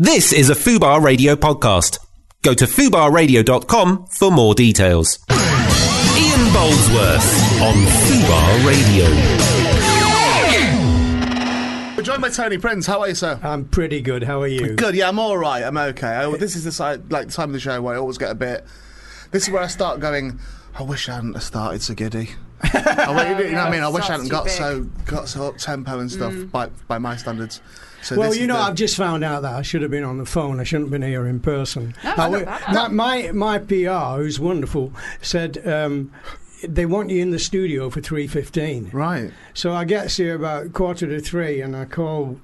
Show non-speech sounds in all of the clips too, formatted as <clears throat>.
This is a Fubar Radio podcast. Go to fubarradio.com for more details. Ian Boldsworth on Fubar Radio. We're joined by Tony Prince. How are you, sir? I'm pretty good. How are you? Good. Yeah, I'm all right. I'm okay. I, this is the side, like the time of the show where I always get a bit. This is where I start going. I wish I hadn't have started <laughs> so giddy. I, went- you know what I mean? I wish I hadn't got so got so up tempo and stuff by by my standards. So Well, this you is know, the- I've just found out that I should have been on the phone. I shouldn't have been here in person. I w- my, my my PR, who's wonderful, said um, they want you in the studio for three fifteen. right, So I gets here about quarter to three, and I call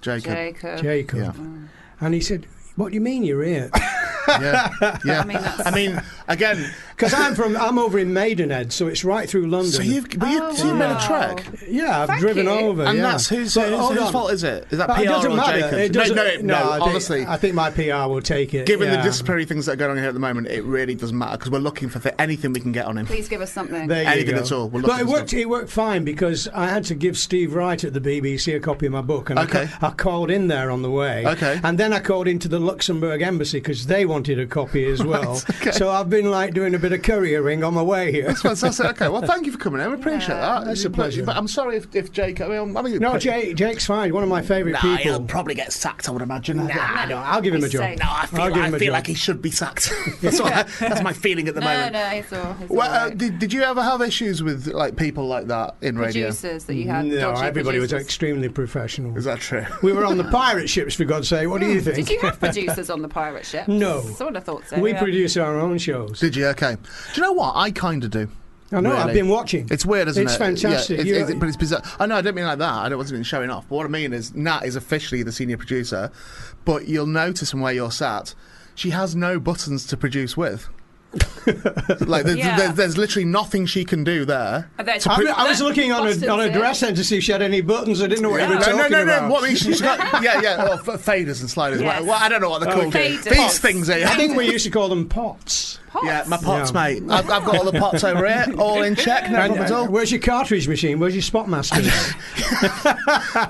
Jacob. Jacob. Jacob, Mm. Yeah. and he said, "What do you mean you're here?" <laughs> yeah, yeah. I mean, that's- <laughs> again. Because I'm from I'm over in Maidenhead, so it's right through London. So you've but you, Oh, so you made a wow. track, yeah, I've Thank driven you. over. and yeah. that's whose, But whose, hold whose on. fault is it? Is that But PR it doesn't or matter. It Jacob's? doesn't, no, no, no. I think- honestly, I think my PR will take it. given the yeah. disciplinary things that are going on here at the moment, it really doesn't matter because we're looking for th- anything we can get on him. Please give us something. There you Anything go. at all. We'll look but at it the worked. stuff. It worked fine because I had to give Steve Wright at the BBC a copy of my book, and I ca- Okay. I, called in there on the way. Okay. And then I called into the Luxembourg embassy because they wanted a copy <laughs> as well. okay. So I've been like doing a bit of couriering on my way here. That's fantastic. Okay, well, <laughs> thank you for coming in. We appreciate that. that's You- a pleasure. But I'm sorry if, if Jake. I mean, I'm- I mean, No, Jake, Jake's fine. One of my favourite Nah, people. he'll probably get sacked. I would imagine. I know. I'll give him a He's job. safe. No, I feel, I'll give I him a feel job. like he should <laughs> be sacked. <laughs> that's, what I- that's my feeling at the no, moment. no, it's all. It's Well, all uh, right. did, did you ever have issues with like people like that in radio? producers that you had. No, dodgy everybody was producers. extremely professional. Is that true? We were on the pirate ships, for God's sake. What do you think? Hmm. Did you <laughs> have producers on the pirate ship? No. Sort of thought so. <laughs> we yeah. produce our own shows. Did you? Okay. Do you know what? I kind of do. I know. I've really. been watching. It's weird, isn't It's it? fantastic. Yeah, You- it's, it's, but it's bizarre. I know. I don't mean like that. I don't wasn't showing off. But what I mean is, Nat is officially the senior producer, but you'll notice from where you're sat, she has no buttons to <laughs> produce with. like there's, Yeah. there's, there's literally nothing she can do there. And then- I, mean, I was looking on Buttons, a, on a yeah. dress then to see if she had any buttons. I didn't know what you no, were talking no, no, about. no. What I mean, <laughs> she's got yeah, yeah. Or f- faders and sliders. Yes. Well, I don't know what they're called. Okay. These Faders. Pots. things eh? are. I think we used to <laughs> call them pots. Pots. Yeah, my pots, Yeah. mate. I've, I've got all the pots over here, all in check, no problem And, at uh, all. where's your cartridge machine? Where's your spot <laughs> master?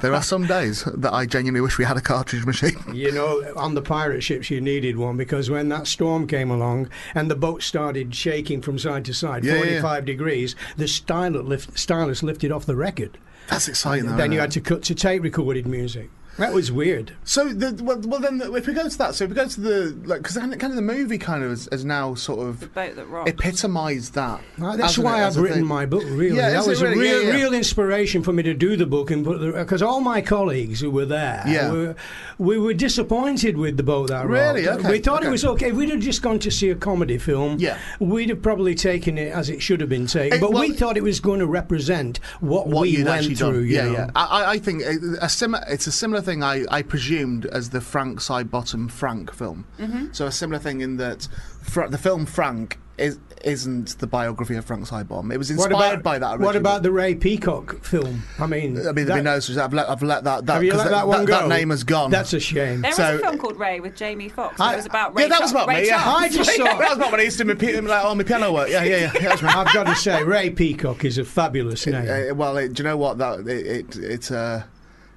There are some days that I genuinely wish we had a cartridge machine. you know, on the pirate ships, you needed one because when that storm came along and the boat started shaking from side to side, Yeah, yeah, yeah. 45 degrees, the stylet lift, stylus lifted off the record. That's exciting. Though, then isn't you it? had to cut to tape recorded music. That was weird. So, the, well, well, then if we go to that, so if we go to the like, because kind of the movie kind of has, has now sort of Boat that rocked. epitomised that. Right, that's hasn't it, why as I've a written thing? my book. Really, Yeah, that is it was a really? Yeah, real, yeah. real inspiration for me to do the book and put because all my colleagues who were there, Yeah. were, we were disappointed with the boat that Really? rocked. Okay, we thought okay. it was okay. If we'd have just gone to see a comedy film, Yeah. we'd have probably taken it as it should have been taken. It- but well- we thought it was going to represent what, what we you'd went actually through. done. you yeah, know. yeah. I, I- I think a, a similar. It's a similar thing. I, I presumed as the Frank Sidebottom Frank film. So a similar thing in that Fra- the film Frank is isn't the biography of Frank Sidebottom. It was What inspired about by that. Original. what about the Ray Peacock film? I mean, I mean, there'd be that, no. such- I've let, I've let that. that have you 'cause let that one that, go? name has gone. That's a shame. there was so- a film called Ray with Jamie Foxx. I- It was about Ray. Yeah, that was Charles- about Ray me. Yeah, Charles. I just saw- <laughs> that was about when I used to do my, pi- like, oh, my piano work. Yeah, yeah, yeah. yeah that was me. I've got to say, Ray Peacock is a fabulous name. Uh, well, it, do you know what? That it it it, uh,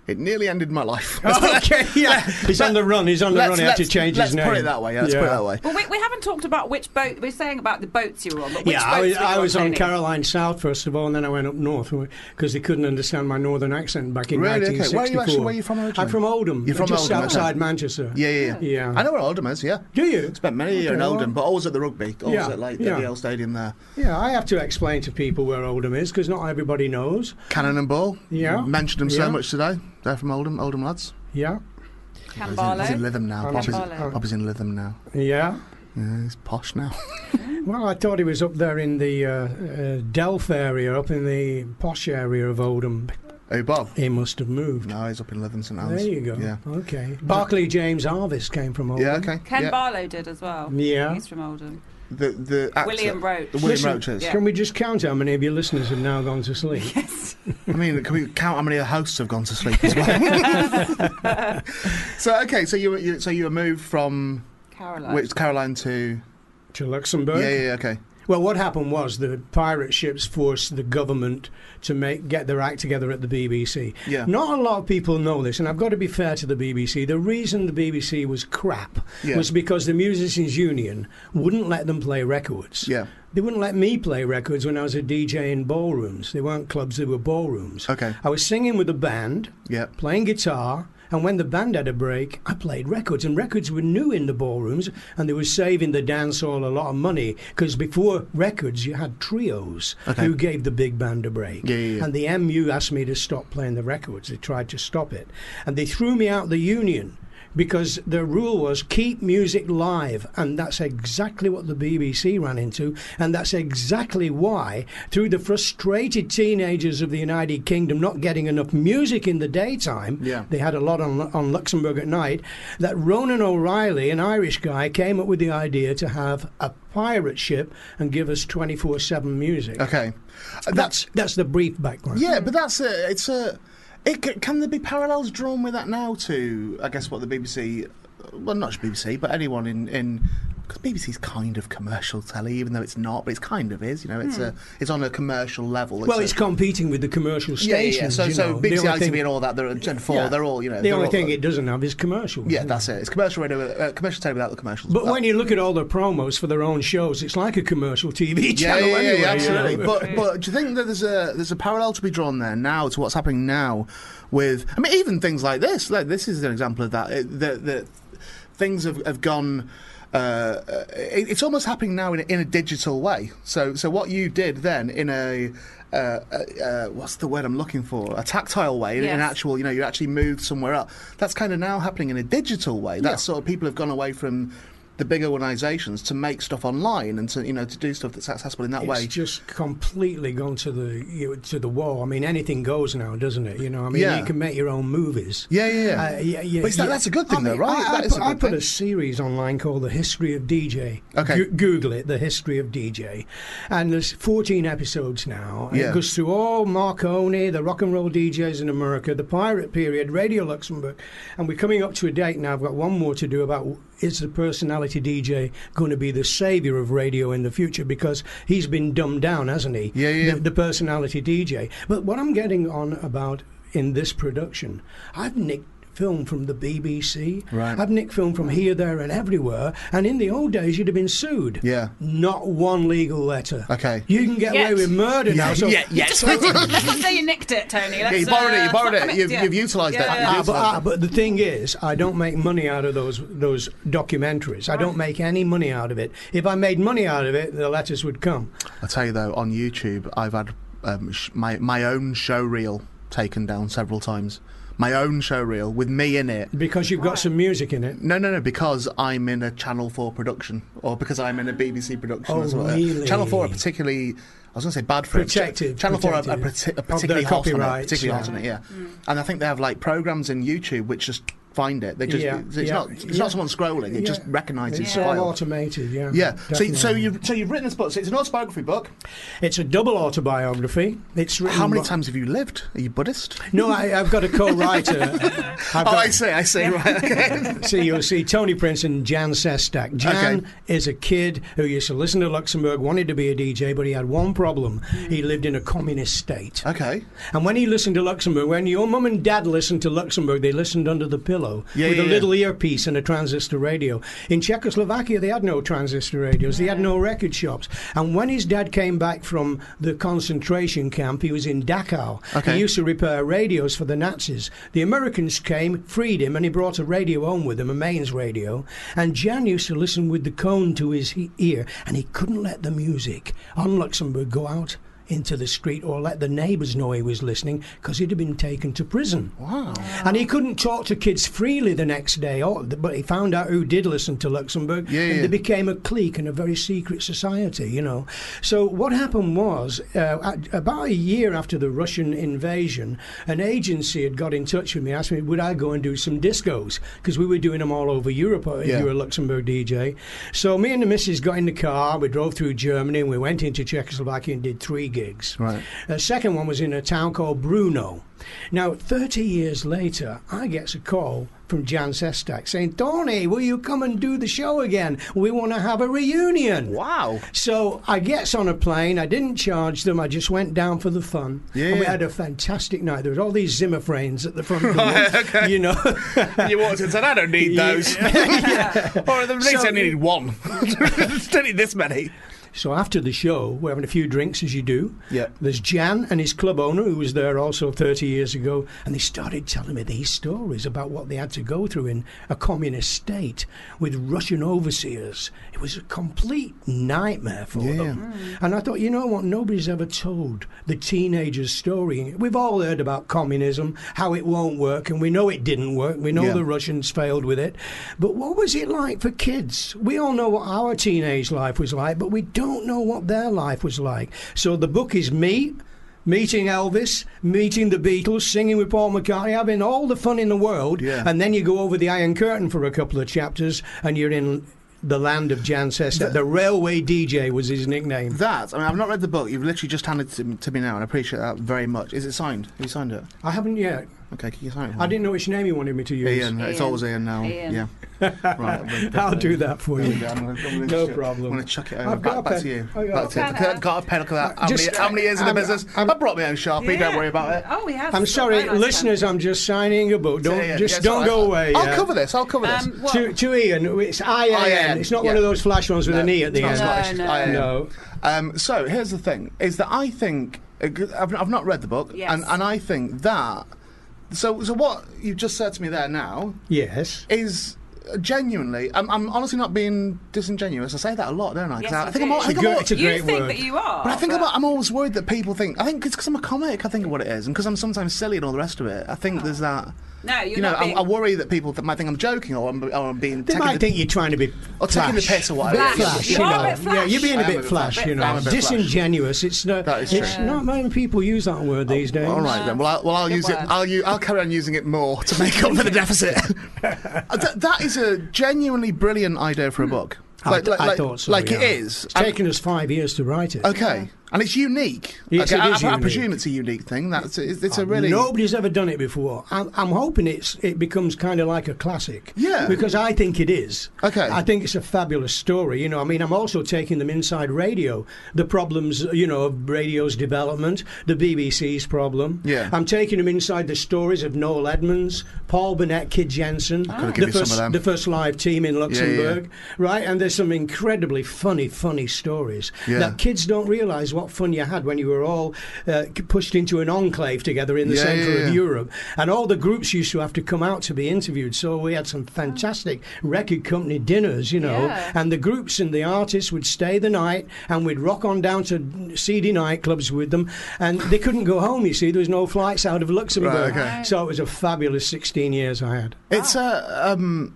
it nearly ended <laughs> my life. Oh. okay, yeah. He's on the run. He's on the run. He had to change let's his name. put it that way. Yeah, let's put it that way. <laughs> Well, we, we haven't talked about which boat. We're saying about the boats you were on. But which Yeah, I was, boats were you I was on Tony? Caroline South first of all, and then I went up north because they couldn't understand my northern accent back in Really? Okay. 1964. Where are you actually- where are you from originally? I'm from Oldham. You're from just Oldham, okay. outside Manchester. <laughs> Yeah, yeah, yeah. Yeah. I know where Oldham is. Yeah. Do you? Spent many a year in Okay, Oldham, but always at the rugby, always Yeah, at like yeah. the Yale Stadium there. Yeah, I have to explain to people where Oldham is because not everybody knows. Cannon and Ball. Yeah. Mentioned them so Yeah. much today. They're from Oldham, Oldham lads. Yeah, Can He's in Lytham now. I'm Bob is, Barlow. Bob is in Lytham now. yeah. Yeah, he's posh now. Well, I thought he was up there in the uh, uh, Delph area, up in the posh area of Oldham. hey, Bob. He must have moved. No, he's up in Lytham St There Anne's. you go. Yeah. Okay. Barclay James Arvis came from Oldham. Yeah. Okay. Ken yeah. Barlow did as well. Yeah. He's from Oldham. the the actor, William Roach. The William Listen, Roach is. Yeah. Can we just count how many of your listeners have now gone to <laughs> sleep? I mean, can we count how many hosts have gone to sleep as well? <laughs> so okay, so you, were- you so you were moved from Caroline. which Caroline to to Luxembourg? yeah yeah okay Well, what happened was the pirate ships forced the government to make get their act together at the BBC. Yeah. Not a lot of people know this, and I've got to be fair to the BBC. The reason the BBC was crap Yeah. was because the Musicians Union wouldn't let them play records. Yeah. They wouldn't let me play records when I was a DJ in ballrooms. They weren't clubs, they were ballrooms. Okay. I was singing with a band, Yeah. playing guitar, and when the band had a break, I played records. And records were new in the ballrooms, and they were saving the dance hall a lot of money because before records, you had trios Okay. who gave the big band a break. Yeah, yeah, yeah. And the MU asked me to stop playing the records. They tried to stop it, and they threw me out the union. Because the rule was keep music live, and that's exactly what the BBC ran into, and that's exactly why, through the frustrated teenagers of the United Kingdom not getting enough music in the daytime, Yeah. they had a lot on on Luxembourg at night. That Ronan O'Reilly, an Irish guy, came up with the idea to have a pirate ship and give us twenty four seven music. Okay. Uh, That's that's the brief background. Yeah, but that's it. It's a. It c- can there be parallels drawn with that now to I guess what the BBC, well not just BBC, but anyone in in because BBC's kind of commercial telly, even though it's not, but it's kind of is. You know, it's a it's on a commercial level. Well, a- it's competing with the commercial yeah, yeah, stations. yeah. So you so know. The BBC only ITV thing- and all that. They're Gen Four. Yeah. They're all you know. the they're only all- thing it doesn't have is commercial. Yeah, that's it. It's commercial radio, uh, commercial telly without the commercials. But Uh, when you look at all the promos for their own shows, it's like a commercial TV yeah, channel yeah, yeah, anyway. yeah, you absolutely. know. But but do you think that there's a there's a parallel to be drawn there now to what's happening now with I mean even things like this like this is an example of that it, the, the things have, have gone. Uh, uh, it, it's almost happening now in a, in a digital way. So, so what you did then in a uh, uh, uh, what's the word I'm looking for? A tactile way, in an Yes. actual, you know, you actually moved somewhere up. That's kind of now happening in a digital way. That sort of people have gone away from the big organisations to make stuff online and to, you know, to do stuff that's accessible in that way. It's just completely gone to the you know, to the wall. I mean, anything goes now, doesn't it? You know, I mean, Yeah. you can make your own movies. Yeah, yeah, yeah. Uh, yeah, yeah, But it's that- yeah. that's a good thing I though, mean, right? I, That I is a put, I good put thing. a series online called "The History of DJ." Okay. Goo- Google it, "The History of DJ," and there's 14 episodes now. And Yeah. It goes through all Marconi, oh, the rock and roll DJs in America, the pirate period, Radio Luxembourg, and we're coming up to a date now. I've got one more to do about is the personality DJ going to be the savior of radio in the future because he's been dumbed down, hasn't he? Yeah, yeah. The, the personality DJ. But what I'm getting on about in this production, I've nicked film from the BBC. Right. I've nicked film from here, there, and everywhere. And in the old days, you'd have been sued. Yeah. Not one legal letter. Okay. You can get Yet. away with murder now. So yes. <laughs> Let's just say you nicked it, uh, Tony. Let's, you borrowed it, you let's borrowed not it. commit- You've- you've utilised that. Ah, but, Absolutely. ah, but the thing is, I don't make money out of those those documentaries. I don't make any money out of it. If I made money out of it, the letters would come. I tell you though, on YouTube, I've had um, sh- my my own show reel taken down several times. My own show reel with me in it. Because you've got some music in it. No, no, no, because I'm in a Channel 4 production, or because I'm in a BBC production Oh, as well. really? Channel 4 are particularly, I was going to say bad for it. Protective, Channel 4 are, are, protective. parti- are Of their particularly hot on it. copyrights, Particularly hot yeah. on it, yeah. And I think they have like programs in YouTube which just find it. They just, Yeah, it's, yeah, not, it's yeah. not someone scrolling, it Yeah. just recognises It's all file. automated, yeah. Yeah. So, so definitely. you've so you've written this book. So it's an autobiography book. It's a double autobiography. It's written How many by- times have you lived? Are you Buddhist? No, I, I've got a co-writer. <laughs> I've Oh, I got- see. I see. Right. Okay. So you'll <laughs> see Tony Prince and Jan Sestak. Jan Okay. is a kid who used to listen to Luxembourg, wanted to be a DJ, but he had one problem. He lived in a communist state. okay. And when he listened to Luxembourg, when your mum and dad listened to Luxembourg, they listened under the pillow Yeah, with yeah, a yeah. little earpiece and a transistor radio. In Czechoslovakia, they had no transistor radios, they had no record shops. And when his dad came back from the concentration camp, he was in Dachau. Okay. He used to repair radios for the Nazis. The Americans came, freed him, and he brought a radio home with him, a mains radio. And Jan used to listen with the cone to his he- ear, and he couldn't let the music on Luxembourg go out into the street or let the neighbours know he was listening because he'd have been taken to prison. Wow. And he couldn't talk to kids freely the next day, or, but he found out who did listen to Luxembourg. Yeah, and yeah. they became a clique and a very secret society, you know. So what happened was, uh, at- about a year after the Russian invasion, an agency had got in touch with me, asked me, would I go and do some discos? Because we were doing them all over Europe uh, if Yeah. you were a Luxembourg DJ. So me and the missus got in the car, we drove through Germany, and we went into Czechoslovakia and did three gigs. Right. The second one was in a town called Bruno. Now, 30 years later, I gets a call from Jan Sestak saying, Tony, will you come and do the show again? We want to have a reunion. Wow. So I gets on a plane. I didn't charge them. I just went down for the fun. Yeah, And we yeah. had a fantastic night. There was all these Zimmer frames at the front door. <laughs> You know. <laughs> you walked in and said, I don't <laughs> need those. <laughs> or at the least So- I needed one. <laughs> don't need this many. so after the show, we're having a few drinks as you do. Yeah. There's Jan and his club owner who was there also 30 years ago, and they started telling me these stories about what they had to go through in a communist state with Russian overseers. It was a complete nightmare for Yeah. them. And I thought, you know what? Nobody's ever told the teenager's story. We've all heard about communism, how it won't work, and we know it didn't work. We know Yeah. the Russians failed with it. But what was it like for kids? We all know what our teenage life was like, but we don't know what their life was like. So the book is me. Meeting Elvis, meeting the Beatles, singing with Paul McCartney, having all the fun in the world, Yeah. and then you go over the Iron Curtain for a couple of chapters, and you're in the land of Jan Sestak. The Railway DJ was his nickname. That, I mean, I've not read the book. You've literally just handed it to, to me now, and I appreciate that very much. Is it signed? Have you signed it? I haven't yet. Okay, can you sign it? I didn't know which name he wanted me to use. Ian, it's always Ian now. Ian. <laughs> Yeah. Right. I'll do that for you. no problem. I'm going to chuck it over. I've got Back, a back pen. to you. I got Back a to you. pen. I've got a pen. Look at that. How, Just- many, how many years in the I'm- business? I'm- i brought my own Sharpie. Don't Yeah. worry about it. Oh, we have. I'm some sorry, very nice listeners. I'm just signing a book. Don't Yeah, yeah, just yeah, don't go sorry. away. I'll yeah. cover this. I'll cover ones. this. Um, what- To, to Ian, it's I A N. I-A-N, It's not one yeah. of those flash ones with an E at the No, end. it's not. It's just No, I am. no. Um, so here's the thing: is that I think uh, I've, I've not read the book, Yes. and, and I think that. So so what you just said to me there now Yes. is genuinely. I'm, I'm honestly not being disingenuous. I say that a lot, don't I? 'Cause Yes, I, I you think I'm. do. al- I It's a think I'm good- al- it's a You great think word. that you are. but I think about, I'm always worried that people think. I think it's because I'm a comic. I think what it is, and because I'm sometimes silly and all the rest of it. I think there's that. No, you're you know, not I, being- I worry that people that might think I'm joking or I'm, or I'm being. They taking might the- think you're trying to be Or taking the flash. piss or whatever. Flash, Flash. you You know. are a bit Yeah, flash. you're being I a am a bit bit flash, flash. you know. I'm a bit flash. Disingenuous. It's not. That is it's true. not many people use that word these days. All right then. Well, I, well, I'll use it. word. I'll u- I'll carry on using it more to make up for <laughs> the deficit. Uh, that, that is a genuinely brilliant idea for a book. Hmm. I, th- I thought so. Like it yeah. is. It's And- taken us five years to write it. okay, and it's unique. Yes, okay, it I, is I- I unique. Oh, presume it's a unique thing. That's it's, it's a really Uh, Nobody's ever done it before. I'm, I'm hoping it's it becomes kind of like a classic. Yeah. Because I think it is. Okay. I think it's a fabulous story. You know, I mean, I'm also taking them inside radio, the problems, you know, of radio's development, the BBC's problem. Yeah. I'm taking them inside the stories of Noel Edmonds, Paul Burnett, Kid Jensen, gotta the give you some of first them. the first live team in yeah. Luxembourg, right? And there's some incredibly funny, funny stories Yeah. that kids don't realise what fun you had when you were all uh, c- pushed into an enclave together in the Yeah, centre yeah, of yeah. Europe. And all the groups used to have to come out to be interviewed. So we had some fantastic record company dinners, you know. Yeah. And the groups and the artists would stay the night and we'd rock on down to CD nightclubs with them. And they couldn't go home, you see. There was no flights out of Luxembourg. okay. Right. So it was a fabulous 16 years I had. It's a um,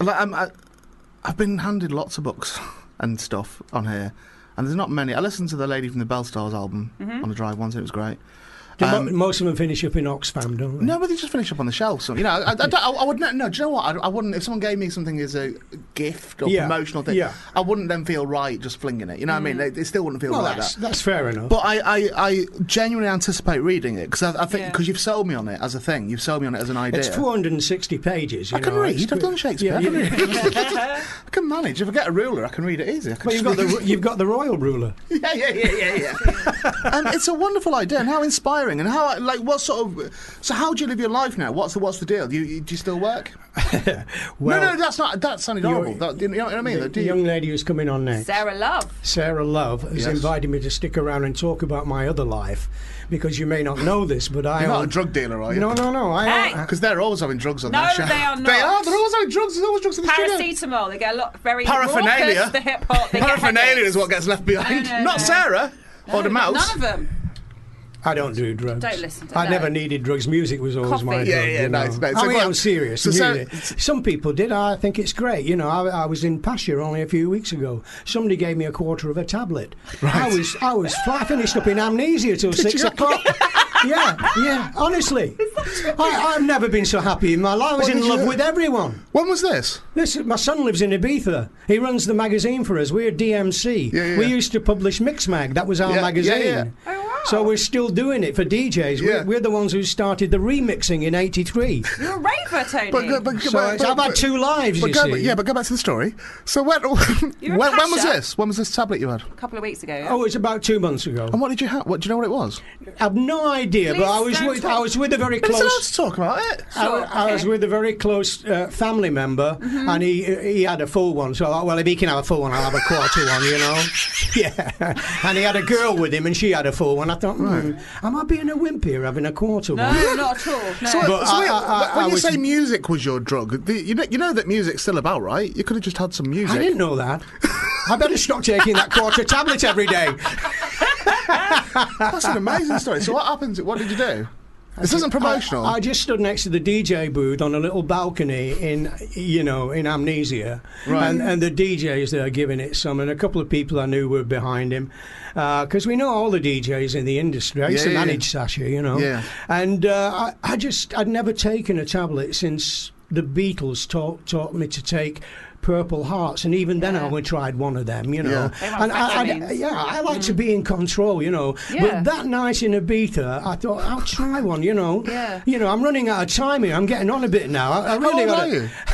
like I'm, I, I've been handed lots of books <laughs> and stuff on here, and there's not many. I listened to the Lady from the Bell Stars album on the drive once. It was great. Do mo- Um, most of them finish up in Oxfam, don't they? No, but they just finish up on the shelf. So you know, I, I, don't- I, I would not. No, do you know what? I, I wouldn't. If someone gave me something as a gift or Yeah, promotional thing, yeah. I wouldn't then feel right just flinging it. You know what I mean? It, it still wouldn't feel Well, like that's, that. that's fair enough. But I, I, I genuinely anticipate reading it because I, I think Yeah. because you've sold me on it as a thing. You've sold me on it as an idea. it's 460 pages. You I can know, read. it's I've good. done Shakespeare. I, Yeah, can you- <laughs> read. I can manage. If I get a ruler, I can read it easy. I can But you've got the just- you've got the royal ruler. <laughs> yeah, yeah, yeah, yeah, yeah. and it's a wonderful idea. And how inspiring. And how like what sort of? So how do you live your life now? What's the what's the deal? Do you, you do you still work? <laughs> Well, no, no, that's not. That sounded <laughs> horrible. That, you know what I mean? the, That- do the you- young lady who's coming on next, Sarah Love. Sarah Love, has Yes. invited me to stick around and talk about my other life, because you may not know this, but I you're not own- a drug dealer, are you? No, no, no. I own- uh, Hey! Because they're always having drugs on No, that show. they are They not. are. They're always having drugs. There's always drugs in the studio. Paracetamol. They get a lot very Paraphernalia. raucous, The hip <laughs> hop. They get Paraphernalia headaches. is what gets left behind. No, no, not no. Sarah or the mouse. None of them. I don't do drugs. Don't listen to I that. never needed drugs. Music was always Coffee. my Yeah, drug. yeah, you no, know. it's- no, it's I a mean, quite- I'm serious. So- so- music. Some people did. I think it's great. You know, I, I was in Pasha only a few weeks ago. Somebody gave me a quarter of a tablet. I was, I was. fl- I finished up in amnesia <laughs> till six o'clock. yeah, yeah. Honestly, I, I've never been so happy in my life. I was What in did you love do? with everyone. When was this? This, my son lives in Ibiza. He runs the magazine for us. We're DMC. Yeah, yeah, we yeah. used to publish Mixmag. That was our Yeah, yeah, magazine. yeah. Oh, So we're still doing it for DJs. Yeah. We're, we're the ones who started the remixing in '83. You're a raver, Tony. But, go- but, So but- it's- I've but- had two lives, But you go, see. Yeah, but go back to the story. So when <laughs> You're a when, when was pasha. this? When was this tablet you had? a couple of weeks ago. Oh, it's about two months ago. And what did you have? What do you know what it was? I've no idea, but I Please was don't with, talk. I was with a very But it's allowed close. to talk about it. I, I Sure, was okay. Mm-hmm. with a very close uh, family member, and he he had a full one. So I thought, well, if he can have a full one, I'll have a quarter one, you <laughs> know. Yeah, and he had a girl with him, and she had a full one. I thought, hmm, am I being a wimp here having a quarter one? no, not at all. No. So, But so I- wait, I- I- when I you was- say <laughs> music was your drug, the, you know you know that music's still about, right? You could have just had some music. I didn't know <laughs> that. I better stop taking that quarter tablet every day. That's an amazing story. So what happens? What did you do? This isn't promotional. I, I just stood next to the DJ booth on a little balcony in, you know, in Amnesia. Right. And, and the DJs there giving it some, and a couple of people I knew were behind him. Because we know all the DJs in the industry. I used Yeah, to yeah, manage Sasha, you know. Yeah. And uh, I, I just, I'd never taken a tablet since the Beatles taught, taught me to take Purple Hearts. And even then, I Yeah. only tried one of them, you know. Yeah. They want And I, I, vitamins. yeah, I like Mm. to be in control, you know. Yeah. But that night in Ibiza, I thought I'll try one, you know. Yeah. You know, I'm running out of time here. I'm getting on a bit now. I, I really old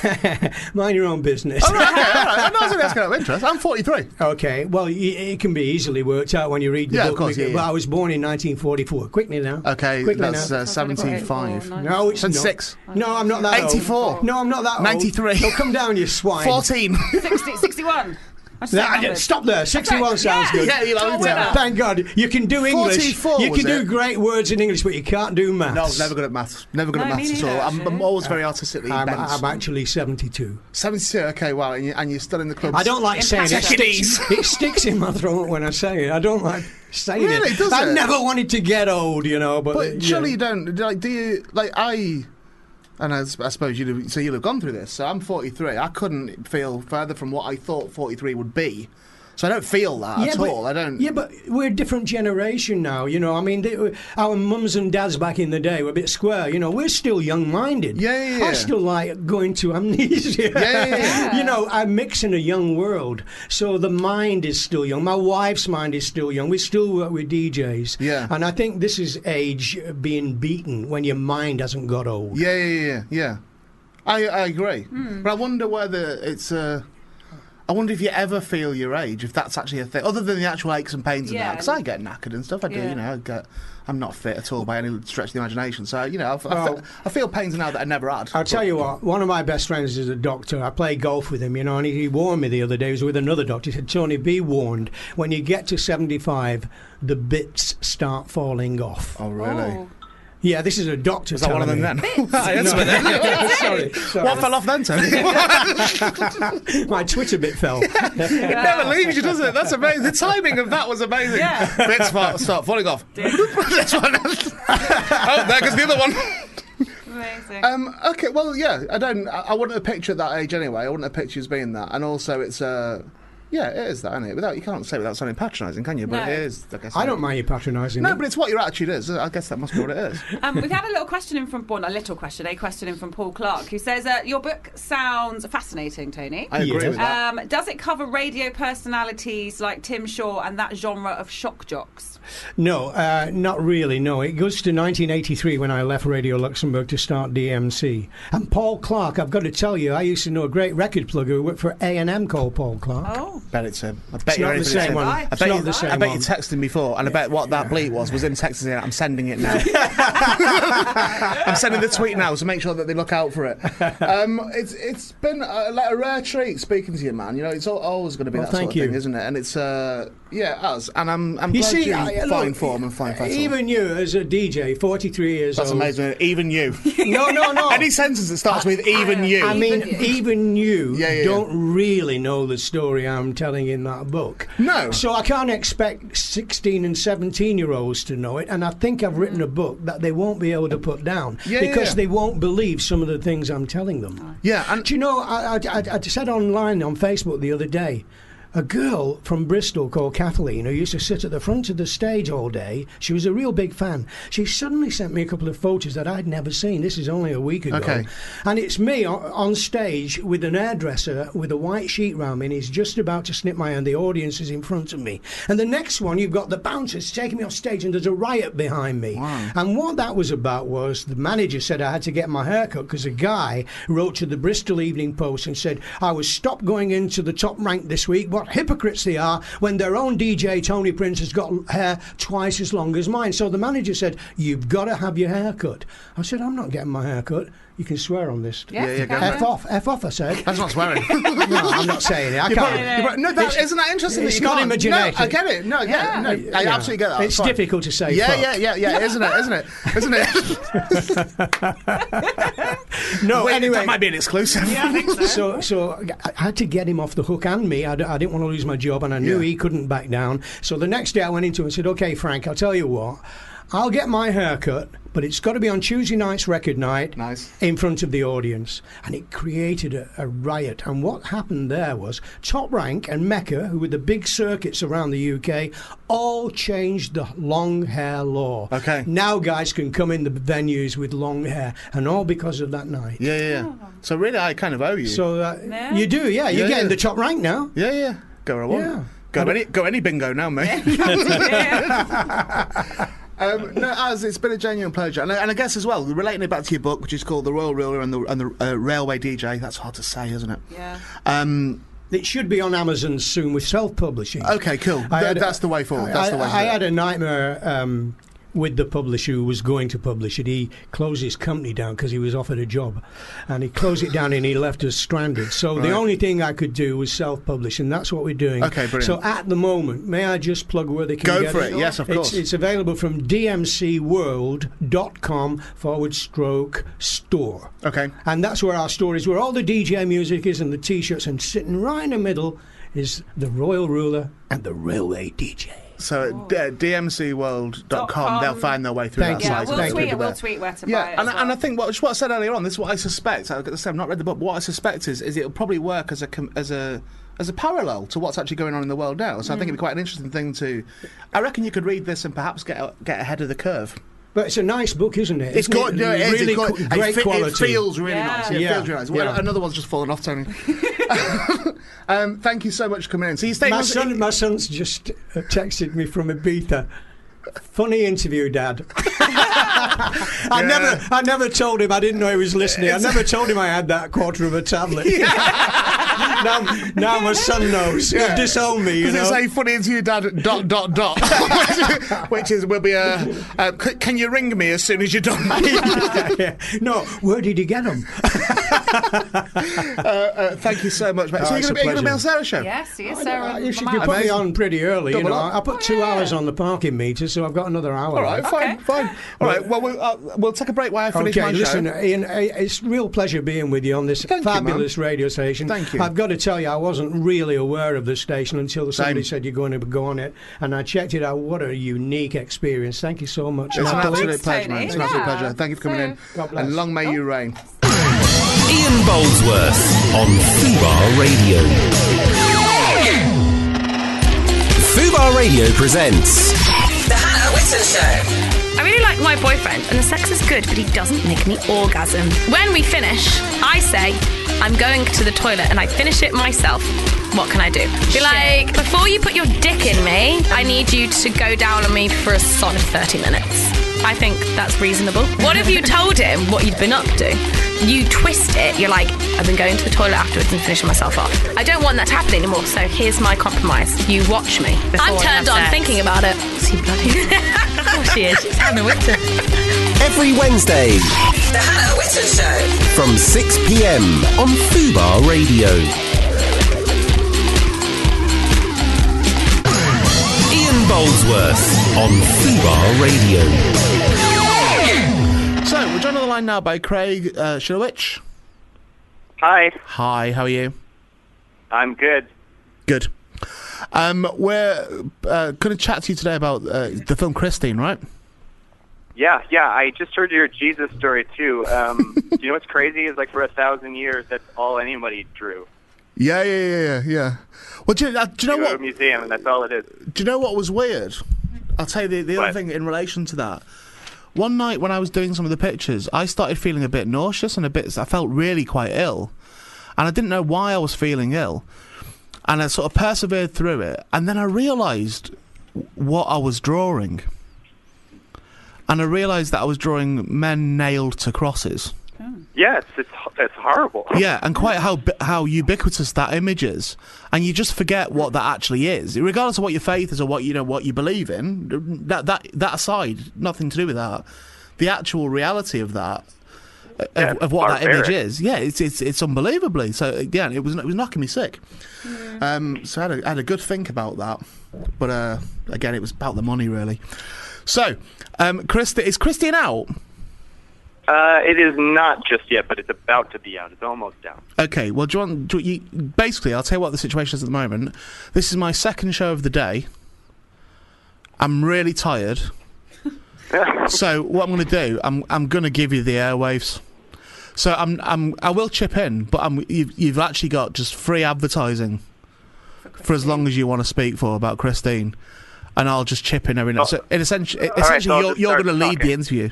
gotta- are you? <laughs> mind your own business. All right, okay, all right. I'm not asking <laughs> asking out of interest. I'm 43. Okay, well, y- it can be easily worked out when you read the Yeah, of book. course, yeah, But yeah. I was born in 1944. Quickly now. Okay, Quickly that's now. uh, 75. no, it's and not. six. No, I'm not that old. 84. No, I'm not that old. 93. Oh, come down, you swine. 14. 60, 61. I said Nah, I- numbers. stop there. 61 sounds good. Yeah, you Oh, owned winner. it. Thank God. You can do English. 44, You was can do it? great words in English, but you can't do maths. Uh, No, never good at maths. Never good No, at me maths at all. neither, I'm, I'm actually. always very artistically I'm, bent. I'm actually 72. 72, okay, wow, and, you, and you're still in the club. I don't like saying it. Take <laughs> it sticks, it sticks in my throat when I say it. I don't like saying Really, it. does I've it? never wanted to get old, you know. But, But surely you yeah. don't, like, do you, like, I, and I, s- I suppose you'd have, so you'll have gone through this. So I'm 43. I couldn't feel further from what I thought 43 would be. So I don't feel that yeah, at but, all. I don't. Yeah, but we're a different generation now, you know. I mean, they, our mums and dads back in the day were a bit square, you know. We're still young-minded. Yeah, yeah, yeah. I still like going to amnesia. yeah, <laughs> yeah. you know, I mix in a young world, so the mind is still young. My wife's mind is still young. We still work with DJs. Yeah. And I think this is age uh, being beaten when your mind hasn't got old. Yeah, yeah, yeah, yeah. I, I agree. Hmm. But I wonder whether it's Uh, I wonder if you ever feel your age, if that's actually a thing, other than the actual aches and pains and Yeah. that. Because I get knackered and stuff. I do, Yeah. you know. I get, I'm not fit at all by any stretch of the imagination. So you know, I've, I, Well- feel, I feel pains now that I never had. I'll tell you what, one of my best friends is a doctor. I play golf with him, you know, and he, he warned me the other day. He was with another doctor. He said, Tony, be warned, when you get to 75, the bits start falling off. Oh really? Oh. Yeah, this is a doctor. Is that one of them telling then? me. <laughs> That's what it is. sorry, <laughs> sorry. What fell off then, Tony? <laughs> <laughs> My Twitter bit fell. <laughs> It never leaves you, does it? That's amazing. The timing of that was amazing. Yeah. Bits fa- start falling off. <laughs> this one. <laughs> oh, there goes the other one. Amazing. Um, okay, well, yeah, I don't. I, I wouldn't have pictured that age anyway. I wouldn't have pictured as being that. And also, it's uh, yeah, it is that, isn't it? Without you can't say without sounding patronising, can you? But No. it is. I guess. I don't mind you patronising No, me. but it's what your attitude is. I guess that must be what it <laughs> is. Um, we've had a little question in from Paul, a little question, a question in from Paul Clark, who says, uh, Your book sounds fascinating, Tony. I agree Yeah. with that. Um, does it cover radio personalities like Tim Shaw and that genre of shock jocks? No, uh, not really. No, it goes to 1983 when I left Radio Luxembourg to start DMC. And Paul Clark, I've got to tell you, I used to know a great record plugger who worked for A and M called Paul Clark. Oh, I bet it's him. I bet It's you're not the it's same him. one. I It's bet, not you, the same I bet one. you texted him before, and I bet what that bleat was was him texting it. I'm sending <laughs> it now. I'm sending the tweet now, so make sure that they look <laughs> out for it. Um, it's it's been a, like a rare treat speaking to you, man. You know, it's al always going to be Well, that sort thank of you. thing, isn't it? And it's uh, yeah, us. And I'm I'm You glad see, you're I- in look, fine form <laughs> and fine fashion. Even you, as a DJ, 43 years That's old. amazing. Even you. No, no, no. <laughs> Any sentence that starts with even you. I mean, Even you. even you Yeah, yeah, yeah. don't really know the story I'm telling in that book. No. So I can't expect 16 and 17 year olds to know it. And I think I've written a book that they won't be able to put down Yeah, yeah, because yeah. they won't believe some of the things I'm telling them. yeah, and Do you know, I, I, I, I said online on Facebook the other day, a girl from Bristol called Kathleen, who used to sit at the front of the stage all day. She was a real big fan. She suddenly sent me a couple of photos that I'd never seen. This is only a week ago. Okay. And it's me on, on stage with an hairdresser with a white sheet round me, and he's just about to snip my hand. The audience is in front of me. And the next one, you've got the bouncers taking me off stage, and there's a riot behind me. And what that was about was the manager said I had to get my hair cut because a guy wrote to the Bristol Evening Post and said, I was stopped going into the top rank this week. What hypocrites they are when their own DJ, Tony Prince, has got hair twice as long as mine. So the manager said, You've got to have your hair cut. I said, I'm not getting my hair cut. You can swear on this. Yeah, yeah, go F off, F off, I said. That's not swearing. <laughs> no, I'm not saying it. I You're probably- can't. you're probably- no, that, It's- isn't that interesting? it's that you not can't- imaginative. No, I get it. No, I get it. No, I Yeah. absolutely get that. It's fine. difficult to say <laughs> Yeah, fuck. yeah, yeah, yeah. Isn't it? Isn't it? Isn't <laughs> it? No, Wait, anyway. that might be an exclusive. Yeah, I think so. So, so I- I had to get him off the hook and me. I, d- I didn't want to lose my job, and I knew Yeah. he couldn't back down. So the next day, I went into him and said, "Okay, Frank, I'll tell you what. I'll get my haircut, but it's got to be on Tuesday night's record night, Nice. in front of the audience." And it created a, a riot. And what happened there was Top Rank and Mecca, who were the big circuits around the UK, all changed the long hair law. Okay. Now guys can come in the venues with long hair, and all because of that night. <laughs> Yeah, yeah, yeah. So really, I kind of owe you. So uh, Yeah. you do, yeah. You're Yeah, getting yeah. the top rank now. yeah, yeah. Go where I want. Yeah. Go any go any bingo now, mate. Yeah. <laughs> Um, no, as it's been a genuine pleasure, and, I- and I guess as well relating it back to your book, which is called "The Royal Ruler and the and the uh, Railway DJ." That's hard to say, isn't it? Yeah. Um, It should be on Amazon soon with self-publishing. okay, cool. I Th- had a- that's the way forward. That's I, the way. I to do had it. a nightmare um, with the publisher who was going to publish it. He closed his company down because he was offered a job, and he closed it down and he left us stranded. So Right. the only thing I could do was self-publish, and that's what we're doing. Okay, brilliant. So at the moment, may I just plug where they can Go get for it. Yes, of It's- course. It's, available from dmcworld.com forward stroke store. okay. And that's where our store is, where all the DJ music is and the t shirts, and sitting right in the middle is the Royal Ruler and the Railway DJ. So at d- uh, dmcworld.com, Dot com. they'll find their way through Thank that you. Um, Yeah, Size, site. we'll thank tweet you. it. We'll tweet where to buy it. Yeah, as and, I- and I well. think what, what I said earlier on, this is what I suspect. I've got to say, I've not read the book. but What I suspect is, is it'll probably work as a com- as a as a parallel to what's actually going on in the world now. So I Hmm. think it'd be quite an interesting thing to. I reckon you could read this and perhaps get a- get ahead of the curve. But it's a nice book, isn't it? It's Isn't good. No, it is. really It's good. qu- It great fe- quality. It feels really Yeah. nice. It Yeah. feels really nice. Well, Yeah. Another one's just fallen off, Tony. um, thank you so much for coming in. So you stay. my, was- son, my son's just uh, texted me from Ibiza. Funny interview, Dad. I Yeah. never, I never told him. I didn't know he was listening. I never told him I had that quarter of a <laughs> tablet. <laughs> now, now my son knows. He'll Yeah. disown me. You Does know? it say funny into your dad? Dot dot dot. <laughs> Which is will be a. Uh, c- can you ring me as soon as you're <laughs> done? Yeah. <laughs> No, where did he get <laughs> them? Uh, thank you so much, mate. so Oh, you're it's going a to be on the pleasure. Bill Sarah show? Yes, yes, Uh, Sarah. you should Mama. be put me Amazing. on pretty early. You Double know, up. Oh, I put two yeah. hours on the parking meter, so I've got another hour. All right, left. fine, Okay. fine. All right, well, we'll, uh, we'll take a break while I finish Okay, my listen, show. Ian, uh, it's real pleasure being with you on this Thank you, fabulous radio station. Thank you. I've got to tell you, I wasn't really aware of the station until somebody Same. said you're going to go on it, and I checked it out. What a unique experience! Thank you so much. It's an Now, Thanks, absolute pleasure, man. Tony. It's an absolute Yeah. pleasure. Thank you for coming in. God bless. And long may you reign. Ian Boldsworth on Fubar Radio. Fubar Radio presents The Hannah Witten Show. I really like my boyfriend, and the sex is good, but he doesn't make me orgasm. When we finish, I say, I'm going to the toilet, and I finish it myself. What can I do? Be like, before you put your dick in me, I need you to go down on me for a solid 30 minutes. I think that's reasonable. What if you told him what you'd been up to? You twist it, you're like, I've been going to the toilet afterwards and finishing myself off. I don't want that to happen anymore, so here's my compromise. You watch me. I'm we turned have on sex. thinking about it. See bloody. <laughs> of course she is. She's Hannah Winter. every Wednesday The Hannah Witten Show. from 6 p.m. on Fubar Radio. Ian Boldsworth on Fubar Radio. So, we're joined on the line now by Craig uh, Shilowich. Hi, Hi, how are you? I'm good. Good. Um, we're uh, going to chat to you today about uh, the film Christine, right? Yeah, yeah. I just heard your Jesus <laughs> story too. Um, do you know what's crazy? Is like for a thousand years, that's all anybody drew. Yeah, yeah, yeah, yeah, yeah. Well, do you, uh, do you know go to a what? museum, and that's all it is. Do you know what was weird? I'll tell you the, the other What? thing in relation to that. One night when I was doing some of the pictures, I started feeling a bit nauseous and a bit. I felt really quite ill, and I didn't know why I was feeling ill, and I sort of persevered through it, and then I realised what I was drawing, and I realised that I was drawing men nailed to crosses. Yeah, it's it's, it's horrible. <laughs> Yeah, and quite how bi- how ubiquitous that image is, and you just forget what that actually is, regardless of what your faith is or what you know what you believe in. That that that aside, nothing to do with that. The actual reality of that, of, Yeah, of what that barbaric. image is, yeah, it's it's it's unbelievably. So yeah, it was it was knocking me sick. Um, so I had, a, I had a good think about that, but uh, again, it was about the money really. So, um, Christi, is Christian out? Uh, it is not just yet, but it's about to be out. It's almost out. Okay, well, do you want? Do you, basically, I'll tell you what the situation is at the moment. This is my second show of the day. I'm <laughs> really tired. so what I'm going to do, I'm I'm going to give you the airwaves. So I'm I'm I will chip in, but I'm you've, you've actually got just free advertising for as long as you want to speak for about Christine, and I'll just chip in every now. Oh. So in essentially, right, so essentially, I'll you're just you're start going to lead talking. the interview.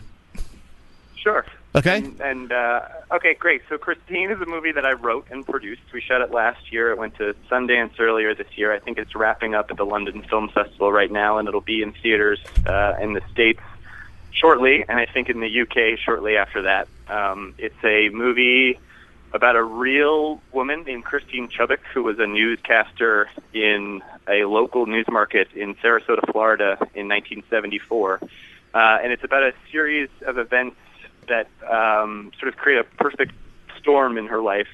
Sure. Okay. And, and uh, okay, great. So Christine is a movie that I wrote and produced. We shot it last year. It went to Sundance earlier this year. I think it's wrapping up at the London Film Festival right now, and it'll be in theaters uh, in the states shortly, and I think in the UK shortly after that. Um, it's a movie about a real woman named Christine Chubbuck, who was a newscaster in a local news market in Sarasota, Florida, in 1974. Uh, and it's about a series of events that um, sort of create a perfect storm in her life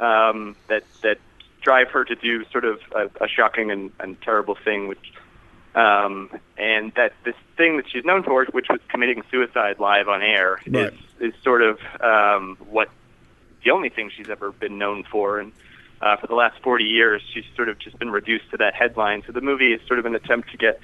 um, that that drive her to do sort of a, a shocking and, and terrible thing, which um, and that this thing that she's known for, which was committing suicide live on air, Right. is is sort of um, what the only thing she's ever been known for. And uh, for the last 40 years, she's sort of just been reduced to that headline. So the movie is sort of an attempt to get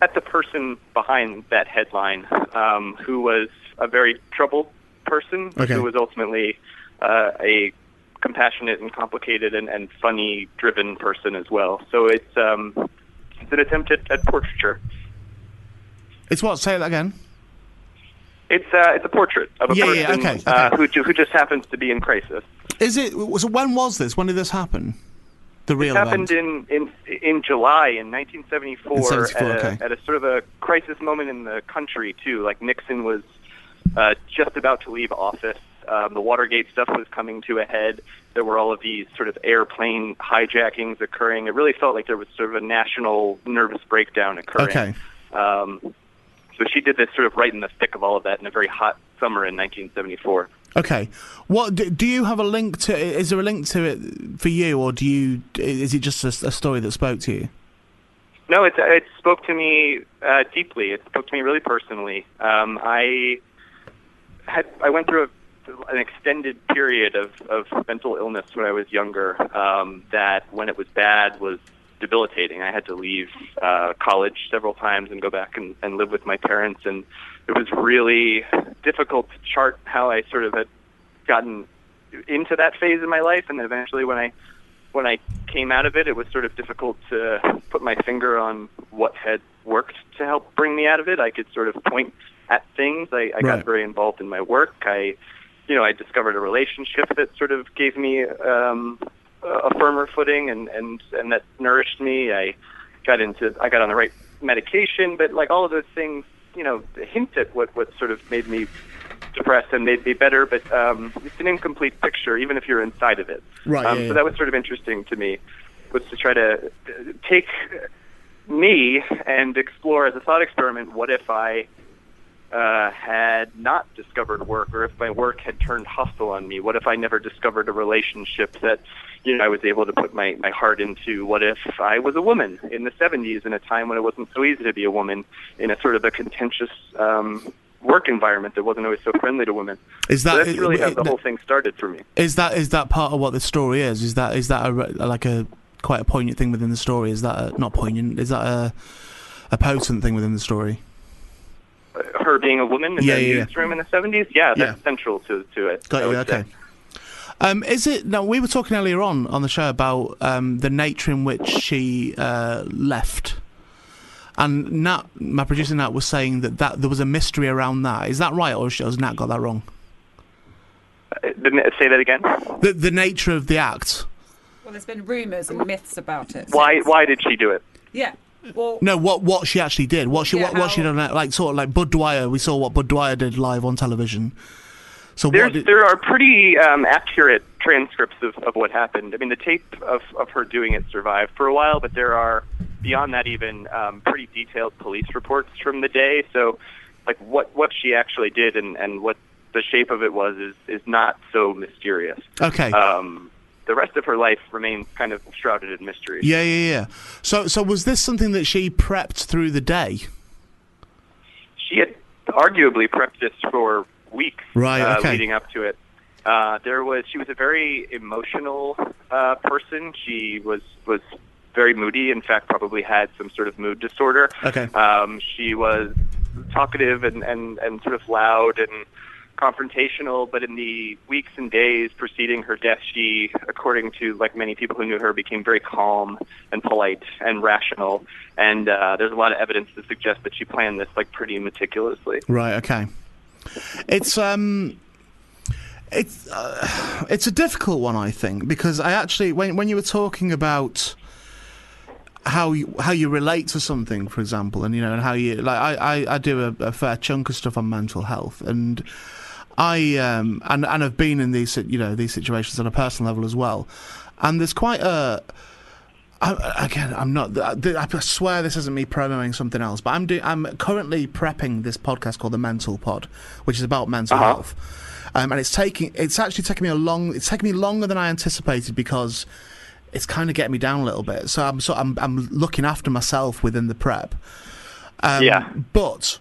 at the person behind that headline, um, who was a very troubled person, Okay. who was ultimately uh, a compassionate and complicated and, and funny driven person as well. So it's um, it's an attempt at, at portraiture. It's what? Say that again. It's uh, it's a portrait of a Yeah, person yeah, okay, Uh, okay. who ju- who just happens to be in crisis. Is it? So when was this? When did this happen? The real happened event? in, in in July in 1974 In 74, at, a, okay. at a sort of a crisis moment in the country too. Like Nixon was uh, just about to leave office. Um, the Watergate stuff was coming to a head. There were all of these sort of airplane hijackings occurring. It really felt like there was sort of a national nervous breakdown occurring. Okay. Um, so she did this sort of right in the thick of all of that in a very hot summer in 1974. Okay. What do, do you have a link to? Is there a link to it for you, or do you? Is it just a, a story that spoke to you? No, it, it spoke to me uh, deeply. It spoke to me really personally. Um, I had I went through a, an extended period of, of mental illness when I was younger. Um, that when it was bad was debilitating. I had to leave uh, college several times and go back and, and live with my parents, and it was really difficult to chart how I sort of had gotten into that phase in my life, and then eventually when I when I came out of it, it was sort of difficult to put my finger on what had worked to help bring me out of it. I could sort of point at things. I, I Right. got very involved in my work. I, you know, I discovered a relationship that sort of gave me um, a a firmer footing and and and that nourished me. I got into I got on the right medication, but like all of those things, you know, hint at what what sort of made me depressed and made me better. But um, it's an incomplete picture, even if you're inside of it. Right, Um, yeah, yeah. So that was sort of interesting to me, was to try to uh, take me and explore as a thought experiment. What if I uh, had not discovered work, or if my work had turned hostile on me? What if I never discovered a relationship that you know I was able to put my my heart into? What if I was a woman in the '70s in a time when it wasn't so easy to be a woman in a sort of a contentious um, work environment that wasn't always so friendly to women? Is so that- that's really how it- the whole thing started for me? Is that is that part of what the story is? Is that is that a, re- like a quite a poignant thing within the story? Is that a, not poignant? Is that a a potent thing within the story? Her being a woman in Yeah, the yeah, yeah. newsroom in the '70s, yeah, that's Yeah. central to to it. uh, Got I you. would say. Okay. Um, is it? No, we were talking earlier on on the show about um, the nature in which she uh, left, and Nat, my producer Nat, was saying that, that there was a mystery around that. Is that right, or has Nat got that wrong? Uh, didn't it- say that again. The the nature of the act. Well, there's been rumours and myths about it. Why? since. Why did she do it? Yeah. Well, No, what what she actually did. What she Yeah, what, what she how- done like sort of like Bud Dwyer. We saw what Bud Dwyer did live on television. So There, what did, there are pretty um, accurate transcripts of, of what happened. I mean, the tape of, of her doing it survived for a while, but there are, beyond that, even um, pretty detailed police reports from the day. So, like, what, what she actually did and, and what the shape of it was is, is not so mysterious. okay. Um, the rest of her life remains kind of shrouded in mystery. yeah, yeah, yeah. So so was this something that she prepped through the day? she had arguably prepped this for weeks Right, uh, okay. leading up to it. Uh, there was she was a very emotional uh, person. She was was very moody. In fact, probably had some sort of mood disorder. Okay. Um, she was talkative and, and, and sort of loud and confrontational. But in the weeks and days preceding her death, she, according to like many people who knew her, became very calm and polite and rational. And uh, there's a lot of evidence to suggest that she planned this like pretty meticulously. Right. Okay. It's um, it's uh, it's a difficult one, I think, because I actually when when you were talking about how you, how you relate to something, for example, and you know, and how you like, I I, I do a, a fair chunk of stuff on mental health, and I um and and have been in these you know these situations on a personal level as well, and there's quite a. I, again, I'm not. I I swear this isn't me promoting something else, but I'm do, I'm currently prepping this podcast called the Mental Pod, which is about mental Uh-huh. health, um, and it's taking. It's actually taking me a long. It's taking me longer than I anticipated because it's kind of getting me down a little bit. So I'm so I'm I'm looking after myself within the prep. Um, Yeah. But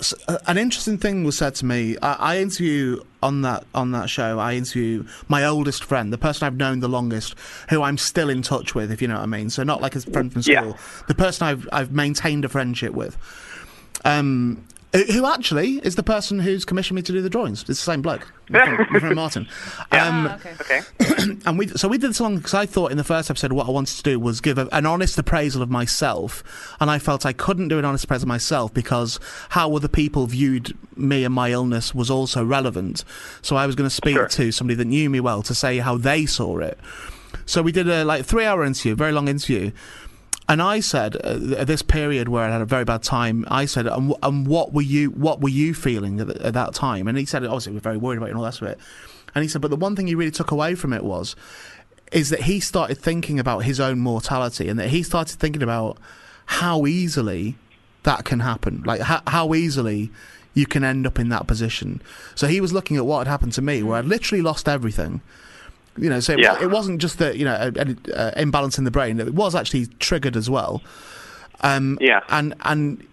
s- uh, an interesting thing was said to me. I, I interview on that on that show. I interview my oldest friend, the person I've known the longest, who I'm still in touch with. If you know what I mean. So not like a friend from Yeah. school. The person I've I've maintained a friendship with. Um. who- Who actually is the person who's commissioned me to do the drawings? It's the same bloke, my friend, my friend Martin. Um, ah, okay. Okay. <coughs> and we so we did this song because I thought in the first episode what I wanted to do was give a, an honest appraisal of myself, and I felt I couldn't do an honest appraisal of myself because how other people viewed me and my illness was also relevant. So I was going to speak Sure. to somebody that knew me well to say how they saw it. So we did a like three hour interview, very long interview. And I said, uh, at this period where I had a very bad time, I said, and, wh- and what were you, what were you feeling at, at that time? And he said, obviously, we're very worried about it and all that sort of it. And he said, but the one thing he really took away from it was, is that he started thinking about his own mortality and that he started thinking about how easily that can happen, like how, how easily you can end up in that position. So he was looking at what had happened to me, where I'd literally lost everything. You know, so it, Yeah. it wasn't just that you know an uh, imbalance in the brain; it was actually triggered as well. Um, Yeah. and and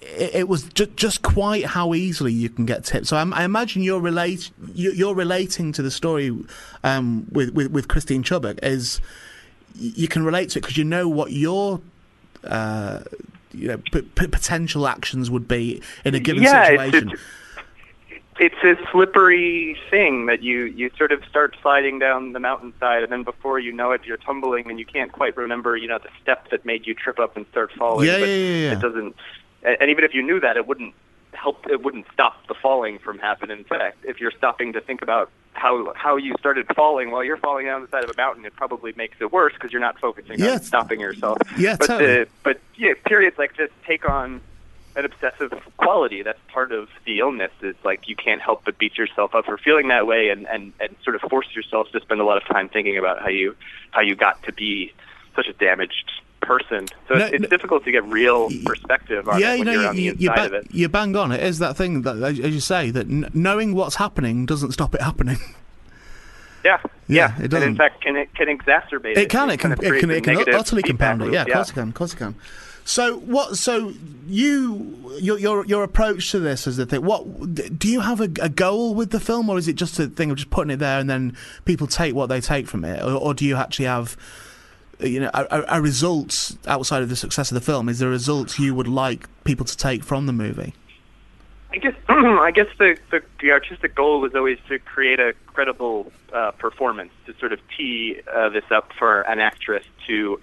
it, it was ju- just quite how easily you can get tipped. So I, I imagine you're relate you- you're relating to the story um, with, with with Christine Chubbuck is y- you can relate to it because you know what your uh, you know p- p- potential actions would be in a given yeah, situation. It's, it's, it's a slippery thing that you, you sort of start sliding down the mountainside, and then before you know it, you're tumbling, and you can't quite remember, you know, the step that made you trip up and start falling. Yeah, but yeah, yeah, yeah. It doesn't, and and even if you knew that, it wouldn't help. It wouldn't stop the falling from happening. In fact, if you're stopping to think about how how you started falling while you're falling down the side of a mountain, it probably makes it worse because you're not focusing Yeah, on it's- stopping yourself. Yeah, but totally. the, but yeah, periods like this take on an obsessive quality. That's part of the illness. Is like you can't help but beat yourself up for feeling that way, and and and sort of force yourself to spend a lot of time thinking about how you how you got to be such a damaged person. So No, it's, it's no- difficult to get real perspective on it yeah, you when know, you're you, on the you, you, inside of ba- it. you bang on. It is that thing that, as as you say, that n- knowing what's happening doesn't stop it happening. <laughs> Yeah, Yeah, yeah. it and doesn't. in fact, can it can exacerbate it? It can. It can. kind of It creates can. a It can negative utterly feedback compound it. loop, Yeah, of course it can. Of course it can. So what? So you your your your approach to this is the thing. What do you have a, a goal with the film, or is it just a thing of just putting it there and then people take what they take from it, or, or do you actually have? You know, a, a- a result outside of the success of the film is the result you would like people to take from the movie. I guess <clears throat> I guess the, the the artistic goal was always to create a credible uh, performance to sort of tee uh, this up for an actress to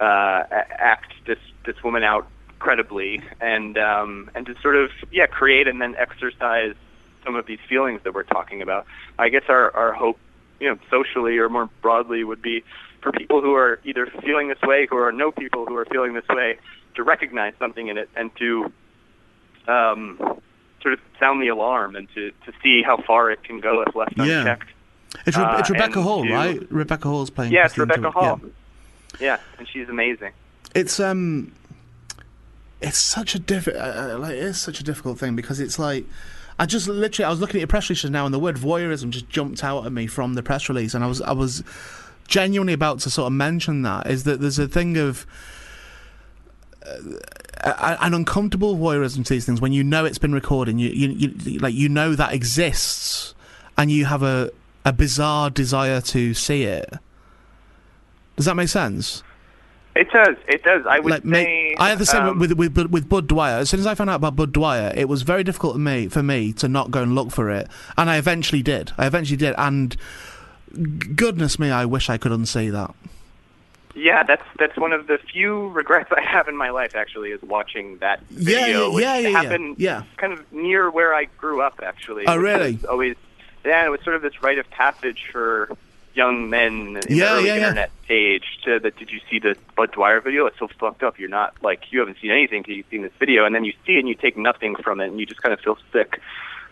uh, a- act this this woman out credibly and um, and to sort of yeah create and then exercise some of these feelings that we're talking about. I guess our our hope you know socially or more broadly would be for people who are either feeling this way who are know people who are feeling this way to recognize something in it and to um, sort of sound the alarm and to, to see how far it can go if left Yeah. unchecked. It's, Re- Uh, it's Rebecca and Hall, you- right? Rebecca Hall's playing. Yeah, it's Christine Rebecca Tewin, Hall. yeah. Yeah, and she's amazing. It's um, it's such a diff- uh, uh, like it's such a difficult thing because it's like. I just literally, I was looking at your press release just now, and the word voyeurism just jumped out at me from the press release, and I was, I was genuinely about to sort of mention that is that there's a thing of uh, a- an uncomfortable voyeurism to these things when you know it's been recorded, and you, you, you like you know that exists, and you have a a bizarre desire to see it. Does that make sense? It does. It does. I would like, say. mate, I had the same um, with, with with Bud Dwyer. As soon as I found out about Bud Dwyer, it was very difficult to me for me to not go and look for it, and I eventually did. I eventually did, and g- goodness me, I wish I could unsee that. Yeah, that's that's one of the few regrets I have in my life. Actually, is watching that Yeah, video, yeah, which yeah, yeah, yeah, happened yeah. kind of near where I grew up. Actually, Oh, It was really? sort of Always, yeah. It was sort of this rite of passage for young men in the Yeah, early yeah, yeah. internet age. To that, did you see the Bud Dwyer video? It's so fucked up. You're not like you haven't seen anything till you've seen this video, and then you see it and you take nothing from it, and you just kind of feel sick.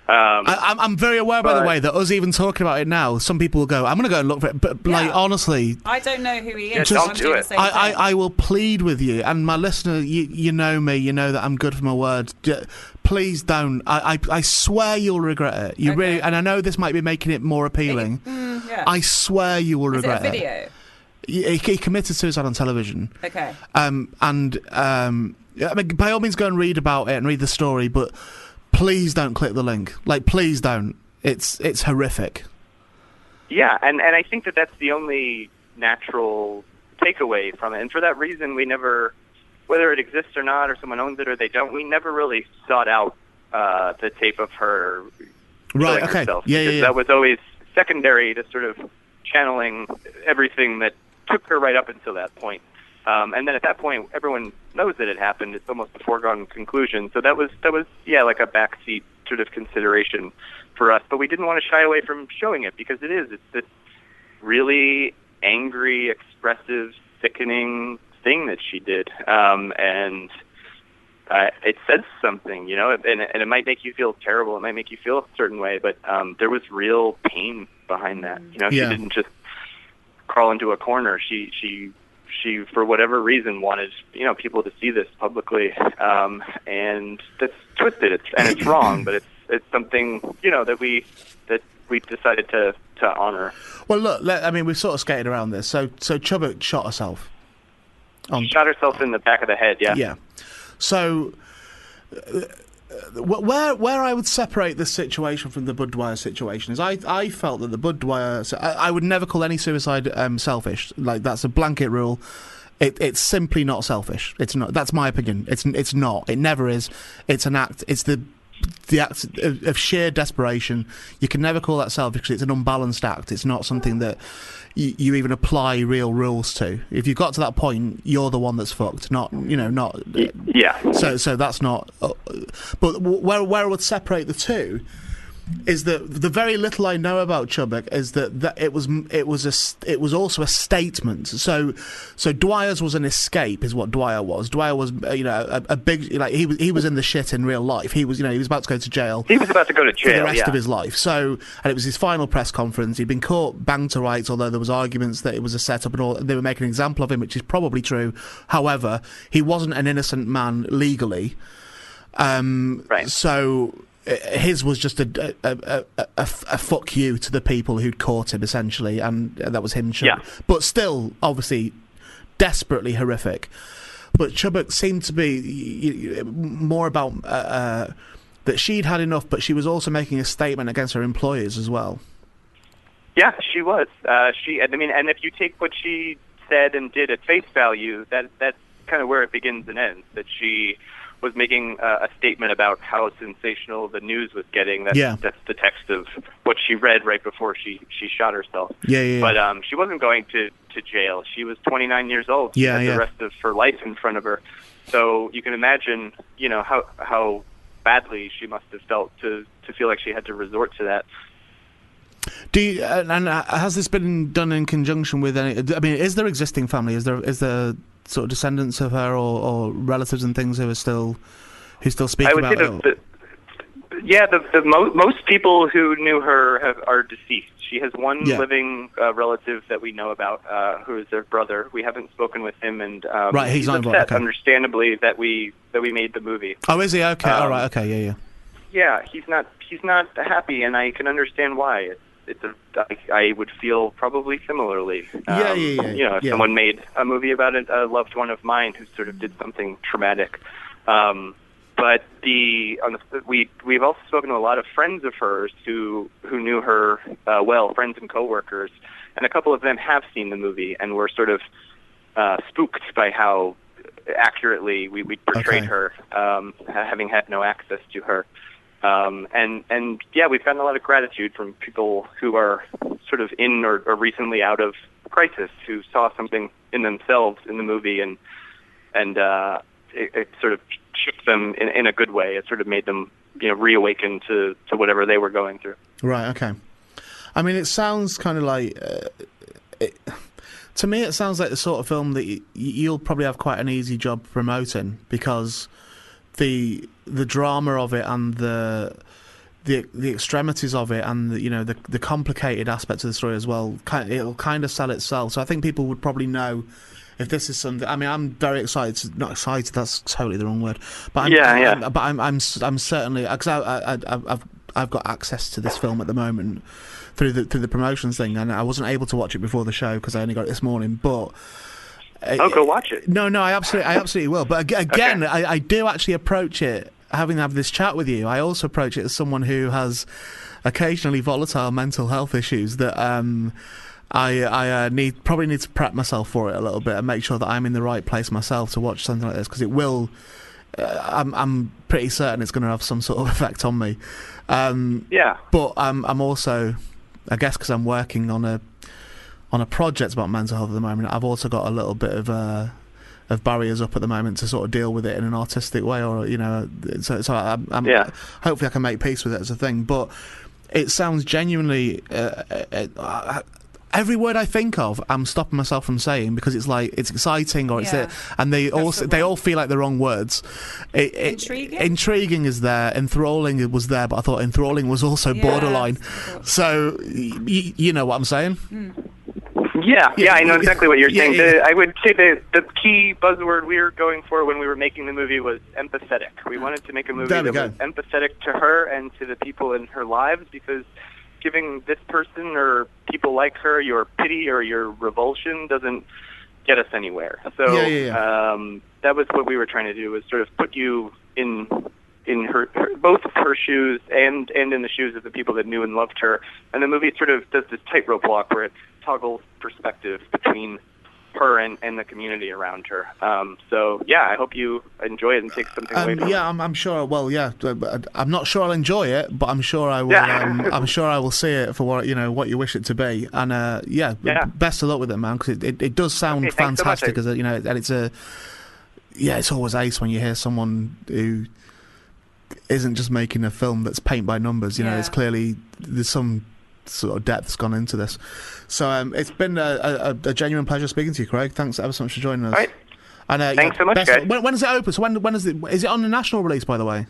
Um, I, I'm, I'm very aware, by the But- way, that us even talking about it now, some people will go, "I'm going to go and look for it," but but, like Yeah. honestly, I don't know who he is. Yeah, so don't I'm do doing it. the same I, thing. I, I will plead with you, and my listener, you, you know me, you know that I'm good for my words. J- Please don't. I, I, I swear you'll regret it. You Okay. mm, really, and I know this might be making it more appealing. yeah. I swear you will is it a regret video? He, he committed suicide on television. Okay. Um, and um, I mean, by all means, go and read about it and read the story, but please don't click the link. Like, please don't. It's it's horrific. Yeah, and and I think that that's the only natural takeaway from it. And for that reason, we never, whether it exists or not, or someone owns it or they don't, we never really sought out uh, the tape of her Right. killing Okay. herself. Yeah. Yeah. Because yeah. That was always secondary to sort of channeling everything that took her right up until that point. Um, and then at that point, everyone knows that it happened. It's almost a foregone conclusion. So that was that was yeah, like a backseat sort of consideration for us. But we didn't want to shy away from showing it because it is it's this really angry, expressive, sickening thing that she did. Um, and uh, it says something, you know, and, and it might make you feel terrible. It might make you feel a certain way, but um, there was real pain behind that. You know, Yeah. she didn't just crawl into a corner. She she she for whatever reason wanted you know people to see this publicly, um, and that's twisted. It's and it's wrong, but it's it's something you know that we that we decided to to honor. Well, look. Let, I mean, we've sort of skated around this. So, so Chubbuck shot herself. On Shot herself in the back of the head. Yeah. yeah. So, uh, wh- where where I would separate this situation from the Bud Dwyer situation is I I felt that the Bud Dwyer so I, I would never call any suicide um, selfish. Like that's a blanket rule. It, it's simply not selfish. It's not. That's my opinion. It's it's not. It never is. It's an act. It's the the act of, of sheer desperation. You can never call that selfish because it's an unbalanced act. It's not something that you, you even apply real rules to. If you've got to that point, you're the one that's fucked. Not you know not Yeah. so, so that's not. Uh, but w- where where I would separate the two is that the very little I know about Chubbuck is that, that it was m- it was a s- it was also a statement. So, so Dwyer's was an escape, is what Dwyer was. Dwyer was uh, you know a, a big like he was he was in the shit in real life. He was you know he was about to go to jail He was about to go to for jail. the rest yeah. of his life. So, and it was his final press conference. He'd been caught banged to rights, although there was arguments that it was a setup and all. They were making an example of him, which is probably true. However, he wasn't an innocent man legally. Um, Right. So uh, his was just a a, a, a, a fuck you to the people who'd caught him essentially, and uh, that was him. Chub- Yeah. But still, obviously, desperately horrific. But Chubbuck seemed to be y- y- more about uh, uh, that she'd had enough, but she was also making a statement against her employers as well. Yeah, she was. Uh, she, and I mean, and if you take what she said and did at face value, that that's kind of where it begins and ends. That she was making uh, a statement about how sensational the news was getting. That's, Yeah. that's the text of what she read right before she, she shot herself. Yeah, yeah, yeah. But um, she wasn't going to, to jail. She was 29 years old. She Yeah, had yeah. The rest of her life in front of her. So you can imagine, you know, how how badly she must have felt to to feel like she had to resort to that. Do you, and, and uh, has this been done in conjunction with any? I mean, is there existing family? Is there is there sort of descendants of her or, or relatives and things who are still who still speak I would say about the, it? the yeah, the, the mo- most people who knew her have, are deceased. She has one Yeah. living uh, relative that we know about, uh, who is her brother. We haven't spoken with him, and um, Right, he's not upset, involved, okay. understandably, that we that we made the movie. oh, is he okay? um, All right, okay, yeah, yeah. Yeah, he's not he's not happy, and I can understand why. It's it's a, I, I would feel probably similarly. Um, Yeah, yeah, yeah, You know, if yeah. someone made a movie about it, a loved one of mine who sort of did something traumatic. Um, but the, on the we we've also spoken to a lot of friends of hers who who knew her uh, well, friends and coworkers, and a couple of them have seen the movie and were sort of uh, spooked by how accurately we, we portrayed Okay. her, um, ha- having had no access to her. Um, and and yeah, we've gotten a lot of gratitude from people who are sort of in or, or recently out of crisis, who saw something in themselves in the movie, and and uh, it, it sort of shook them in, in a good way. It sort of made them you know reawaken to to whatever they were going through. Right, okay. I mean, it sounds kind of like. Uh, it, to me, it sounds like the sort of film that y- you'll probably have quite an easy job promoting because the the drama of it and the the the extremities of it and the, you know the the complicated aspects of the story as well. Kind, it'll kind of sell itself. So I think people would probably know if this is something. I mean, I'm very excited. to- Not excited. That's totally the wrong word. But I'm, Yeah, yeah. I'm- but I'm I'm s- I'm certainly because I, I, I I've I've got access to this film at the moment through the through the promotions thing, and I wasn't able to watch it before the show because I only got it this morning. But Oh, go watch it. no, no, I absolutely, I absolutely will. But ag- again, I, I do actually approach it having to have this chat with you. I also approach it as someone who has occasionally volatile mental health issues that um, I, I uh, need probably need to prep myself for it a little bit and make sure that I'm in the right place myself to watch something like this because it will. Uh, I'm I'm pretty certain it's going to have some sort of <laughs> effect on me. Um, Yeah. but um, I'm also, I guess, because I'm working on a on a project about mental health at the moment. I've also got a little bit of uh, of barriers up at the moment to sort of deal with it in an artistic way, or you know, so so I'm, I'm Yeah. hopefully I can make peace with it as a thing. But it sounds genuinely. Uh, uh, uh, Every word I think of, I'm stopping myself from saying because it's like it's exciting or it's Yeah. it, and they all the they word. all feel like the wrong words. It, it- Intriguing? intriguing is there, enthralling was there, but I thought enthralling was also Yeah, borderline. that's what I thought. So y- y- you know what I'm saying? Hmm. Yeah, yeah, I know yeah, exactly what you're yeah, saying. yeah. The, I would say the the key buzzword we were going for when we were making the movie was empathetic. We wanted to make a movie There we that was go. empathetic to her and to the people in her lives because giving this person or people like her your pity or your revulsion doesn't get us anywhere. So Yeah, yeah, um that was what we were trying to do was sort of put you in in her, her both of her shoes and and in the shoes of the people that knew and loved her. And the movie sort of does this tightrope walk where it toggles perspective between her and, and the community around her. Um, so yeah, I hope you enjoy it and take something away Um, from yeah, I'm, I'm sure. Well, yeah, uh, but I'm not sure I'll enjoy it, but I'm sure I will. Yeah. Um, I'm sure I will see it for what you know what you wish it to be. And uh, yeah, b- Yeah. best of luck with it, man. Because it, it, it does sound Okay, thanks so much. fantastic, as a, you know, and it's a yeah, it's always ace when you hear someone who isn't just making a film that's paint by numbers. You know, Yeah. there's clearly there's some sort of depth's gone into this. So um, it's been a, a, a- a genuine pleasure speaking to you, Craig. Thanks ever so much for joining us. All right. And, uh, Thanks so much, best- guys. When, when is it open? So when when is it? Is it on the national release, by the way?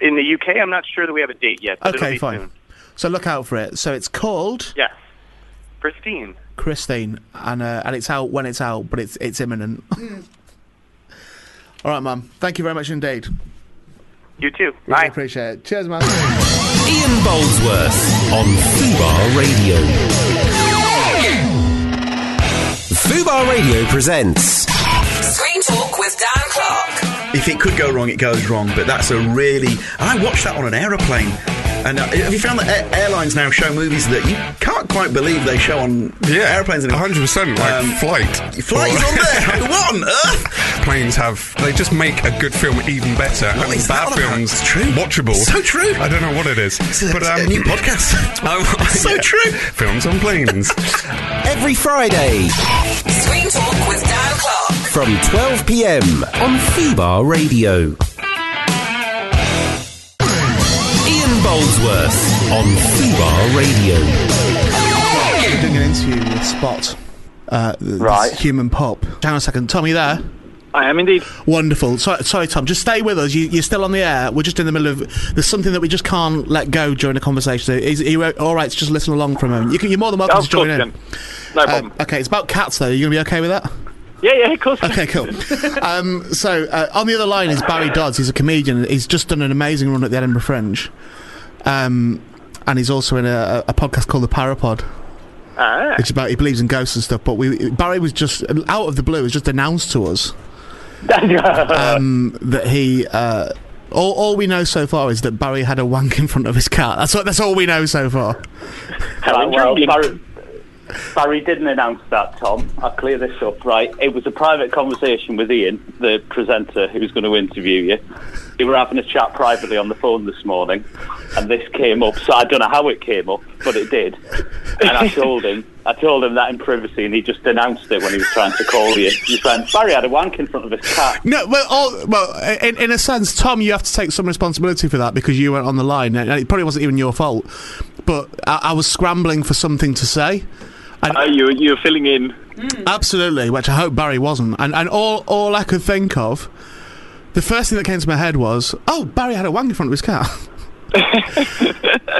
In the UK, I'm not sure that we have a date yet. But it'll Okay, be fine. Soon. So look out for it. So it's called Yes. <laughs> Christine. Christine, and uh, and it's out when it's out, but it's it's imminent. All right, mum. Thank you very much indeed. You too. Really Bye. appreciate it. Cheers, mum. Ian Boldsworth on Fubar Radio. Fubar Radio presents Screen Talk with Dan Clark. If it could go wrong, it goes wrong. But that's a really. And I watched that on an aeroplane. And uh, have you found that a- airlines now show movies that you can't can't quite believe they show on airplanes anymore. 100% like Um, flight. Flight is Or- on there. <laughs> Like, what on earth? Planes have. They just make a good film even better, What and is that bad all about? films It's true. watchable. So true. I don't know what it is, It's a, but it's um, a <coughs> new podcast. Oh, <laughs> So true. Films on planes. Every Friday Screen Talk with Dan Clark. from 12 pm on FUBAR Radio. Ian Boldsworth on FUBAR Radio. We're doing an interview with Spot. Uh, th- this Right. Human Pop. Hang on a second. Tom, you there? I am indeed. Wonderful. Sorry, sorry Tom. Just stay with us. You, you're still on the air. We're just in the middle of. There's something that we just can't let go during the conversation. Is, are you all right to just listen along for a moment? You can, you're more than welcome to of course, join in. Jim. No Um, problem. okay, it's about cats, though. Are you going to be okay with that? yeah, yeah, of course. <laughs> Okay, cool. um, so, uh, on the other line is Barry Dodds. He's a comedian. He's just done an amazing run at the Edinburgh Fringe. Um, and he's also in a, a podcast called The Parapod. Ah, It's about he believes in ghosts and stuff. But we Barry was just out of the blue, was just announced to <laughs> us um, that he. Uh, all, all we know so far is that Barry had a wank in front of his cat. That's all, that's all we know so far. Right, well, Barry, Barry didn't announce that, Tom. I'll clear this up. Right, it was a private conversation with Ian, the presenter who's going to interview you. We were having a chat privately on the phone this morning, and this came up. So I don't know how it came up, but it did. And I told him, I told him that in privacy, and he just announced it when he was trying to call you. He was like, Barry had a wank in front of his cat. No, well, all, well, in, in a sense, Tom, you have to take some responsibility for that because you went on the line, and it probably wasn't even your fault. But I, I was scrambling for something to say. And you you're filling in. Absolutely, which I hope Barry wasn't. And and all all I could think of, the first thing that came to my head was, oh, Barry had a wank in front of his cat.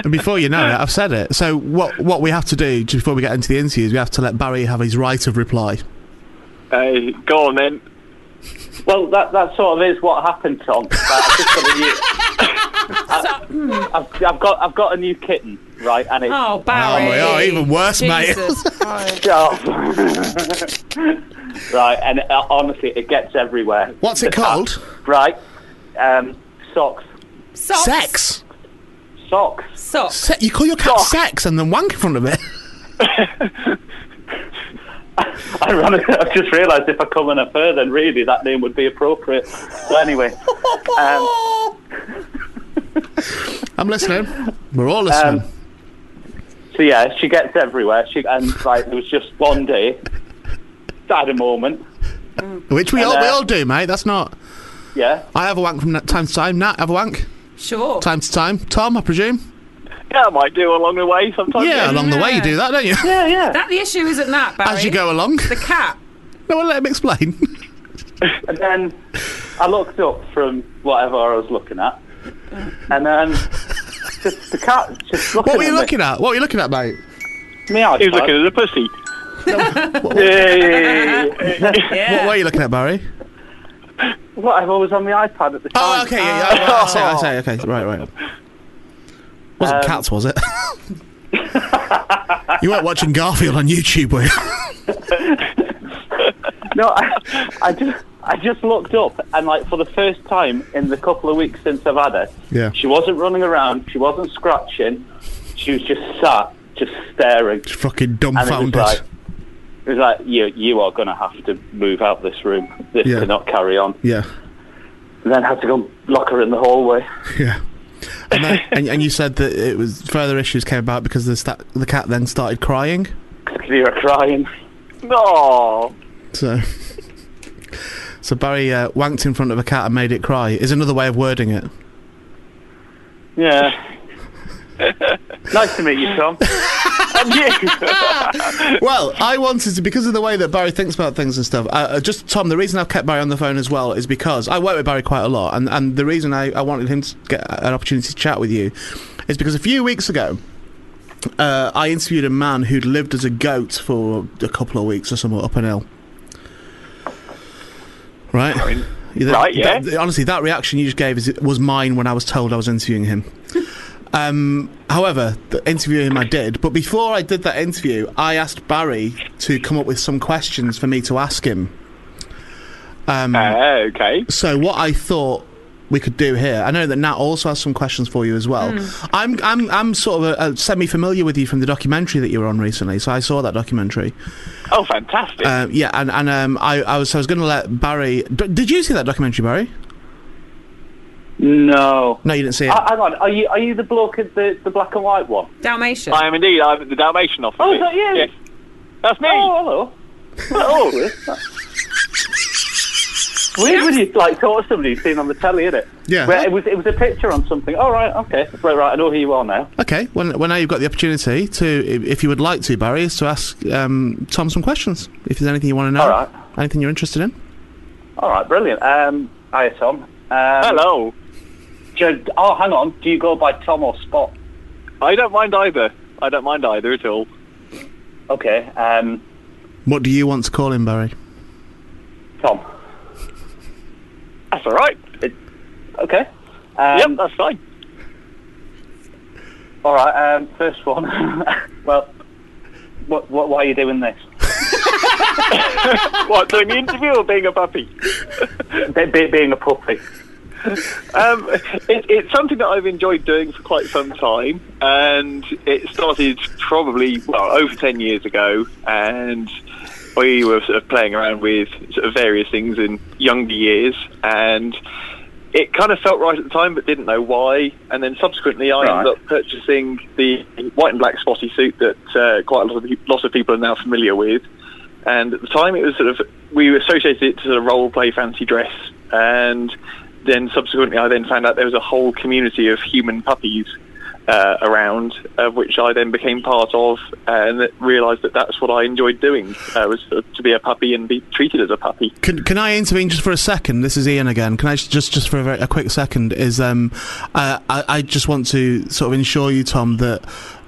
and before you know it, I've said it. So what what we have to do just before we get into the interviews, we have to let Barry have his right of reply. hey, go on then. Well, that that sort of is what happened, Tom. But I've, just got <laughs> a new, I, have I've got I've got a new kitten, right? And it's Oh, Barry. Oh, oh, even worse, mate. Jesus <laughs> Christ. <laughs> Oh. right, and uh, honestly, it gets everywhere. What's it The cat, called? Right, um, socks, Socks. Sex. socks. Socks. Se- you call your cat Sock. sex and then wank in front of it. <laughs> Ironically, I've just realised if I come in further, then really that name would be appropriate. So anyway, um, I'm listening. We're all listening. Um, So yeah, she gets everywhere. She and like there was just one day, I had a moment. Which we and, all we uh, all do, mate. That's not. Yeah, I have a wank from time to time. Nat, have a wank Sure. time to time. Tom, I presume. Yeah, I might do along the way sometimes. Yeah, along the way you Yeah. do that, don't you? yeah, yeah. <laughs> That the issue isn't that, <laughs> Barry. As you go along. The cat. <laughs> No, well, let him explain. <laughs> And then I looked up from whatever I was looking at, and then just the cat just <laughs> looking. What were you at looking at? What were you looking at, mate? Me, me eyes, He was pal. looking at the <laughs> pussy. Hey. What were you looking <laughs> at, Barry? Whatever was on the iPad at the time. Oh, okay, yeah, yeah, yeah, I see, I see, okay, right, right. Um, Wasn't cats, was <laughs> it? you weren't watching Garfield on <laughs> YouTube, were you? No, I, I just I just looked up and like for the first time in the couple of weeks since I've had her, Yeah. she wasn't running around, she wasn't scratching, she was just sat, just staring. Fucking And it was dumbfounded. like it was like you you are gonna have to move out this room. This Yeah. cannot carry on. Yeah, And then had to go and lock her in the hallway. yeah. And, then, <laughs> and, and you said that it was further issues came about because the, sta- the cat then started crying. I could hear her crying. No So, <laughs> so Barry uh, wanked in front of a cat and made it cry. Is another way of wording it. Yeah. <laughs> nice to meet you, <laughs> Tom. and you <laughs> Well, I wanted to because of the way that Barry thinks about things and stuff. Uh, Uh, just Tom, the reason I've kept Barry on the phone as well is because I work with Barry quite a lot, and and the reason I, I wanted him to get an opportunity to chat with you is because a few weeks ago. Uh, I interviewed a man who'd lived as a goat for a couple of weeks or something up an hill. Right? That- right, yeah. that- honestly, that reaction you just gave is, was mine when I was told I was <laughs> interviewing him. Um, however, the interview him I did, but before I did that interview, I asked Barry to come up with some questions for me to ask him. Ah, okay. So what Um, I thought we could do here. I know that Nat also has some questions for you as well. Mm. I'm I'm I'm sort of uh semi familiar with you from the documentary that you were on recently, so I saw that documentary. Oh, fantastic! Uh, yeah, and and um, I I was I was going to let Barry. D- did you see that documentary, Barry? No. No, you didn't see it. Uh, hang on, are you are you the bloke at the, the black and white one? Dalmatian. I am indeed. I'm the Dalmatian officer. Oh, is that you? Yes. That's me. Oh, hello. Hello. Weird when you like talk to somebody you've seen on the telly, isn't it? Yeah. Where it was it was a picture on something. All right, okay, right, right. I know who you are now. Okay, well, well now you've got the opportunity to, i- if you would like to, Barry, is to ask um, Tom some questions. If there's anything you want to know, All right. anything you're interested in. All right, brilliant. Um, hiya, Tom. Um, Hello. oh, hang on. Do you go by Tom or Spot? I don't mind either. I don't mind either at all. Okay. Um, What do you want to call him, Barry? Tom. That's all right. okay. Um, yep, that's fine. All right. Um, first one. <laughs> well, what, what? Why are you doing this? <laughs> what doing the interview or being a puppy? <laughs> Be, be, being a puppy. um, it, it's something that I've enjoyed doing for quite some time, and it started probably well over ten years ago, and we were sort of playing around with sort of various things in younger years, and it kind of felt right at the time, but didn't know why. And then subsequently, I Right. ended up purchasing the white and black spotty suit that uh, quite a lot of, pe- lot of people are now familiar with. And at the time, it was sort of we associated it to sort of role play fancy dress, and then subsequently, I then found out there was a whole community of human puppies uh, around, of which I then became part of, and realised that that's what I enjoyed doing uh, was sort of to be a puppy and be treated as a puppy. Can, can I intervene just for a second? This is Ian again. Can I just just, just for a, very, a quick second? Is um, uh, I, I just want to sort of ensure you, Tom, that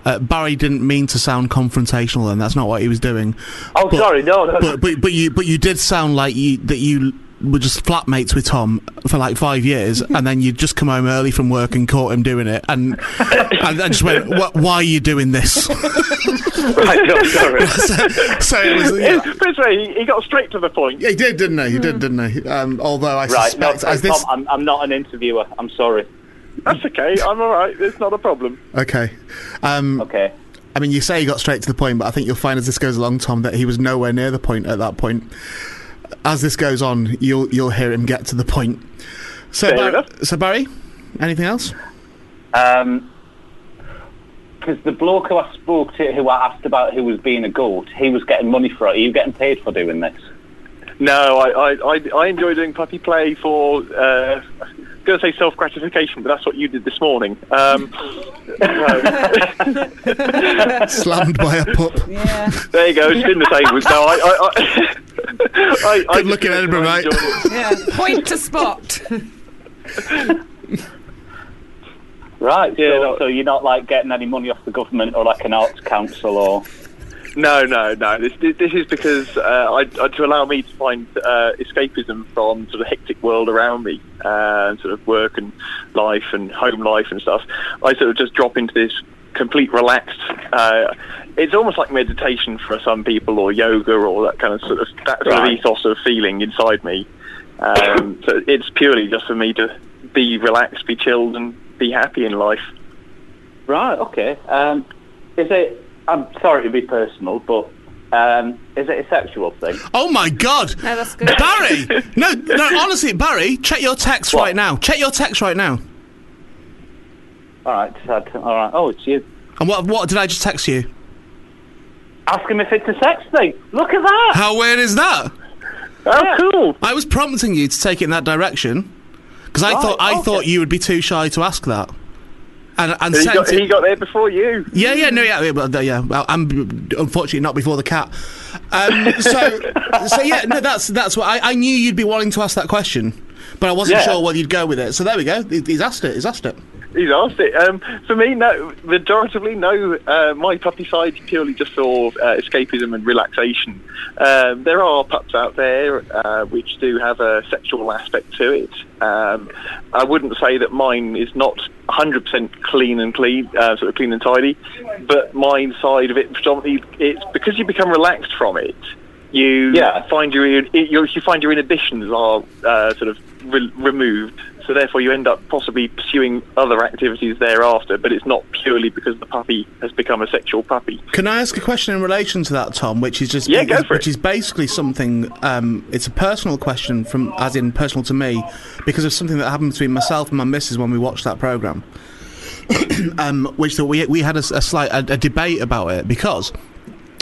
uh, Barry didn't mean to sound confrontational. Then that's not what he was doing. Oh, sorry, no, no. But, but but you but you did sound like you that you were just flatmates with Tom for like five years, and then you would just come home early from work and caught him doing it, and and I just went, "Wh- "Why are you doing this?" right, no, sorry. <laughs> so, so it was. yeah. But anyway, he, he got straight to the point. Yeah, he did, didn't he? He did, didn't he? Um, although I right. No, suspect sorry, as this Tom. I'm, I'm not an interviewer. I'm sorry. That's okay. I'm all right. It's not a problem. Okay. Um, okay. I mean, you say he got straight to the point, but I think you'll find as this goes along, Tom, that he was nowhere near the point at that point. As this goes on, you'll you'll hear him get to the point. So, Fair Bar- enough. so Barry, anything else? Um 'cause because the bloke who I spoke to, who I asked about who was being a goat, he was getting money for it. Are you getting paid for doing this? No, I I, I, I enjoy doing puppy play for. Uh, I'm going to say self gratification, but that's what you did this morning. <laughs> Um, Slammed by a pup. there you go, spin the tables. No, I. I, I <laughs> I, Good luck in Edinburgh, mate. yeah. Point to spot. Right. so, so you're not like getting any money off the government or like an arts council or. No, no, no. This this this is because uh, I, I to allow me to find uh, escapism from sort of hectic world around me, uh, and sort of work and life and home life and stuff. I sort of just drop into this complete relaxed. Uh, it's almost like meditation for some people, or yoga, or that kind of sort of that sort Right. of ethos of feeling inside me. Um, so it's purely just for me to be relaxed, be chilled, and be happy in life. Right. Okay. Um, is it? I'm sorry to be personal, but um, is it a sexual thing? Oh my God, No, that's good. Barry! <laughs> No, no. Honestly, Barry, check your text right now. Check your text right now. All right. Sad. All right. Oh, it's you. And what what did I just text you? Ask him if it's a sex thing. Look at that. How weird is that? Oh, cool. I was prompting you to take it in that direction because I Right, thought I okay. thought you would be too shy to ask that. And, and He sent got, it- he got there before you. Yeah, yeah, no, yeah, yeah, but, uh, yeah. Well, I'm unfortunately not before the cat. Um, so, so yeah, no, that's that's what I, I knew you'd be wanting to ask that question, but I wasn't Yeah. sure whether you'd go with it. So there we go. He- He's asked it. He's asked it. He's asked it. Um, for me, no. Majoritively, no. Uh, my puppy side purely just for uh, escapism and relaxation. Um, there are pups out there uh, which do have a sexual aspect to it. Um, I wouldn't say that mine is not 100% clean and clean, uh, sort of clean and tidy, but mine side of it predominantly it's because you become relaxed from it. You Yeah. find your you, you find your inhibitions are uh, sort of re- removed. so therefore you end up possibly pursuing other activities thereafter, but it's not purely because the puppy has become a sexual puppy. Can I ask a question in relation to that, Tom? Which is just Yeah, go for which is basically something. Um, it's a personal question from, as in personal to me, because of something that happened between myself and my missus when we watched that program. <coughs> um, which that we we had a, s- a slight a, a debate about it because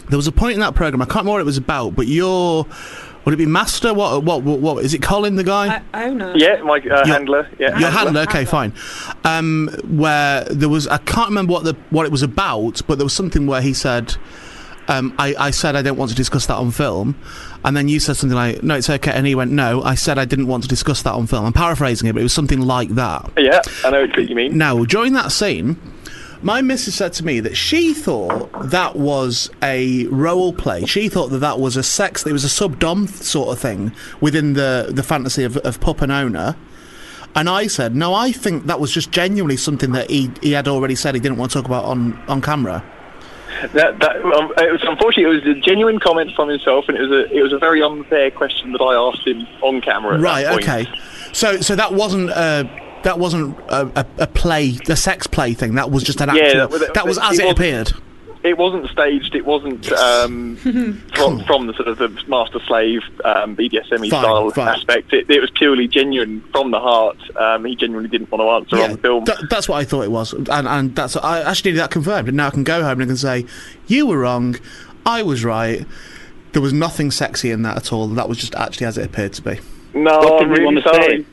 there was a point in that program I can't remember what it was about, but your would it be Master? What what what, what is it? Colin the guy? Oh no. Yeah, my uh, handler. Yeah, Your handler, okay, fine. Um, where there was, I can't remember what the what it was about, but there was something where he said, um, I, I said I don't want to discuss that on film, and then you said something like, no, it's okay, and he went, no, I said I didn't want to discuss that on film. I'm paraphrasing it, but it was something like that. Yeah, I know what you mean. Now, during that scene, my missus said to me that she thought that was a role play. She thought that that was a sex, that it was a sub dom sort of thing within the, the fantasy of, of Pup and Owner. And I said, no, I think that was just genuinely something that he, he had already said he didn't want to talk about on, on camera. That, that um, it was unfortunately it was a genuine comment from himself, and it was a it was a very unfair question that I asked him on camera. At Right. that point. Okay. So so that wasn't a that wasn't a, a, a play, the sex play thing. That was just an Yeah, actual. that was- that, was that- as it it wasn't- appeared. It wasn't staged. It wasn't <laughs> um, from, from the sort of the master slave um, BDSM Fine, style fine. aspect. It, it was purely genuine from the heart. Um, he genuinely didn't want to answer on film. That, that's what I thought it was, and and that's I actually needed that confirmed, and now I can go home and I can say, you were wrong, I was right. There was nothing sexy in that at all. That was just actually as it appeared to be. No, What did I'm we really wanna sorry.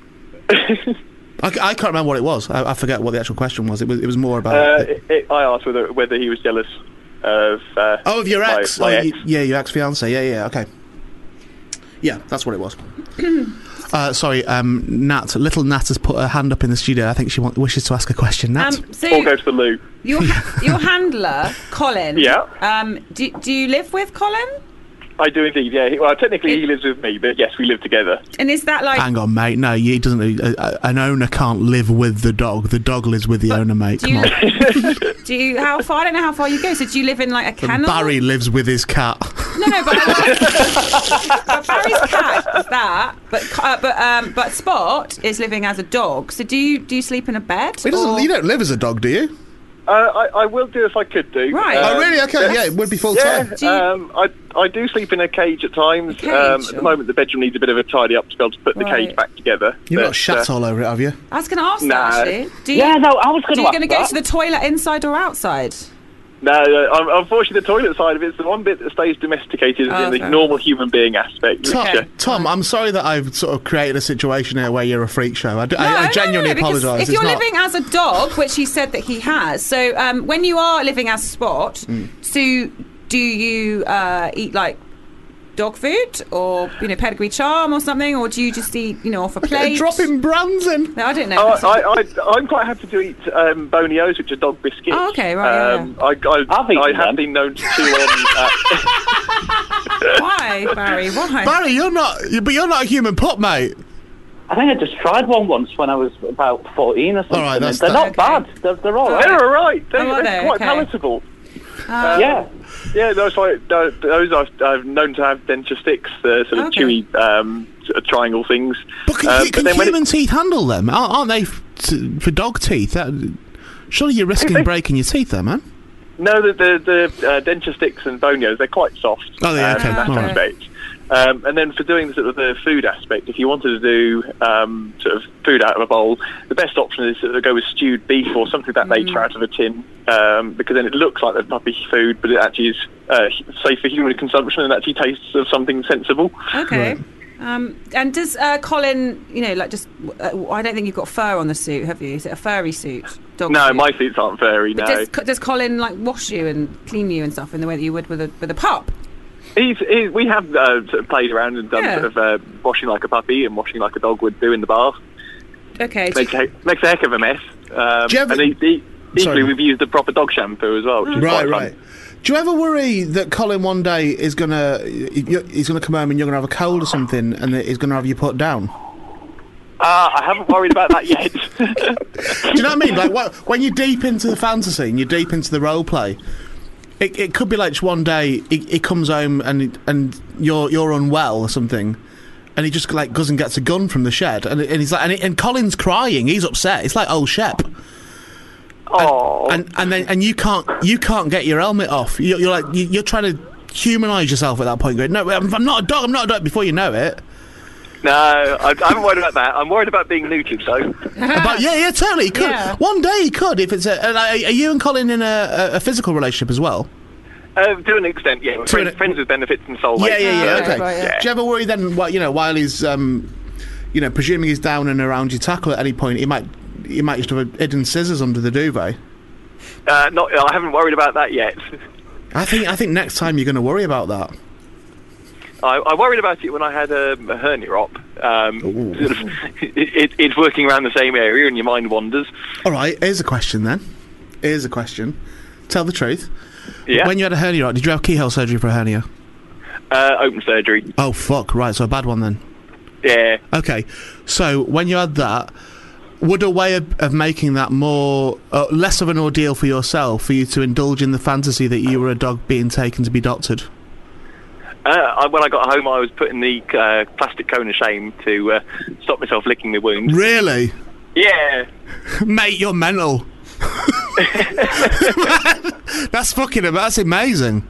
I, c- I can't remember what it was. I, I forget what the actual question was. It was it was more about. Uh, it, it, I asked whether whether he was jealous of uh, oh, of your my- ex. my Oh, ex. y- yeah, your ex fiance. Yeah, yeah. Okay. Yeah, that's what it was. Uh, sorry, um, Nat. Little Nat has put her hand up in the studio. I think she want, wishes to ask a question. Nat. Um, so- Or go to the loo. Your ha- your handler, Colin. <laughs> Yeah. Um, do, do you live with Colin? I do indeed. Yeah. He- Well, technically he lives with me, but yes, we live together. And is that like? Hang on, mate. No, he doesn't. Uh, an owner can't live with the dog. The dog lives with the owner, mate. Do Come you, on. do you how far? I don't know how far you go. So do you live in like a And kennel? Barry lives with his cat. No, no, but, I- but Barry's cat is that, but co- uh, but um, but Spot is living as a dog. So do you do you sleep in a bed? He doesn't. or- You don't live as a dog, do you? Uh, I, I will do if I could do. Right. Oh, really? Okay, yeah, it would be full yeah, time. Do you- Um, I, I do sleep in a cage at times. cage, um, at the oh. moment, the bedroom needs a bit of a tidy up to be able to put the Right. cage back together. You've But, uh, got shat all over it, have you? I was going to ask Nah. that actually. Do you, Yeah, no, I was gonna Do you ask gonna go that. to the toilet inside or outside? No, no, um, unfortunately, the toilet side of it is the one bit that stays domesticated Oh, in the okay. normal human being aspect. uh, Tom, Yeah. Tom, I'm sorry that I've sort of created a situation here where you're a freak show. I, d- I- I genuinely No, because apologise. If It's you're not- living as a dog, which he said that he has, so um, when you are living as Spot, Mm. so do you uh, eat like dog food or you know pedigree charm or something, or do you just eat you know off a plate? dropping brands in. No, I don't know. Oh, I, I, I'm quite happy to eat um, bonios, which are dog biscuits. Oh, okay, right, yeah, Um, I, I, I, have been known to chew on. Uh, <laughs> <laughs> Why, Barry? Why? Barry, you're not. you- But you're not a human pup, mate. I think I just tried one once when I was about 14 or something. right, that's- they're not that- bad. They're, they're all right. They're all right. They're, Oh, are they're they? quite Okay. palatable. Um, Yeah. yeah. Those like tho- those I've, I've known to have denture sticks, the sort of Okay. chewy um, sort of triangle things. But can, Um, can then when it- human teeth handle them? Aren't, aren't they f- t- for dog teeth? That, surely you're risking breaking your teeth, there, man. No, the the, the uh, denture sticks and bonios, they're quite soft. Oh, yeah, um, okay, in that all right. aspect. Um, and then for doing sort of the food aspect, if you wanted to do um, sort of food out of a bowl, the best option is to go with stewed beef or something of that nature out of a tin, um, because then it looks like the puppy food, but it actually is uh, safe for human consumption and actually tastes of something sensible. Okay. Um, and does uh, Colin, you know, like just, uh, I don't think you've got fur on the suit, have you? Is it a furry suit? Dog no, suit? my suits aren't furry. But No, does, does Colin like wash you and clean you and stuff in the way that you would with a with a pup? He's, he, we have uh, sort of played around and done Yeah. sort of uh, washing like a puppy and washing like a dog would do in the bath. Okay. do you- makes a, heck- makes a heck of a mess. Um, Do you ever- and he, he, Sorry. equally, we've used the proper dog shampoo as well, which is Right, Oh, quite right. Do you ever worry that Colin one day is gonna you- he's gonna come home and you're gonna have a cold or something, and that he's gonna have you put down? fun. Ah, I haven't worried about that <laughs> yet. Do you know what I mean? Like what, when you're deep into the fantasy and you're deep into the role play, it, it could be like just one day he, he comes home and and you're you're unwell or something, And he just like goes and gets a gun from the shed, and, and he's like, and, he- and Colin's crying, he's upset. It's like old Shep. Oh. And, and then and you can't you can't get your helmet off. You're, you're like you- you're trying to humanize yourself at that point. Going, no, I'm, I'm not a dog. I'm not a dog. Before you know it, No, I, I'm worried about that. I'm worried about being neutered, though. About, yeah, yeah, totally. He could Yeah. one day he could if it's a. and Are are you and Colin in a, a- a physical relationship as well? Uh, to an extent, yeah. Friends, friends with benefits and soulmates. yeah, yeah, Oh, yeah. so, okay. Do you ever worry then? What you know, while he's um, you know, presuming he's down and around your tackle at any point, he might he might just have a hidden scissors under the duvet. Uh, not, I haven't worried about that yet. I think I think next time you're going to worry about that. I, I worried about it when I had um, a hernia op. Um, sort of, <laughs> it, it, it's working around the same area, and your mind wanders. All right, here's a question then. Here's a question. Tell the truth. Yeah. When you had a hernia, right, did you have keyhole surgery for a hernia? Uh, open surgery. Oh fuck! Right, so a bad one then. Yeah. Okay, so when you had that, would a way of, of making that more uh, less of an ordeal for yourself for you to indulge in the fantasy that you were a dog being taken to be doctored? Uh, I, when I got home, I was putting the uh, plastic cone of shame to uh, stop myself licking the wound. Really, Yeah. <laughs> mate, you're mental. <laughs> that's fucking. ama- That's amazing.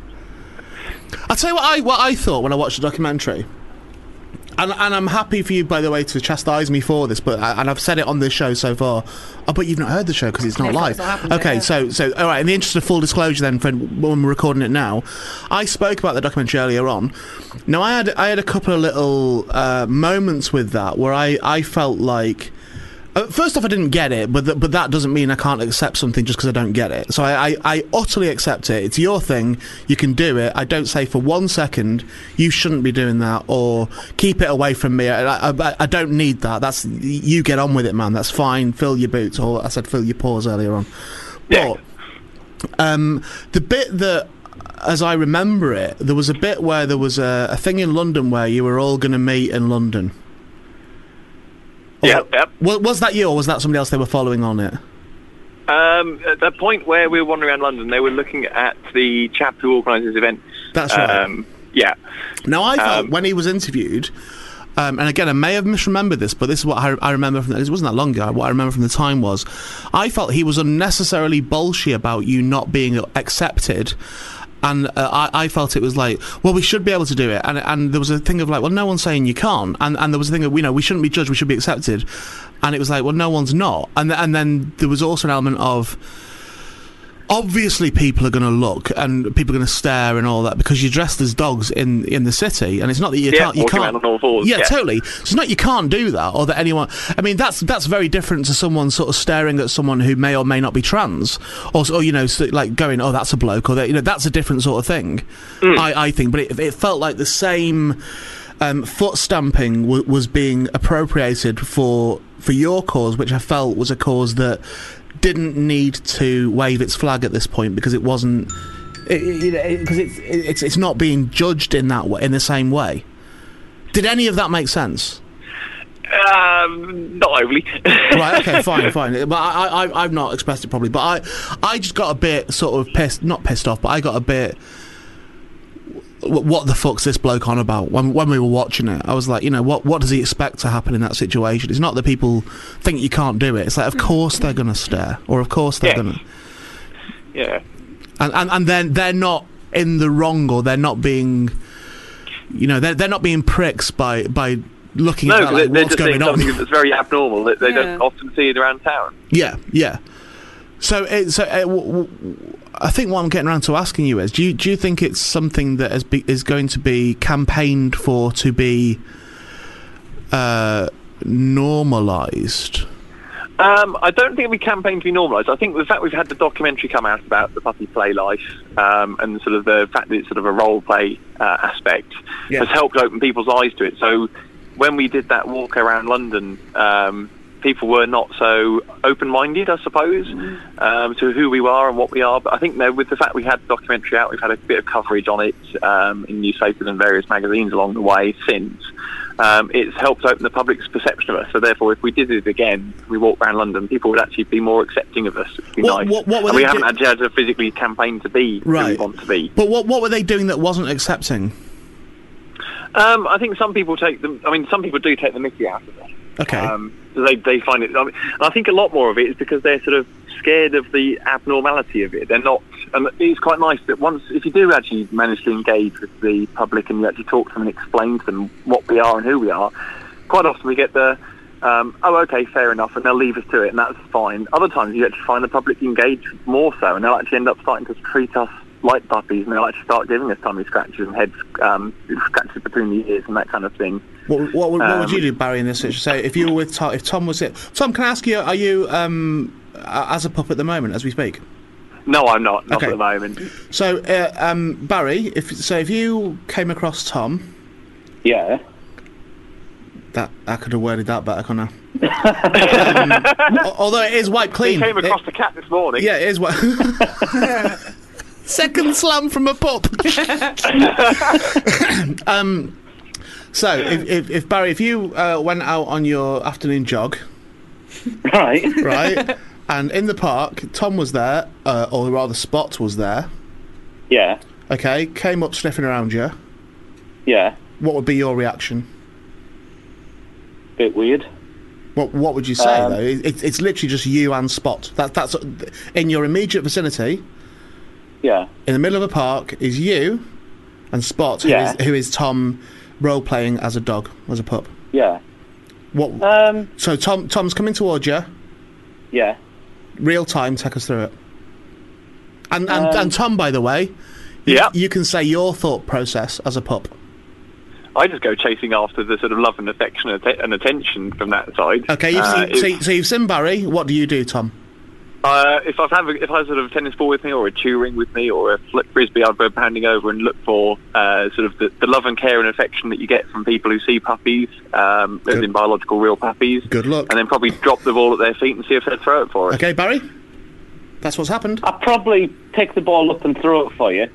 I'll tell you what I what I thought when I watched the documentary. And, and I'm happy for you, by the way, to chastise me for this, but and I've said it on this show so far. Oh, but you've not heard the show because it's not No, live. it's not happened yet, okay, yeah. so so all right. In the interest of full disclosure, then, for when we're recording it now, I spoke about the documentary earlier on. Now, I had I had a couple of little uh, moments with that where I I felt like. Uh, first off, I didn't get it, but th- but that doesn't mean I can't accept something just because I don't get it. So I, I, I utterly accept it. It's your thing. You can do it. I don't say for one second you shouldn't be doing that or keep it away from me. I, I, I don't need that. That's you get on with it, man. That's fine. Fill your boots, or I said fill your paws earlier on. But um, the bit that, as I remember it, there was a bit where there was a, a thing in London where you were all going to meet in London. Yeah. Yep. Wa- was that you, or was that somebody else they were following on it? Um, at the point where we were wandering around London, they were looking at the chap who organises events. That's right. Um, yeah. Now, I felt when he was interviewed, um, and again, I may have misremembered this, but this is what I, I remember from this wasn't that long ago. What I remember from the time was, I felt he was unnecessarily bolshy about you not being accepted. And uh, I, I felt it was like, well, we should be able to do it, and and there was a thing of like, well, no one's saying you can't, and and there was a thing of, you know, we shouldn't be judged, we should be accepted, and it was like, well, no one's not, and th- and then there was also an element of, obviously people are going to look and people are going to stare and all that because you're dressed as dogs in in the city and it's not that you Yeah, can't you walking can't around on all fours, yeah, yeah. totally it's not you can't do that or that anyone i mean that's that's very different to someone sort of staring at someone who may or may not be trans or, or you know so, like going oh that's a bloke or that you know that's a different sort of thing i i think but it, it felt like the same um, foot stamping w- was being appropriated for for your cause, which I felt was a cause that didn't need to wave its flag at this point because it wasn't it- it- you know, because it's it's it's not being judged in that way in the same way. Did any of that make sense? Um, not overly. <laughs> right. Okay. Fine. Fine. But I, I, I- I've not expressed it properly. But I, I just got a bit sort of pissed. Not pissed off, but I got a bit. "Wh- What the fuck's this bloke on about? When when we were watching it, I was like, you know, what what does he expect to happen in that situation? It's not that people think you can't do it. It's like, of course they're gonna stare, or of course they're gonna, <laughs> Yeah. and and and then they're not in the wrong, or they're not being, you know, they're they're not being pricks by by looking No, at that, because like, they're what's just going seeing <laughs> on. something that's very abnormal that they Yeah. don't often see it around town. Yeah, yeah. So, it, so uh, w- w- I think what I'm getting around to asking you is: Do you do you think it's something that is be, is going to be campaigned for to be uh, normalised? Um, I don't think we campaign to be normalised. I think the fact we've had the documentary come out about the puppy play life um, and sort of the fact that it's sort of a role play uh, aspect has helped open people's eyes to it. So when we did that walk around London, um, people were not so open-minded, I suppose, Mm. um, to who we are and what we are. But I think though, with the fact we had the documentary out, we've had a bit of coverage on it um, in newspapers and various magazines along the way since. Um, it's helped open the public's perception of us. So therefore, if we did it again, we walked around London, people would actually be more accepting of us. It'd be What- nice. what- what were and we they haven't do- actually had to physically campaign to be who we Right. want to be. But what what were they doing that wasn't accepting? Um, I think some people take them. I mean, some people do take the Mickey out of it. Okay. Um, they they find it. I mean, and I think a lot more of it is because they're sort of scared of the abnormality of it. They're not, and it's quite nice that once if you do actually manage to engage with the public and you actually talk to them and explain to them what we are and who we are, quite often we get the. Um, oh, okay, fair enough, and they'll leave us to it, and that's fine. Other times, you actually find the public engage more so, and they'll actually end up starting to treat us like puppies, and they'll actually start giving us tummy scratches and head um, scratches between the ears and that kind of thing. What, what, would- what would Um, you do, Barry, in this situation? Say, if you were with Tom, if Tom was it, Tom, can I ask you, are you um, a- as a pup at the moment, as we speak? No, I'm not. Not Okay. at the moment. So, uh, um, Barry, if so, if you came across Tom, Yeah. that I could have worded that better, couldn't <laughs> I? um, al- although it is wiped clean. He came It- across the cat this morning. yeah, it is wiped. <laughs> Second slam from a pup. <laughs> um, so, if, if, if Barry, if you uh, went out on your afternoon jog, right, right, and in the park, Tom was there, uh, or rather, Spot was there. Yeah. Okay, came up sniffing around you. Yeah. What would be your reaction? Bit weird. What What would you say Um, though? It, it's it's literally just you and Spot. That that's in your immediate vicinity, Yeah. in the middle of a park, is you and Spot, who is Yeah. who is Tom role playing as a dog, as a pup. Yeah. What? Um, so Tom Tom's coming towards you. Yeah. Real time, take us through it. And and, Um, and Tom, by the way, you- Yeah. you can say your thought process as a pup. I just go chasing after the sort of love and affection and atten- and attention from that side. Okay, you've Uh, seen, so, so you've seen Barry. What do you do, Tom? Uh, if I've have a, if I have sort of a tennis ball with me or a chew ring with me or a flip frisbee, I'd go pounding over and look for uh, sort of the, the love and care and affection that you get from people who see puppies, um, as in biological real puppies. Good luck. And then probably drop the ball at their feet and see if they'd throw it for us. Okay, Barry. That's what's happened. I'd probably pick the ball up and throw it for you,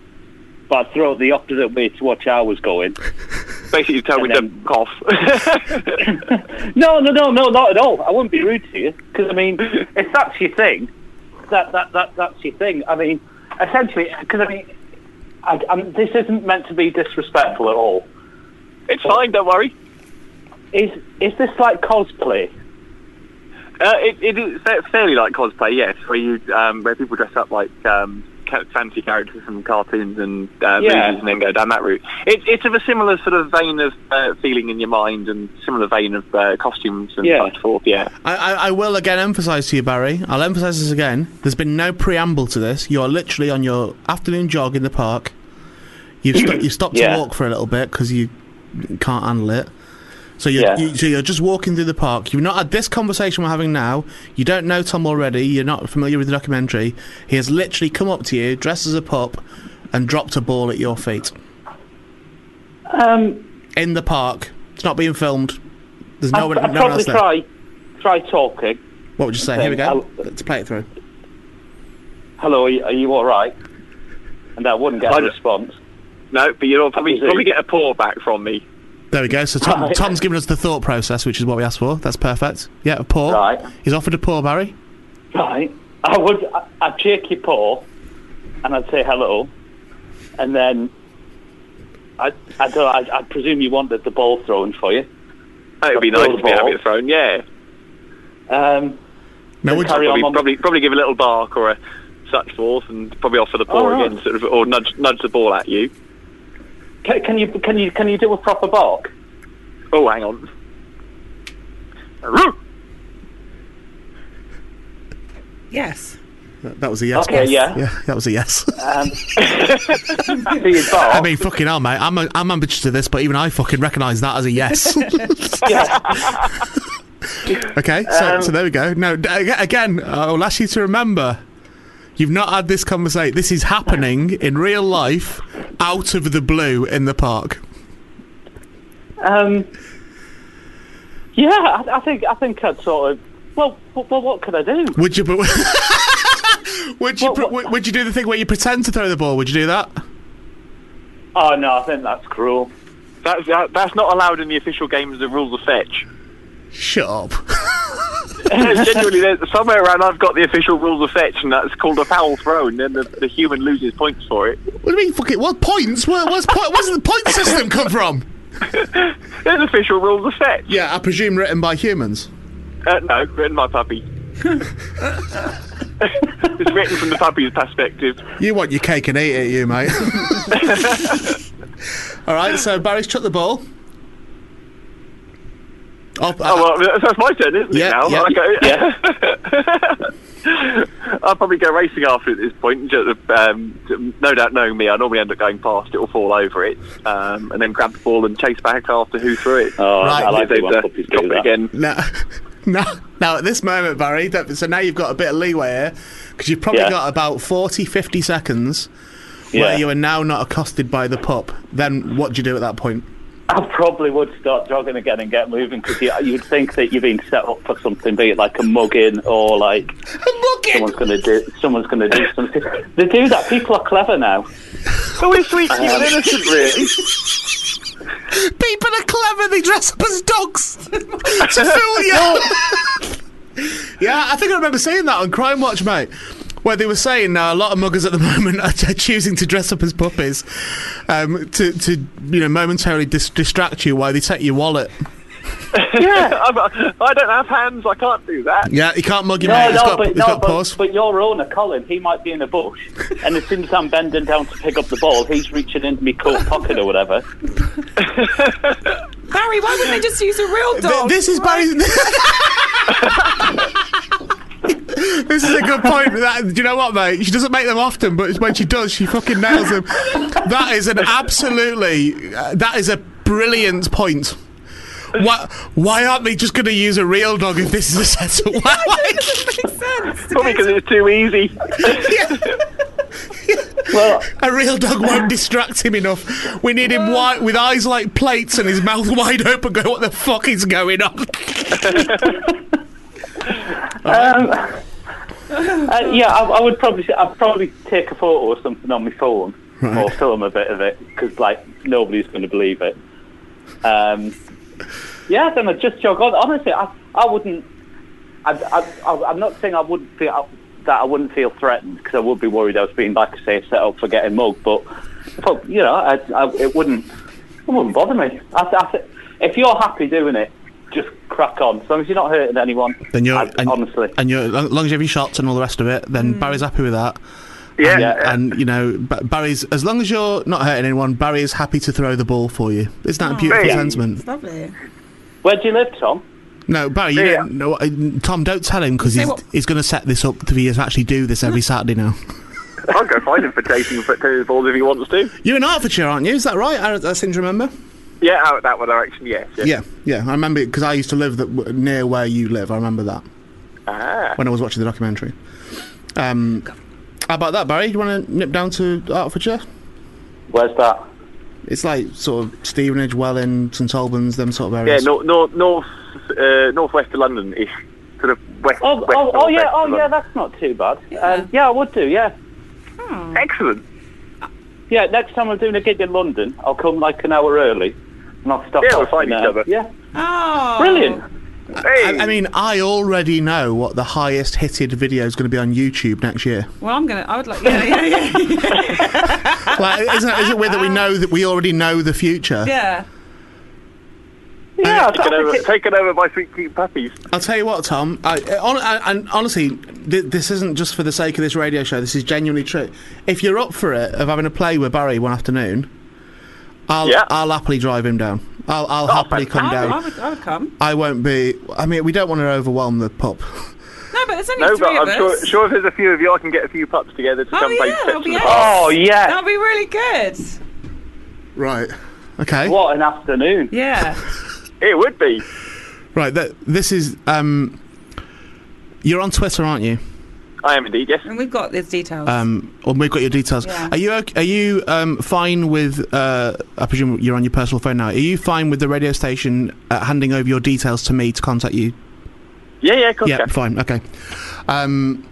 but I'd throw it the opposite way to watch how I was going. <laughs> Basically, you tell me to cough. <laughs> <laughs> No, no, no, no, not at all. I wouldn't be rude to you because I mean, if that's your thing, that that that that's your thing. I mean, essentially, because I mean, I, I'm, this isn't meant to be disrespectful at all. It's fine. Don't worry. Is is this like cosplay? Uh, it, it is fa- fairly like cosplay, yes, where you um, where people dress up like um, ca- fancy characters from cartoons and uh, Yeah. movies, and then go down that route. It, it's of a similar sort of vein of uh, feeling in your mind and similar vein of uh, costumes and Yeah. such forth. Yeah, I, I, I will again emphasise to you, Barry. I'll emphasise this again. There's been no preamble to this. You're literally on your afternoon jog in the park. You've sto- you stopped Yeah. to walk for a little bit because you can't handle it. So you're Yeah. you, so you're just walking through the park. You've not had this conversation we're having now. You don't know Tom already. You're not familiar with the documentary. He has literally come up to you, dressed as a pup, and dropped a ball at your feet. Um, in the park. It's not being filmed. There's no I'd, one. I'd no one else probably there. try try talking. What would you say? Here we go. Let's play it through. Hello, are you, are you all right? <laughs> And I wouldn't get a I'd- response. no, but you'll probably Is it- probably get a paw back from me. There we go. So Tom, Right. Tom's given us the thought process, which is what we asked for. That's perfect. Yeah, a paw. Right. He's offered a paw, Barry. Right. I would. I- I'd shake your paw, and I'd say hello, and then I. I don't. I, I presume you wanted the ball thrown for you. That would be I'd throw nice the to be having ball. it thrown. Yeah. Um. No, would carry on, probably, Mum. probably probably give a little bark or a such forth, and probably offer the paw All Oh, right. again, sort of, or nudge nudge the ball at you. Can, can you can you can you do a proper bark? Oh, hang on. Yes. That that was a yes. Okay, boss. yeah. That was a yes. <laughs> <laughs> Um, <laughs> do you bark? I mean, fucking hell, mate. I'm a, I'm ambitious to this, but even I fucking recognise that as a yes. <laughs> okay, so, Um, so there we go. No, d- ag- again, I'll ask you to remember. You've not had this conversation. This is happening in real life, out of the blue in the park. Um. Yeah, I, I think I think I'd sort of. Well, w- well, what could I do? Would you? <laughs> But would you? pr- Would, would you do the thing where you pretend to throw the ball? Would you do that? Oh no, I think that's cruel. That's that, that's not allowed in the official games. The rules of fetch. Shut up. <laughs> Genuinely, there's, somewhere around I've got the official rules of fetch, and that's called a foul throw, and then the, the human loses points for it. What do you mean? Fuck it. What points? Where, where's point? Where's the point system come from? There's official rules of fetch. Yeah, I presume written by humans. Uh, no, written by <laughs> puppy. it's written from the puppy's perspective. You want your cake and eat it, you mate. <laughs> All right, so Barry's chucked <laughs> the ball. Oh, Oh well, that's my turn, isn't Yeah, it? uh, Now yeah. I go, <laughs> I'll probably go racing after it at this point. Just, um, no doubt, knowing me, I normally end up going past it or fall over it, um, and then grab the ball and chase back after who threw it. Oh, Right. I like it when puppies do drop it that. again. Now, now, now at this moment, Barry, that, so now you've got a bit of leeway here because you've probably Yeah. got about 40, 50 seconds Yeah. where you are now not accosted by the pup. Then what do you do at that point? I probably would start jogging again and get moving because you, you'd think that you've been set up for something, be it like a mugging or <laughs> like someone's going to do someone's going to do something. They do that. People are clever now. So we're <laughs> sweet, Um, and innocent, really. People are <laughs> clever. They dress up as dogs to fool you. yeah, I think I remember seeing that on Crime Watch, mate. Where they were saying now a lot of muggers at the <laughs> moment are, are choosing to dress up as puppies um, to, to you know momentarily dis- distract you while they take your wallet. <laughs> yeah, I'm, I don't have hands. I can't do that. Yeah, you can't mug your no, mate. no, He's got, but, he's no, got but, paws. but your owner, Colin, he might be in a bush, and as soon as I'm bending down to pick up the ball, he's reaching into my coat pocket or whatever. Barry, why wouldn't they just use a real Th- dog? this is Barry's. <laughs> this is a good point. That, do you know what, mate? She doesn't make them often, but when she does, she fucking nails them. That is an absolutely. Uh, that is a brilliant point. Why, why aren't they just going to use a real dog if this is a setup? Why, why- <laughs> Probably because it's too easy. well, a real dog won't distract him enough. We need him wide, with eyes like plates and his mouth <laughs> wide open, going, "What the fuck is going <laughs> on?" Um, uh, yeah, I, I would probably I'd probably take a photo or something on my phone or film a bit of it because like nobody's going to believe it. Um, yeah, then I'd just jog on. Honestly, I I wouldn't. I, I, I, I'm not saying I wouldn't feel that I wouldn't feel threatened because I would be worried I was being like I say set up for getting mugged, but but, you know I, I, it wouldn't it wouldn't bother me. I, I, thi- if you're happy doing it, just crack on. As long as you're not hurting anyone. Then you're and, honestly, and you're as long as you have your shots and all the rest of it, then Mm. Barry's happy with that. Yeah. and, and, you know Ba- Barry's as long as you're not hurting anyone, Barry is happy to throw the ball for you. Isn't that a beautiful Yeah. sentiment? Oh, Lovely. Where do you live, Tom? No, Barry, you don't know. uh, Tom, don't tell him because Say he's what? he's going to set this up to be to actually do <laughs> this every Saturday now. I'll go find him for chasing for two balls if he wants to. You're in Hertfordshire, aren't you? Is that right? I, I seem to remember. Yeah, out that one direction. Yes. yes. Yeah, yeah, I remember because I used to live that, w- near where you live. I remember that Ah. when I was watching the documentary. Um, how about that, Barry? Do you want to nip down to Hertfordshire? Where's that? It's like sort of Stevenage, Welling, St Albans, them sort of Yeah, areas. no, no, north, uh, northwest of London ish, sort of west. Oh, west oh, oh northwest yeah, of oh yeah, London. that's not too bad. Yeah, um, yeah I would do. Yeah, Hmm. Excellent. yeah. Next time I'm doing a gig in London, I'll come like an hour early, and I'll stop. Yeah, we'll off find and, each uh, other. Yeah, Oh. <laughs> brilliant. I, I mean, I already know what the highest hitted video is going to be on YouTube next year. Well, I'm gonna. I would like. Yeah, yeah, <laughs> yeah. Like, isn't it, is it weird that we know that we already know the future? yeah. Yeah, taken over, taken over by sweet cute puppies. I'll tell you what, Tom. I, on, I, and honestly, th- this isn't just for the sake of this radio show. This is genuinely true. If you're up for it, of having a play with Barry one afternoon, I'll Yeah. Oh, I'll happily drive him down. I'll I'll happily I come would, down. I would, I would come. I won't be. I mean, we don't want to overwhelm the pup. No, but there's only No, but three of I'm us. sure, sure if there's a few of you, I can get a few pups together to come play Oh, that'll fetch be and us. Oh That'll be really good. Right. Okay. What an afternoon. Yeah. it would be. <laughs> Right. Th- this is. Um, you're on Twitter, aren't you? I am indeed. Yes. And we've got these details. Um, well, we've got your details. Yeah. Are you ok- are you um, fine with? Uh, I presume you're on your personal phone now. Are you fine with the radio station uh, handing over your details to me to contact you? Yeah, yeah, of course, Yeah, yeah. fine. Okay. Um,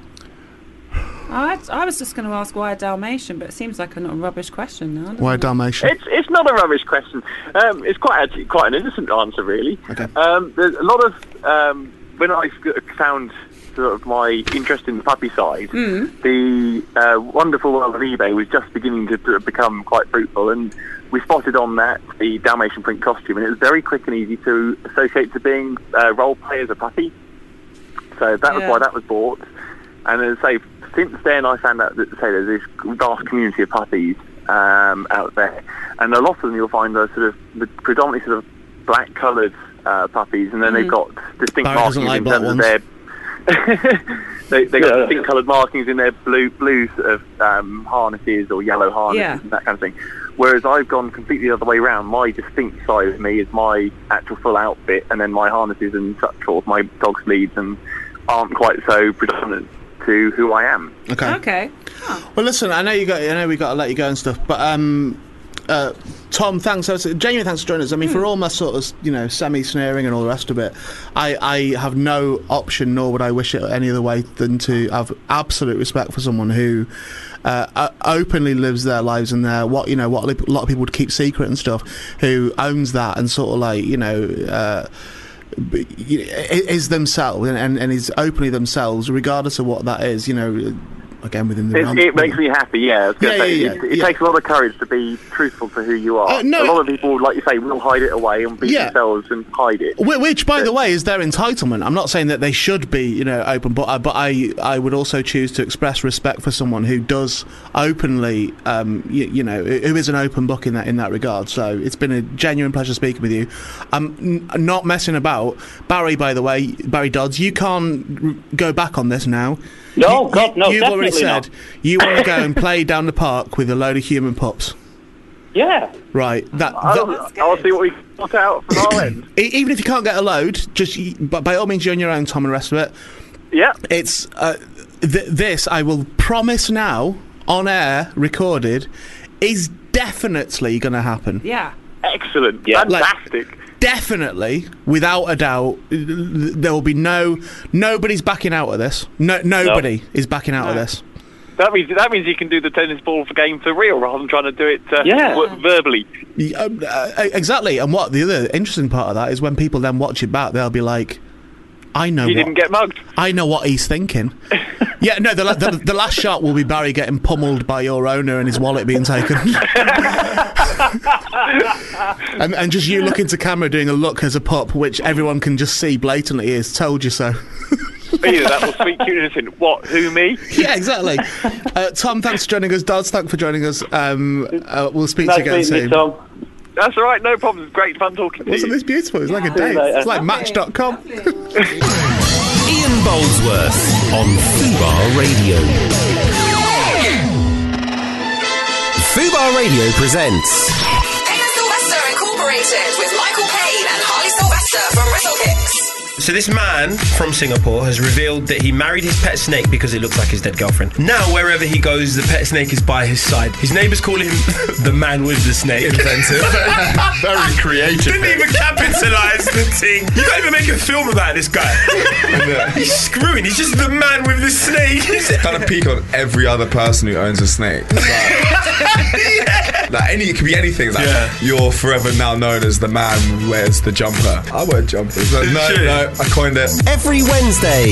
I, I was just going to ask why a Dalmatian, but it seems like a not a rubbish question now. doesn't why a it? Dalmatian? It's it's not a rubbish question. Um, it's quite actually quite an innocent answer, really. Okay. Um, there's a lot of um, when I sc- found sort of my interest in the puppy side, Hmm. the uh, wonderful world of eBay was just beginning to, to become quite fruitful, and we spotted on that the Dalmatian print costume, and it was very quick and easy to associate to being uh, role play as a puppy. So that was Yeah. why that was bought. And as I say, since then I found out that say there's this vast community of puppies um, out there, and a lot of them you'll find are sort of the predominantly sort of black-coloured uh, puppies, and then they've Mm. got distinct Barry markings doesn't like in black terms of their <laughs> they they got distinct coloured markings in their blue blue sort of um, harnesses or yellow harnesses Yeah. and that kind of thing. Whereas I've gone completely the other way around. My distinct side of me is my actual full outfit, and then my harnesses and such forth, my dog sleeves, and aren't quite so predominant to who I am. Okay. Okay. Well, listen, I know you got, I know we got to let you go and stuff, but um, uh, Tom, thanks, ever so- genuinely thanks for joining us. I mean, for all my sort of, you know, semi-sneering and all the rest of it, I, I have no option, nor would I wish it any other way than to have absolute respect for someone who uh, o- openly lives their lives and their what you know what a lot of people would keep secret and stuff, who owns that and sort of like you know. Uh, b- you- i- is themselves and, and, and is openly themselves regardless of what that is you know again within the It, realm- it makes me happy, yeah. I was gonna Yeah, say, yeah, it, yeah, it yeah. takes a lot of courage to be truthful to who you are. Uh, no, a lot of people, like you say, will hide it away and be Yeah. themselves and hide it. Whi- Which, by the way, is their entitlement. I'm not saying that they should be, you know, open, but I, but I, I would also choose to express respect for someone who does openly, um, you, you know, who is an open book in that in that regard. So it's been a genuine pleasure speaking with you. I'm n- not messing about, Barry. By the way, Barry Dodds, you can't r- go back on this now. No, God, no, You've already definitely said not. you want to <laughs> go and play down the park with a load of human pups. Yeah. Right. That. I'll, I'll see what we can sort out from our end. <clears throat> E- even if you can't get a load, just y- but by all means, you're on your own, Tom, and the rest of it. Yeah. It's uh, th- this. I will promise now, on air, recorded, is definitely going to happen. Yeah. Excellent. Like, Fantastic. definitely, without a doubt, l- l- there will be no nobody's backing out of this. No, nobody is backing out of this. That means that means you can do the tennis ball for game for real rather than trying to do it uh, Yeah. w- verbally. Y- um, uh, e- exactly. And what the other interesting part of that is when people then watch it back, they'll be like, "I know You Oh, what didn't get mugged. I know what <laughs> he's thinking. yeah, no, the, la- the, the last shot will be Barry getting pummeled by your owner and his wallet <laughs> being taken. and, and just you looking to camera doing a look as a pup, which everyone can just see blatantly is told you so. Either that or sweet cuteness in what? Who me? <laughs> yeah, exactly. Uh, Tom, thanks for joining us. Dodds, thanks for joining us. Um, uh, we'll speak Nice to you again meeting you, soon. Tom. That's all right. No problems. Great fun talking to Wasn't you. <laughs> this beautiful? It's like a See you date. later. It's like match.com. Ian Boldsworth on Fubar Radio. Fubar Radio presents Payne Sylvester Incorporated with Michael Payne and Harley Sylvester from WrestlePix. So this man from Singapore has revealed that he married his pet snake because it looked like his dead girlfriend. Now wherever he goes, the pet snake is by his side. His neighbours call him <laughs> the man with the snake. <laughs> Inventive, very creative. Didn't even capitalise the thing. You can't even make a film about this guy. he's screwing. He's just the man with the snake. Kind of peek on every other person who owns a <laughs> snake. Like any, it could be anything. Like you're forever now known as the man who wears the jumper. I wear <laughs> jumpers. No, no, no, I coined it. every Wednesday.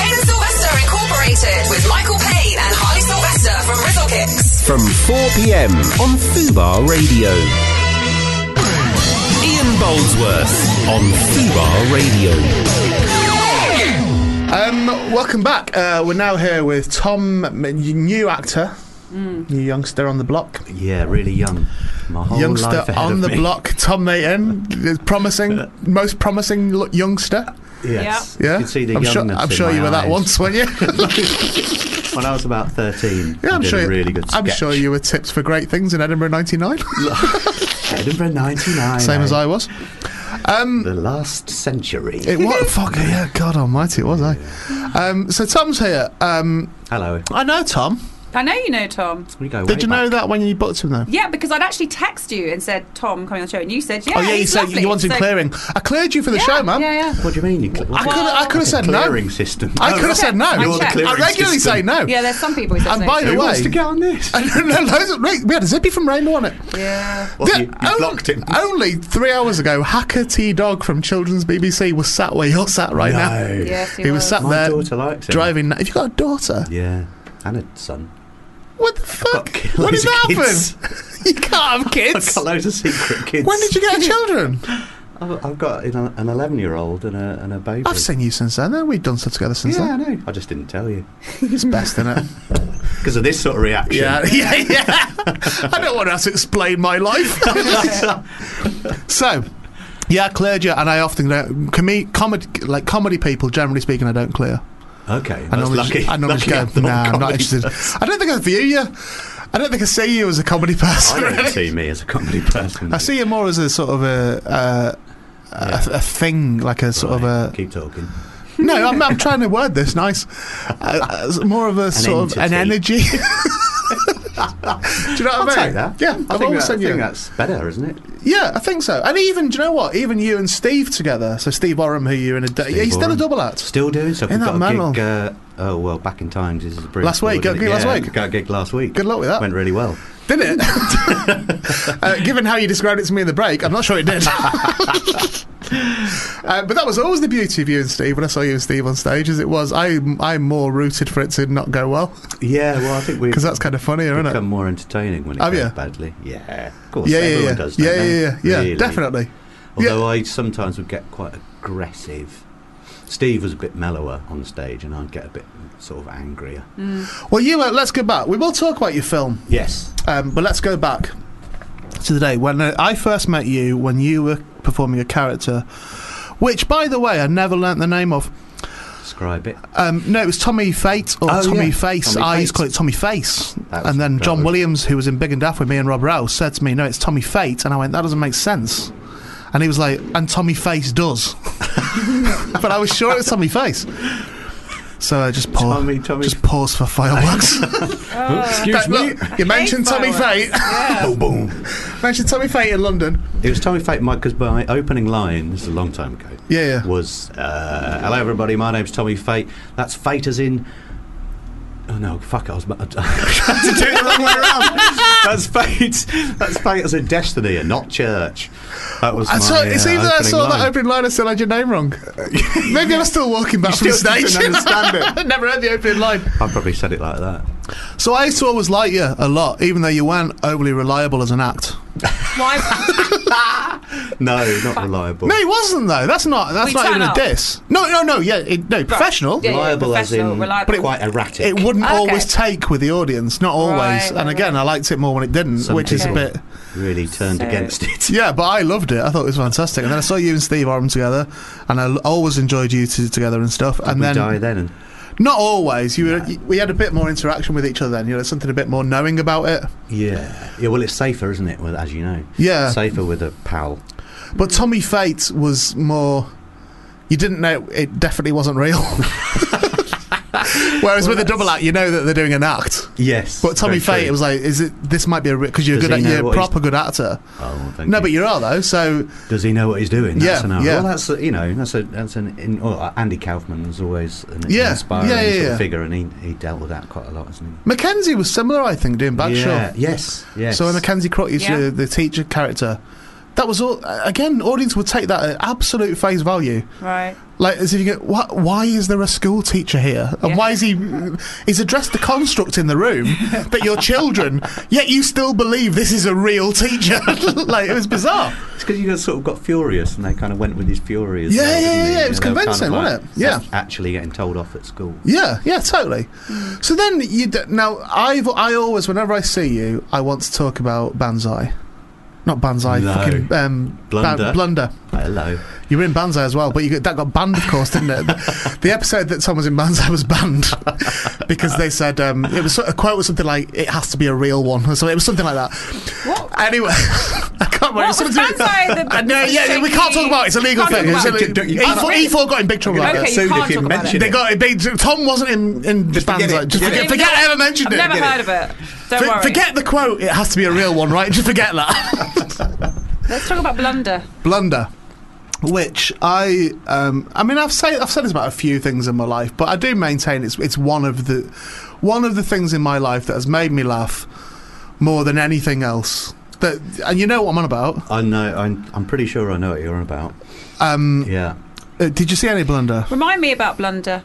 Payne Sylvester Incorporated with Michael Payne and Harley Sylvester from WrestlePix. from 4 p.m. on Fubar Radio. Ian Boldsworth on Fubar Radio. Um, welcome back. Uh, we're now here with Tom, m- new actor, new youngster on the block. <laughs> Yeah, really young. My whole youngster life ahead on of the me. block, Tom Mayton, is promising, most promising lo- youngster. <laughs> Yes. Yeah. You can see the I'm sure, youngness I'm in sure my you were that eyes. once, weren't you? <laughs> When I was about 13, yeah, I I'm did sure. a really good I'm sketch. sure you were tipped for great things in Edinburgh '99. <laughs> Edinburgh 99. <laughs> Same as eh? I was. Um, the last century. <laughs> It what fuck? Yeah, God Almighty, it was I. Um, so Tom's here. Um, Hello. I know Tom. I know you know Tom. We go Did you know that when you booked him though? Yeah, because I'd actually texted you and said Tom coming on the show, and you said yeah. oh yeah, you he's said lovely. you wanted So- clearing. I cleared you for the Yeah, show, man. Yeah, yeah. What do you mean? You cl- I could I could have said no. clearing system. I could have said no. I You're the checked. clearing I regularly system. say no. Yeah, there's some people who say And no. by the way, on <laughs> this? loads of, we had a zippy from Rainbow on it. Yeah. The- on- Only three hours ago, Hacker T Dog from Children's BBC was sat where you're sat right No. now. Yes, he was. was. sat My there daughter likes him. driving. Have you got a daughter? Yeah. And a son. What the fuck? When loads did that of kids. happen? <laughs> <laughs> you can't have kids. I've got loads of secret kids. When did <laughs> you get children? I've I've got an an 11 year old and a, and a baby. I've seen you since then. haven't we? We've done stuff together since yeah, then. I know. I just didn't tell you. It's best, isn't it? <laughs> Because of this sort of reaction. Yeah, <laughs> yeah, <laughs> yeah. I don't want to have to explain my life. so, yeah, I cleared you, and I often don't. Com- comedy, like comedy people, generally speaking, I don't clear. Okay. I that's normally, lucky. I normally lucky just go, I'm nah, not I'm not comedy interested. <laughs> person. I don't think I view you. I don't think I see you as a comedy person. I don't really. see me as a comedy person. <laughs> I see you more as a sort of a uh, a, a thing, like a sort of a. Keep talking. No, I'm, <laughs> I'm trying to word this nice. Uh, uh, more of a sort of an energy. <laughs> <laughs> Do you know what I'll I mean? take that. Yeah, I I've think always that- said I you. think that's better, isn't it? Yeah, I think so. And even, do you know what? Even you and Steve together. So Steve Oram, who you're in a, d- yeah, he's still a Warren. double act. Still doing stuff. Isn't We've got that mental? a gig, uh, oh, well, back in times. This is brilliant. Last week, got a gig last week? Got a gig last week. Good luck with that. Went really well. Did it? uh, given how you described it to me in the break, I'm not sure <laughs> it did. Uh, but that was always the beauty of you and Steve when I saw you and Steve on stage, as it was. I, I'm more rooted for it to not go well. Yeah, well, I <laughs> think we Because that's kind of funnier, isn't it? become more entertaining when it Have goes you? badly. Yeah, of course. Yeah, yeah, everyone yeah. does. don't Yeah, yeah, they? yeah, yeah, Really. definitely. Although I sometimes would get quite aggressive. Steve was a bit mellower on stage, and I'd get a bit sort of angrier. Well, you, uh, let's go back. We will talk about your film. Yes. Um, but let's go back to the day when uh, I first met you when you were performing a character, which, by the way, I never learnt the name of. Describe it. Um, no, it was Tommy Fate or Oh, Tommy yeah. Face. Tommy I Fate. used to call it Tommy Face. That was- And then that John was- Williams, who was in Big and Daft with me and Rob Rouse, said to me, No, it's Tommy Fate. And I went, That doesn't make sense. And he was like, And Tommy Face does. <laughs> but I was sure it was Tommy Face. So I just pause. Tommy, Tommy. Just pause for <laughs> fireworks. <laughs> Excuse me? look, you mentioned Tommy Fate. <laughs> Oh, boom. mentioned Tommy Fate in London. It was Tommy Fate, Mike, because my opening line, this is a long time ago, Yeah, yeah. was uh, Hello, everybody, my name's Tommy Fate. That's Fate as in. Oh, no, fuck, I was <laughs> about to do it the wrong way around. That's Fate. That's Fate as in destiny and not church. That was I my, saw, uh, it's either I opening saw line. that opening line, I still had your name wrong. <laughs> Maybe I was still walking back You from still the stage. didn't understand it. <laughs> I never heard the opening line. I probably said it like that. So I used to always like you a lot, even though you weren't overly reliable as an act. <laughs> No, not reliable. No, he wasn't though. That's not. That's We not turn even up. a diss. No, no, no. Yeah, it, no. Professional. Yeah, yeah, reliable as professional, in reliable. But it- quite erratic. It wouldn't Okay. always take with the audience. Not always. Right, and right, again, I liked it more when it didn't, Some which is a people bit. really turned against it. Yeah, but I loved it. I thought it was fantastic. And then I saw you and Steve Oram together, and I l- always enjoyed you two together and stuff. and we then die then. And not always. You were. y we had a bit more interaction with each other. Then you know something a bit more knowing about it. Yeah. Yeah, well, it's safer, isn't it? Well, as you know. Yeah. Safer with a pal. But Tommy Fate was more. You didn't know it definitely <laughs> wasn't real. Whereas with a double act, you know that they're doing an act. Yes. But Tommy very Fate, it true. was like, is it? This might be a because you're Does good, he at, know you're a what he's- proper good actor. Oh, thank No, you. but you are though. So Does he know what he's doing? Yeah, That's an hour. yeah. Well, that's a, you know that's a that's an in, well, Andy Kaufman was always an Yeah, inspiring yeah, yeah, sort yeah. of figure, and he he dealt with that quite a lot, hasn't Mackenzie was similar, I think, doing he? Bagshaw. yeah. Yes. Yes. So when Mackenzie Crotty is Yeah. the, the teacher character, that was all. Again, audience would take that at absolute face value. Right. Like as if you go, what, why is there a school teacher here, and Yeah. why is he? He's addressed the construct in the room that your children, yet you still believe this is a real teacher. <laughs> like it was bizarre. It's because you guys sort of got furious, and they kind of went with his fury. as Yeah, well, yeah, didn't yeah, they? yeah, You it was know, they were convincing, wasn't it? like, Yeah. actually getting told off at school. Yeah, yeah, totally. So then you d- now I've I always whenever I see you, I want to talk about Banzai, not Banzai, No. fucking um, Blunder. blunder. Hello. You were in Banzai as well, but you got, that got banned, of course, didn't it? The, the episode that someone was in Banzai was banned because they said um, it was a quote was something like "It has to be a real one" or something. It was something like that. What? Anyway, <laughs> I can't remember. What It was was something to do- Banzai the- Uh, no, yeah, we can't talk about it. It's a legal Can't thing. talk It's about a it. le- E You can't E4, really- E4 got in big trouble. Okay, about you it. can't talk about it. They got in big. Tom wasn't in in Banzai. Just forget, forget I ever mentioned I've it. never heard of it. Don't For- worry. Forget the quote. It has to be a real one, right? Just forget that. <laughs> Let's talk about blunder. blunder which I um, I mean I've said I've said this about a few things in my life but I do maintain it's it's one of the one of the things in my life that has made me laugh more than anything else that and you know what I'm on about I know. I'm, I'm pretty sure I know what you're on about. um, Yeah. uh, did you see any blunder Remind me about blunder.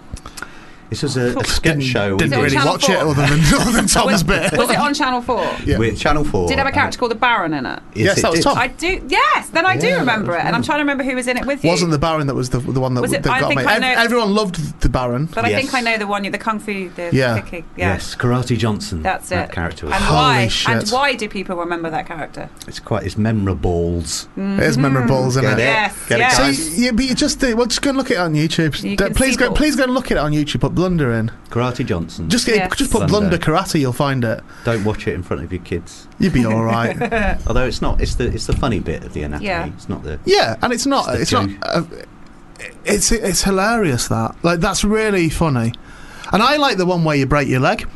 This was a, a sketch show. didn't really Channel watch it 4? other than, <laughs> other than <laughs> Tom's Was it on Channel 4? With Channel 4. Did have a uh, character called the Baron in it? Yes, Yes, it that was did. Tom. I do. Yes, then I do Yeah, remember it, that was and I'm trying to remember who was in it with you. Wasn't the Baron that was the the one that, Was it- that I got think me? I Ev- know- everyone loved the Baron. But I think I know the one. you The kung fu, the Yeah. kicking. Yeah. Yes, Karate Johnson. That's it. That character was. And why? And why do people remember that character? It's quite, it's memorables. It is memorables, isn't Get Mm-hmm. it? Yes, Get yes. it, So guys? you, yeah, but you just do, well, just go and look at it on YouTube. You Don't- can please see go, balls. please go and look at it on YouTube. Put Blunder in. Karate Johnson. Just get, just put Blunder Karate. You'll find it. Don't watch it in front of your kids. You'd be all right. <laughs> Although it's not, it's the it's the funny bit of the anatomy. Yeah. It's not the. Yeah, and it's not. the It's not. joke. Uh, it's it's hilarious that like that's really funny, and I like the one where you break your leg.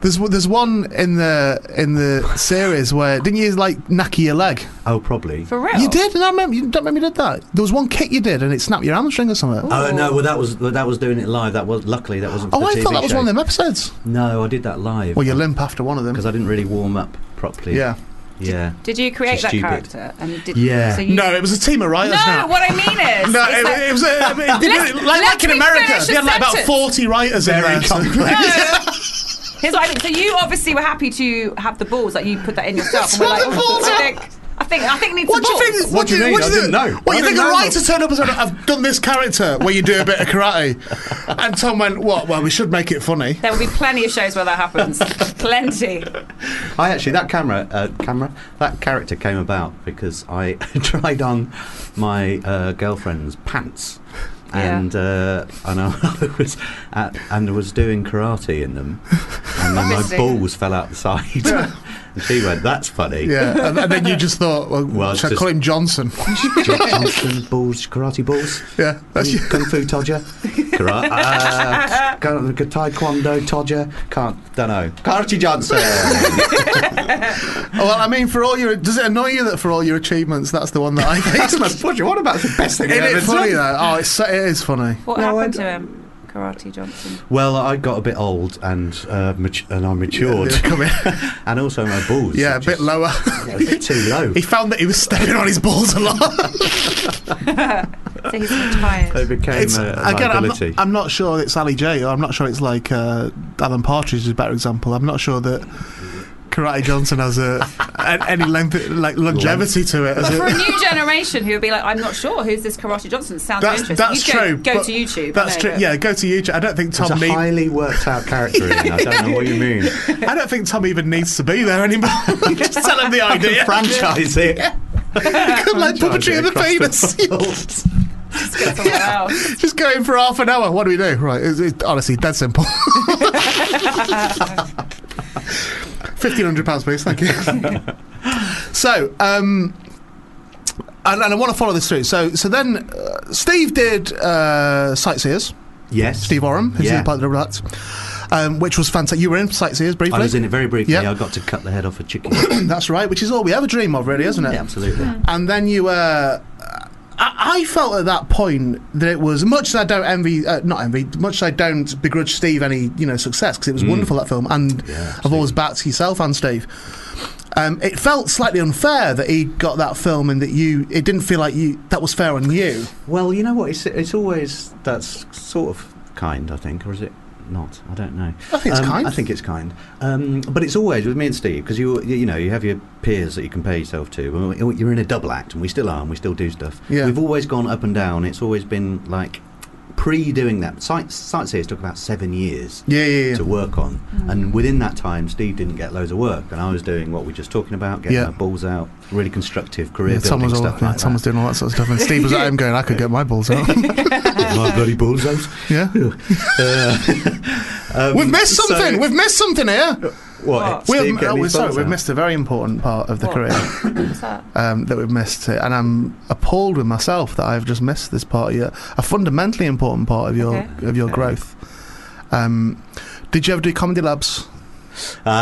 There's one- there's one in the in the series where didn't you like knacky your leg? Oh, probably. For real? You did, and I remember you don't remember you did that. There was one kick you did, and it snapped your hamstring or something. Oh no! Well, that was that was doing it live. That was luckily that wasn't. For Oh, the I TV thought that was show. one of them episodes. No, I did that live. Well, you limp after one of them because I didn't really warm up properly. Yeah. Yeah. Did you create She's that stupid. character? And did, Yeah. So you, No, it was a team of writers. No, now. what I mean is, no, it's it, like- it was uh, I mean, they <laughs> Let's- did it like, like in let me America. finish They the had like about sentence. forty writers in there. or something. <laughs> Here's what I think. So you obviously were happy to have the balls. Like you put that in yourself. It's and we're not like, the balls, I I- think. I think. I think it needs What do some you balls. think? What, do you, what do you think? What you think a writer turned up and said, "I've done this character where you do a bit of karate," <laughs> and Tom went, "What? Well, we should make it funny." There will be plenty of shows where that <laughs> happens. plenty. I actually that camera uh, camera that character came about because I <laughs> tried on my uh, girlfriend's pants. Yeah. And uh, and I <laughs> was at, and was doing karate in them, and then my Obviously. balls fell out the side. and she went, "That's funny." Yeah, and, and then you just thought, "Well, Well, should I just- call him <laughs> Johnson?" John Johnson, balls, karate balls. Yeah, that's kung, kung fu todger. Karate, uh, kung- taekwondo todger. Can't, don't know. Karate Johnson. Oh, well, I mean, for all your does it annoy you that for all your achievements, that's the one that I think <laughs> That's the most funny. What about the best thing I've Isn't it ever funny done? though? Oh, it's so- it is funny. What happened to him? Karate <laughs> Johnson. Well, I got a bit old and uh, mat- and I matured. Yeah, come <laughs> and also my balls. Yeah, are a bit lower. just a bit too low. <laughs> He found that he was stepping on his balls a lot. So he's retired. They became uh, It's- a, a again, I'm not, liability. I'm not sure it's Ali J, or I'm not sure it's like uh, Alan Partridge is a better example. I'm not sure that Karate Johnson has a, a- any length, like longevity to it. as But it- for a new generation who would be like, I'm not sure who's this Karate Johnson. Sounds that's interesting. that's You'd go, true. Go but to YouTube. That's I know, true. but- Yeah, go to YouTube. I don't think it's a Tom needs. highly worked out character. Ian. I don't know what you mean. <laughs> I don't think Tom even needs to be there anymore. <laughs> Just tell him the I can idea. franchise it. <laughs> Come like puppetry of the Franchise penis. it <laughs> across the world. Yeah. <laughs> Just go in for half an hour. What do we do? Right. It's, it's honestly dead simple. <laughs> Fifteen hundred pounds, please. Thank you. <laughs> so, um, and, and I want to follow this through. So, so then uh, Steve did uh, Sightseers. Yes. Steve Oram, who's Yeah. the part of the Rats, um, which was fantastic. You were in Sightseers briefly. I was in it very briefly. Yeah. I got to cut the head off a chicken. <clears throat> That's right, which is all we ever dream of, really, isn't it? Yeah, absolutely. Mm. And then you Uh, I I felt at that point that it was much as I don't envy, uh, not envy, much as I don't begrudge Steve any you know success because it was Mm. wonderful that film, and I've always backed yourself and Steve. Um, it felt slightly unfair that he got that film and that you. It didn't feel like you that was fair on you. Well, you know what? It's it's always that's sort of kind, I think, or is it not? I don't know. I think it's Um, kind. I think it's kind, um, but it's always with me and Steve because you you know you have your peers that you compare yourself to. and we- You're in a double act, and we still are, and we still do stuff. Yeah. We've always gone up and down. It's always been like pre-doing that. Sight, sightseers took about seven years. Yeah, yeah, yeah. To work on, and within that time, Steve didn't get loads of work, and I was doing what we were just talking about, getting Yeah. our balls out, really constructive career Yeah, Tom building was all, stuff yeah, like Tom that. was doing all that sort of stuff, and <laughs> Steve was at home going, "I could get my balls out." my bloody Uh, balls out. <laughs> Yeah. Um, we've missed something. we've missed something here. What? We've, Steve getting oh, we're- his sorry, balls we've out? missed a very important part of the What? career <laughs> What's that? um, that we've missed, uh, and I'm appalled with myself that I've just missed this part of your, a fundamentally important part of your Okay. of your growth. Um, did you ever do comedy labs?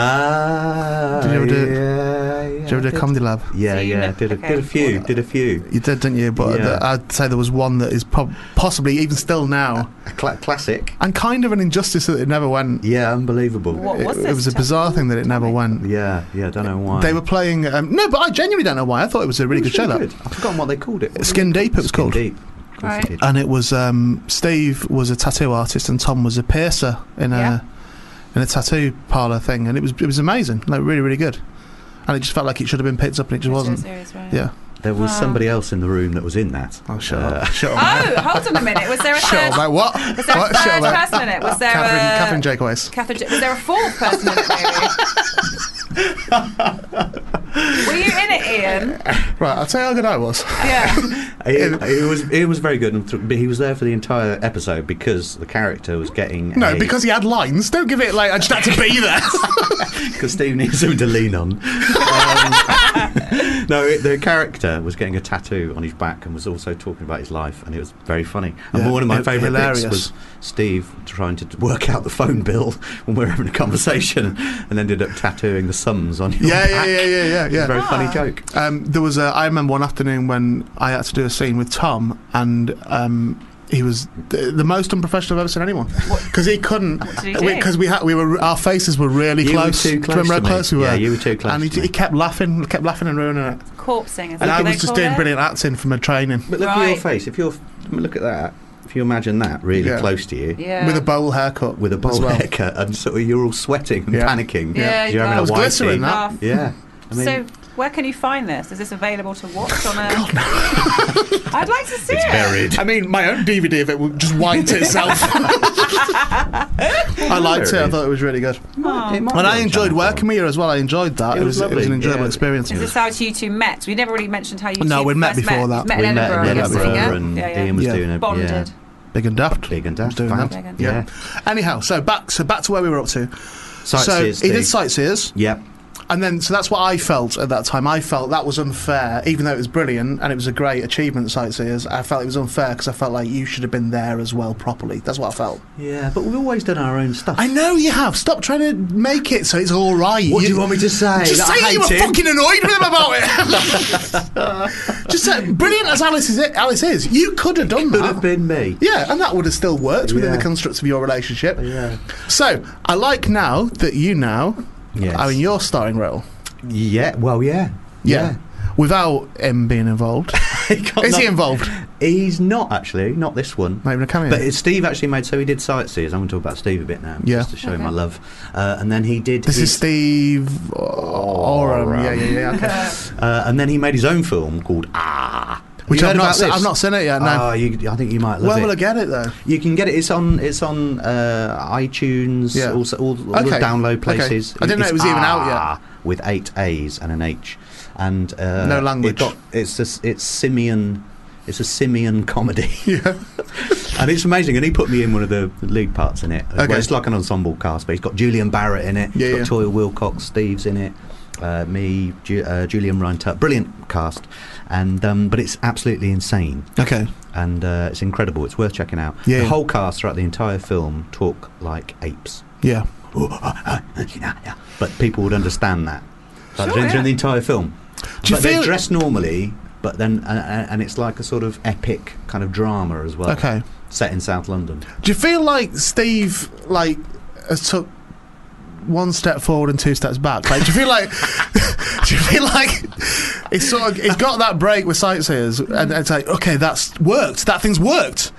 Ah, Did you ever do? yeah, did you ever do yeah, I comedy lab? Yeah, yeah, did a, did a few, did a few. You did, didn't you? But Yeah. th- I'd say there was one that is prob- possibly even still now a classic, and kind of an injustice that it never went. Yeah, unbelievable. it, it was a bizarre thing that it never went. Yeah, yeah, I don't know why. They were playing. Um, no, but I genuinely don't know why. I thought it was a really It was good show. really That I've forgotten what they called it. Skin Deep. It was called. Deep. Right. did. And it was um, Steve was a tattoo artist and Tom was a piercer in a in a tattoo parlor thing, and it was it was amazing, like really really good. And it just felt like it should have been picked up, and it just wasn't. Yeah. There was Wow. somebody else in the room that was in that. Uh, Oh, shut up. <laughs> Shut Oh, <laughs> hold on a minute. Was there a Sure, third? about what? Was there What? a Sure, third about- person in it? Was there Ah, a Catherine, Catherine Jakeways. Catherine J- was there a fourth person in it? <laughs> Maybe? Were you in it, Ian? Right, I'll tell you how good I was. Yeah. <laughs> It, it was it was very good, and th- but he was there for the entire episode because the character was getting No, a- because he had lines. Don't give it like I just had to be there. 'cause Steve needs him to lean on. Um, <laughs> no, it, the character was getting a tattoo on his back and was also talking about his life, and it was very funny. And Yeah, one of my hi- favourite bits hilarious. was Steve trying to work out the phone bill when we were having a conversation, and ended up tattooing the sums on your yeah, yeah, back. yeah, yeah, yeah, It's a yeah. very funny joke. Um, there was a, I remember one afternoon when I had to do a scene with Tom, and um, he was the, the most unprofessional I've ever seen anyone because he couldn't did he do? because we had we were our faces were really You were close. too Do you close to remember how close me. we were? Yeah, you were too close And he, to me. he kept laughing, kept laughing and ruining it. Corpsing. Is that And I what was they just call doing it? brilliant acting from a training. But look at your face. If you're look at that, if you imagine that really Yeah. close to you, Yeah. With a bowl haircut, with a bowl as well. haircut, and sort of you're all sweating and panicking. Yeah, you're you having are. I was a glycerin, whitey. that. Yeah, I mean, so, where can you find this? Is this available to watch on a? <laughs> I'd like to see it. <laughs> I mean, my own DVD of it would just <laughs> wiped itself. I liked it. I thought it was really good. Aw. and I enjoyed working with you as well. I enjoyed that. It, was was, it was lovely, an enjoyable yeah. experience. Is this how you two met? We never really mentioned how you. No, two we'd met first before that. Met We in met in Edinburgh, I guess, Edinburgh yeah? and yeah, yeah. Ian was doing a Bonded. Yeah. Big and daft. Big and daft. Doing fab. that. Yeah. Anyhow, so back so back to where we were up to. so he Sightseers, did Steve. sightseers. Yep. And then, so that's what I felt at that time. I felt that was unfair, even though it was brilliant and it was a great achievement, Sightseers. I felt it was unfair because I felt like you should have been there as well properly. That's what I felt. Yeah, but we've always done our own stuff. I know you have. Stop trying to make it so it's all right. What do you want me to say? Just That I say that you were hate him? fucking annoyed with him about it. just say, brilliant as Alice is, Alice is, you could have done that. Could have been me. Yeah, and that would have still worked within Yeah. the constructs of your relationship. Yeah. So I like now that you now are in your starring role. Yeah. Well, yeah. Yeah. Without him being <laughs> involved. Is he involved? He's not actually. Not this one. Not even a cameo. But it's Steve actually made. So he did sightseers. I'm going to talk about Steve a bit now. Yeah. Just to show him Okay. my love. Uh, and then he did. This his- is Steve Oram. Yeah, yeah, yeah. Okay. <laughs> uh, and then he made his own film called Ah. Which You I've heard not about se- this? I've not seen it yet, no. Ah, you, I think you might love Where it. will I get it though? You can get it. It's on. It's on uh, iTunes. Yeah. Also, all, all the Okay. download Okay. places. I didn't know It's it was even out yet. Ah, With eight A's and an H, and uh, No it language. got- it's a, s- it's Simeon. It's a Simeon <laughs> comedy. Yeah. and it's amazing. And he put me in one of the lead parts in it. Okay. Well, it's like an ensemble cast, but he's got Julian Barrett in it. Yeah, He's yeah. got Toya Wilcox, Steve's in it. Uh, me, Ju- uh, Julian Reinter, brilliant cast, and um, but it's absolutely insane. Okay, and uh, it's incredible. It's worth checking out. Yeah. The whole cast throughout the entire film talk like apes, Yeah. Oh, but people would understand that. Like Sure, during, yeah. during the entire film, Do you but they feel- dress normally, but then uh, and it's like a sort of epic kind of drama as well. Okay. set in South London. Do you feel like Steve like has took one step forward and two steps back? Like, do you feel like <laughs> do you feel like it's sort of he's got that break with sightseers and it's like okay that's worked that thing's worked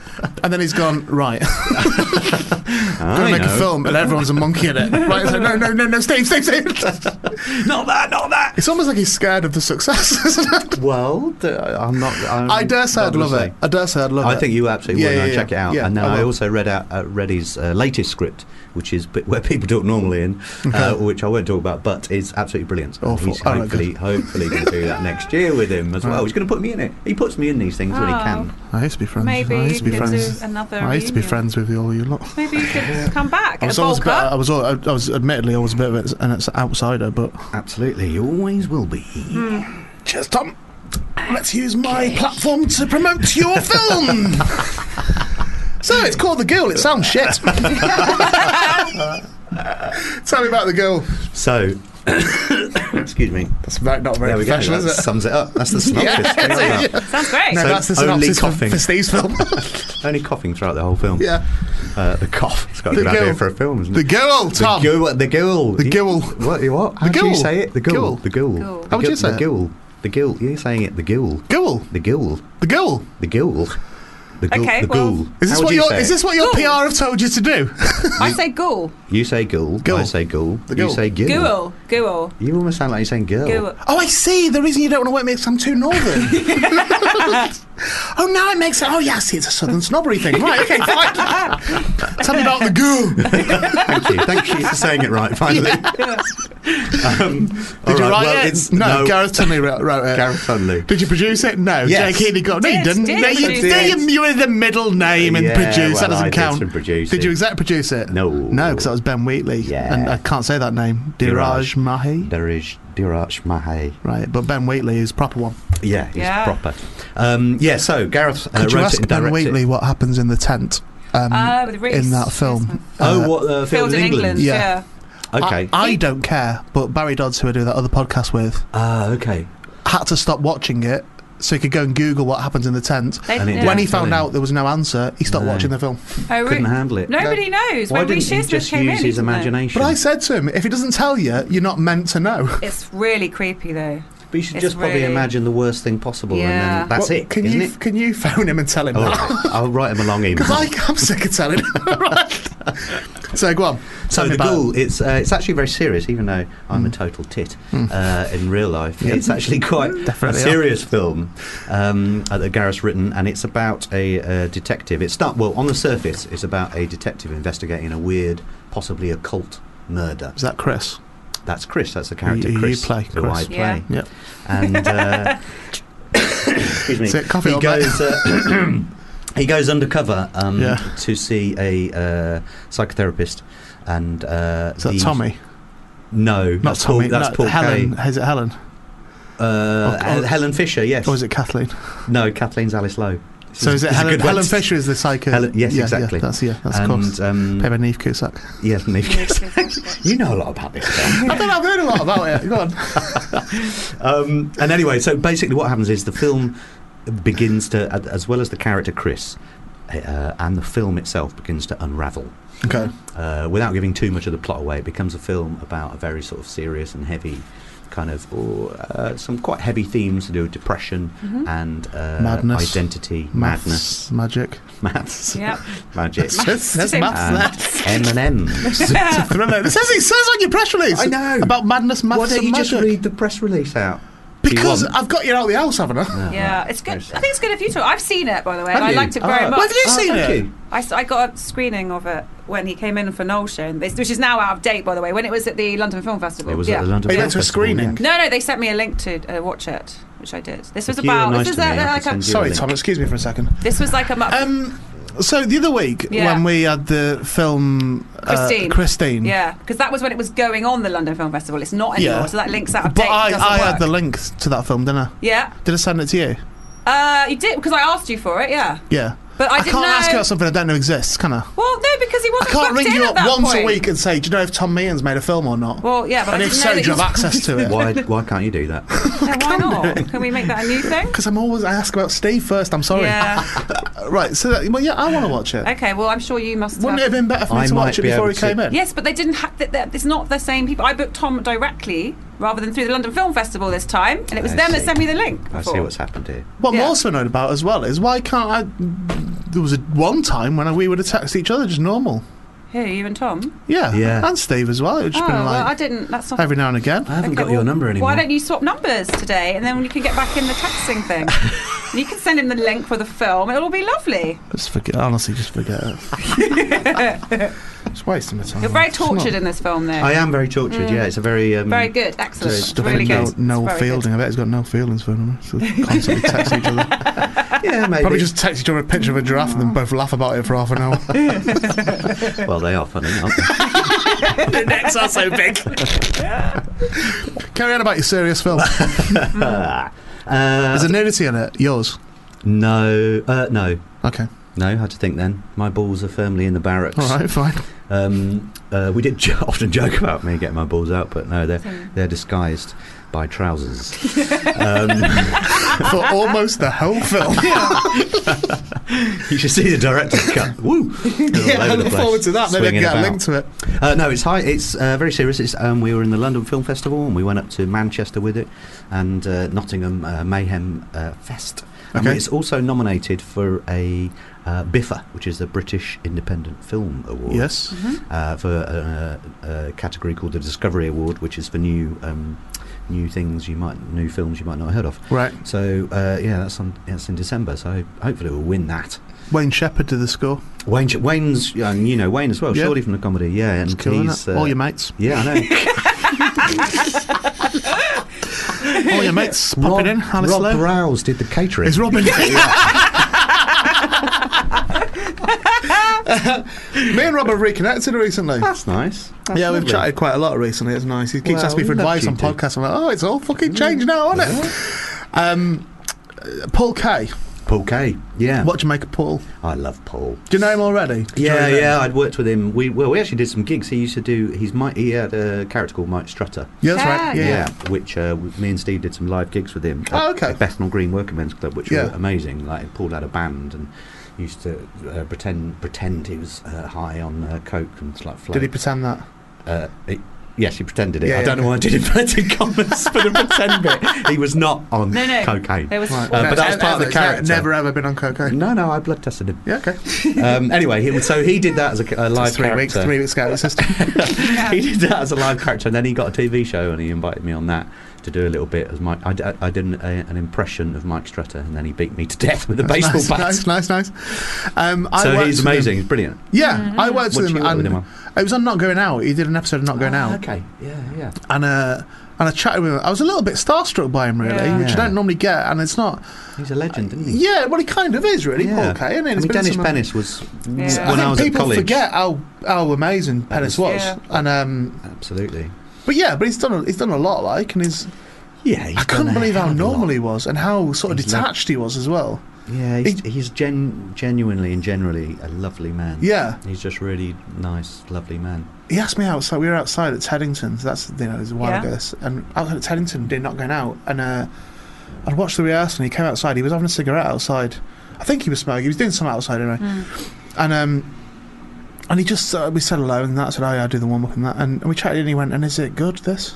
and then he's gone right <laughs> I'm gonna I make a know. film and <laughs> everyone's a monkey in it right it's like, no no no no Steve Steve Steve <laughs> not that not that it's almost like he's scared of the success <laughs> isn't it Well, d- I'm not. I'm I dare say not I'd gonna love it I dare say I'd love I it think you absolutely Yeah, would. yeah, and yeah. I'd check it out. Yeah, and then I I, will. also read out uh, read his uh, latest script, which is bit where people talk normally in, uh, which I won't talk about, but is absolutely brilliant. And Awful. He's Oh, no, hopefully, hopefully going to do that next year with him as well. Right. He's going to put me in it. He puts me in these things when he Oh. can. I used to be friends. Maybe I used to be you could friends. do another I used to be reunion. friends with all you lot. Maybe you could come back. I Get was a always bulk <laughs> a bit, up. I was al- I I was admittedly I was a bit of an an outs- outsider, but Hmm. absolutely you always will be. Hmm. Cheers, Tom. Let's use my platform to promote <laughs> your film. so it's called The Girl. It sounds <laughs> shit. Tell me about The Girl. So, <coughs> excuse me. That's very, not very there we go. professional, That is it? sums it up. That's the <laughs> synopsis. Check it <laughs> out. Sounds <laughs> great. No, So that's the only synopsis for, coughing. for Steve's film. <laughs> Only coughing throughout the whole film. Yeah. Uh, the cough. It's got a The good idea ghoul. for a film, isn't it? The ghoul, Tom. The ghoul. The ghoul. The You- ghoul. What? you- What? How The do you ghoul. say it? The ghoul. Ghoul. The ghoul. Ghoul. The How would ghoul- you say The it? ghoul. The ghoul. You're saying it. The ghoul. Ghoul. The ghoul. The ghoul. The ghoul. The ghoul. Okay, the well- ghoul. Is this How would what you your say is it? this what your PR have told you to do? I say ghoul. You say ghoul. I say ghoul. You ghoul. say ghoul. Ghoul. Ghoul. You almost sound like you're saying girl. Ghoul. Oh, I see. The reason you don't want to work me is 'cause I'm <laughs> too northern. oh, now it makes sense. Oh, yeah, I see. It's a southern snobbery thing. <laughs> Right, okay, fine. <laughs> Tell me about the goo. Thank you. Thank you for saying it right. <laughs> Finally. <laughs> Um, all Did you right, write well, it? It's, no, <laughs> Gareth Tunley wrote, wrote it. Gareth Tunley. uh, Did you produce it? No. Yes. Jake Healy got. No, you Did- didn't. did no, you, produce no, it. you, you were the middle name in Yeah, produce. well, that doesn't I did count. some producing. Did you exact produce it? No. No, because that was Ben Wheatley. Yeah. And I can't say that name. Diraj Mahi. Diraj, Diraj Mahe. Right, but Ben Wheatley is proper one. Yeah, he's Yeah. proper. Um, yeah, so Gareth uh, Could you wrote ask it and Ben directed it. Wheatley what happens in the tent um, Uh, with Reese. in that film? Oh, what, uh, Field Field in in England, England, yeah. Okay. I, I don't care, but Barry Dodds, who I do that other podcast with, ah, okay, had to stop watching it so he could go and Google what happens in the tent. They- And it When he didn't found tell out there was no answer, he stopped No. watching the film. Oh, really? couldn't handle it. Nobody knows. Why when Reece didn't he Shearsmith just came use in, his didn't they? imagination? But I said to him, if he doesn't tell you, you're not meant to know. It's really creepy, though. But you should just probably imagine the worst thing possible, Yeah. and then that's Well, it. Can isn't you it? can you phone him and tell him? All right, <laughs> I'll write him a <laughs> long email. Because I'm sick of telling. him. <laughs> Right. So go on. So Tell me the about ghoul, it. it's uh, it's actually very serious, even though I'm a total tit uh, in real life. Hmm. Yeah. It's actually quite a Definitely serious film um, uh, that Gareth's written, and it's about a uh, detective. It's not well on the surface. It's about a detective investigating a weird, possibly occult murder. Is that Chris? That's Chris. That's the character You- you Chris. play who Chris. I Yeah. play. Yep. And uh, excuse me. Is it coffee he or beer? goes. Uh, <clears throat> he goes undercover um, Yeah. to see a uh, psychotherapist, and uh, Is that the- Tommy? No, Not that's Tommy. Paul, that's no, Paul Helen. Kay. Is it Helen? Uh, Or- or- Helen Fisher, yes. Or is it Kathleen? No, Kathleen's Alice Lowe. This So is it this a Helen, good one. Helen Fisher is the psycho? Helen- yes, yeah, exactly. Yeah, that's yeah, that's of <laughs> And, course. Um, Pay by Neve Cusack. yeah, <laughs> Neve- you know a lot about this. Guy. <laughs> I don't know. I've heard a lot about it. Go on. <laughs> um, and anyway, so basically, what happens is the film begins to, a- as well as the character Chris, uh, and the film itself begins to unravel. Okay. Uh, without giving too much of the plot away, it becomes a film about a very sort of serious and heavy kind of, or uh, some quite heavy themes to do with depression Mhm. and uh, Madness. identity, madness, Maths, magic. maths, Yep. magic. That's- that's maths, M and <laughs> M. <laughs> Thriller. It says it says on your press release. I know. about madness, maths, Why don't and you magic. just read the press release out? because Do you want- I've got you out of the house, haven't I? Uh-huh. Yeah, it's good. I think it's good if you talk. I've seen it, by the way, Have and I you? liked it Oh. very much. Well, have you Oh, seen thank it? you. I, s- I got a screening of it when he came in for Noel's show, and this- which is now out of date, by the way, when it was at the London Film Festival. It Oh, was yeah. at the London They Film Oh, went to a Festival, screening. yeah. No, no, they sent me a link to uh, watch it, which I did. This was If you were about. nice this to was me, I could a, like a, send you a Sorry, link. Tom. Excuse me for a Um, second. This was like a. mu- So the other week Yeah. when we had the film uh, Christine. Christine. Yeah, because that was when it was going on the London Film Festival. It's not anymore, Yeah. so that link's out of But date. I, doesn't I work. had the link to that film, didn't I? Yeah, Did I send it to you? uh, you did because I asked you for it. Yeah. Yeah. But I didn't can't know- ask you about something I don't know exists, can I? Well, no, because he I wasn't. can't booked ring in you at up that once point. a week and say, "Do you know if Tom Meehan's made a film or not?" Well, yeah, but and I if didn't so, know do that you have you- access to it? <laughs> Why, why can't you do that? Yeah, why not? Can we make that a new thing? Because I'm always I ask about Steve first. I'm sorry. Yeah. <laughs> right. So, that, well, yeah, I want to watch it. Okay, well, I'm sure you must. Wouldn't it have have been better for me I to might watch it be before he able to- came in? Yes, but they didn't. Ha- th- th- it's not the same people. I booked Tom directly rather than through the London Film Festival this time, and it was I them that see. sent me the link. I before. see what's happened here. What I'm also annoyed about as well is why can't I? There was a, one time when we would have texted each other just normal. Who you and Tom? Yeah. Yeah. And Steve as well. It's just oh been well, I like didn't. That's not. every now and again. I haven't Okay, got your well, number anymore. Why don't you swap numbers today, and then you can get back in the texting thing? And you can send him the link for the film. It'll all be lovely. Just forget. Honestly, just forget it. <laughs> It's wasting my time. You're very It's not- tortured in this film, though. I am very tortured. Mm. Yeah, it's a very um, Very good, excellent, very it's stuffy really no, good. no It's very fielding. I bet he's got no feelings for him. <laughs> So constantly texting each other. <laughs> Yeah, maybe. Probably just text each other a picture of a giraffe and then both laugh about it for half <laughs> an hour. well, they are funny, aren't they? <laughs> the necks are so big. Carry on about your <laughs> serious film. Uh, <laughs> There's a Mm. nudity in it. Yours. no, uh, no, Okay. no. I had to think then. My balls are firmly in the barracks. All right. Fine. Um, uh, we did jo- <laughs> often joke about me getting my balls out, but no, they're they're disguised by trousers. um, For almost the whole film. <laughs> you should see the director's cut. <laughs> Woo! yeah, All I over the look place, forward to that. Maybe I swinging can get a about. link to it. Uh, no, it's high. It's uh, very serious. It's, um, we were in the London Film Festival and we went up to Manchester with it and uh, Nottingham uh, Mayhem uh, Fest. And Okay. it's also nominated for a uh, BIFA, which is the British Independent Film Award. Yes. Mhm. Uh, for a, a, a category called the Discovery Award, which is for new um, new things you might, new films you might not have heard of. Right. So uh, yeah, that's on. That's in December. So hopefully we'll win that. <laughs> Wayne Shepherd did the score. Wayne, Sh- Wayne's, and you know Wayne as well. Yeah. Surely from the comedy, yeah. And Cool, innit? he's uh, All your mates. Yeah, I know. <laughs> All your mates popping Rob, in. Alice Rob Lowe. Rouse did the catering. Is <laughs> Robin? Me and Rob have reconnected recently. That's nice. That's yeah, we've lovely. chatted quite a lot recently. It's nice. He keeps Well, asking me for we love advice you Mm. on two. podcasts. I'm like, oh, it's all fucking changed now, isn't it? Um, uh, Paul K. Paul K. Yeah. What do you make of Paul? I love Paul. Do you know him already? Yeah, Do you know yeah. him? I'd worked with him. We well, we actually did some gigs. He used to do. He's Mike. He had a character called Mike Strutter. Yeah, that's right. Yeah, Yeah, yeah. which uh, w- me and Steve did some live gigs with him. Oh, at- okay. At Bethnal Green Working Men's Club, which Yeah. were amazing. Like, Paul had a band and used to uh, pretend pretend he was uh, high on uh, coke and like. Did he pretend that? Uh, it, yes, he pretended it. Yeah, I don't yeah. know why I did inverted commas for the pretend bit. He was not on No, no. cocaine. There was- Uh, but that was part of the It's never- character. it's never ever been on cocaine. No, no, I blood tested him. Yeah, okay. um, anyway, he, so he did that as a, a live three character. weeks, three weeks ago. It's just he did that as a live character, and then he got a TV show, and he invited me on that to do a little bit as Mike. I, d- I did an, a, an impression of Mike Strutter, and then he beat me to death <laughs> with a That's baseball <laughs> nice, bat. Nice, nice, nice. Um, I So worked he's with him- amazing. He's brilliant. Yeah, I worked What with did him. you work with him on? and Ah, it was on Not Going Out. He did an episode of Not Going Out. Okay. Yeah, yeah. And uh, and I chatted with him. I was a little bit starstruck by him, really, Yeah. which Yeah. I don't normally get. And it's not. He's a legend, isn't he? Yeah, well, he kind of is, really. Yeah. Paul Kay, I isn't he? mean, It's been Dennis some- Pennis was Yeah. when think I, was at people college. forget how how amazing Pennis was, Yeah. and um, Absolutely. but yeah, but he's done a, he's done a lot, like, and he's yeah, I couldn't believe how normal he was and how sort of detached he was as well. Yeah, he's, he's gen- genuinely and generally a lovely man. Yeah. he's just really nice, lovely man. He asked me outside. We were outside at Teddington's. That's you know, it was a while Yeah. ago. This, and outside at Teddington, did not going out. And uh, I'd watched the rehearsal. and He came outside. He was having a cigarette outside. I think he was smoking. He was doing some outside anyway. Hmm. And um, and he just uh, we said hello, and that said, "Oh yeah, I do the warm up and that." And, and we chatted, and he went, "And is it good this?"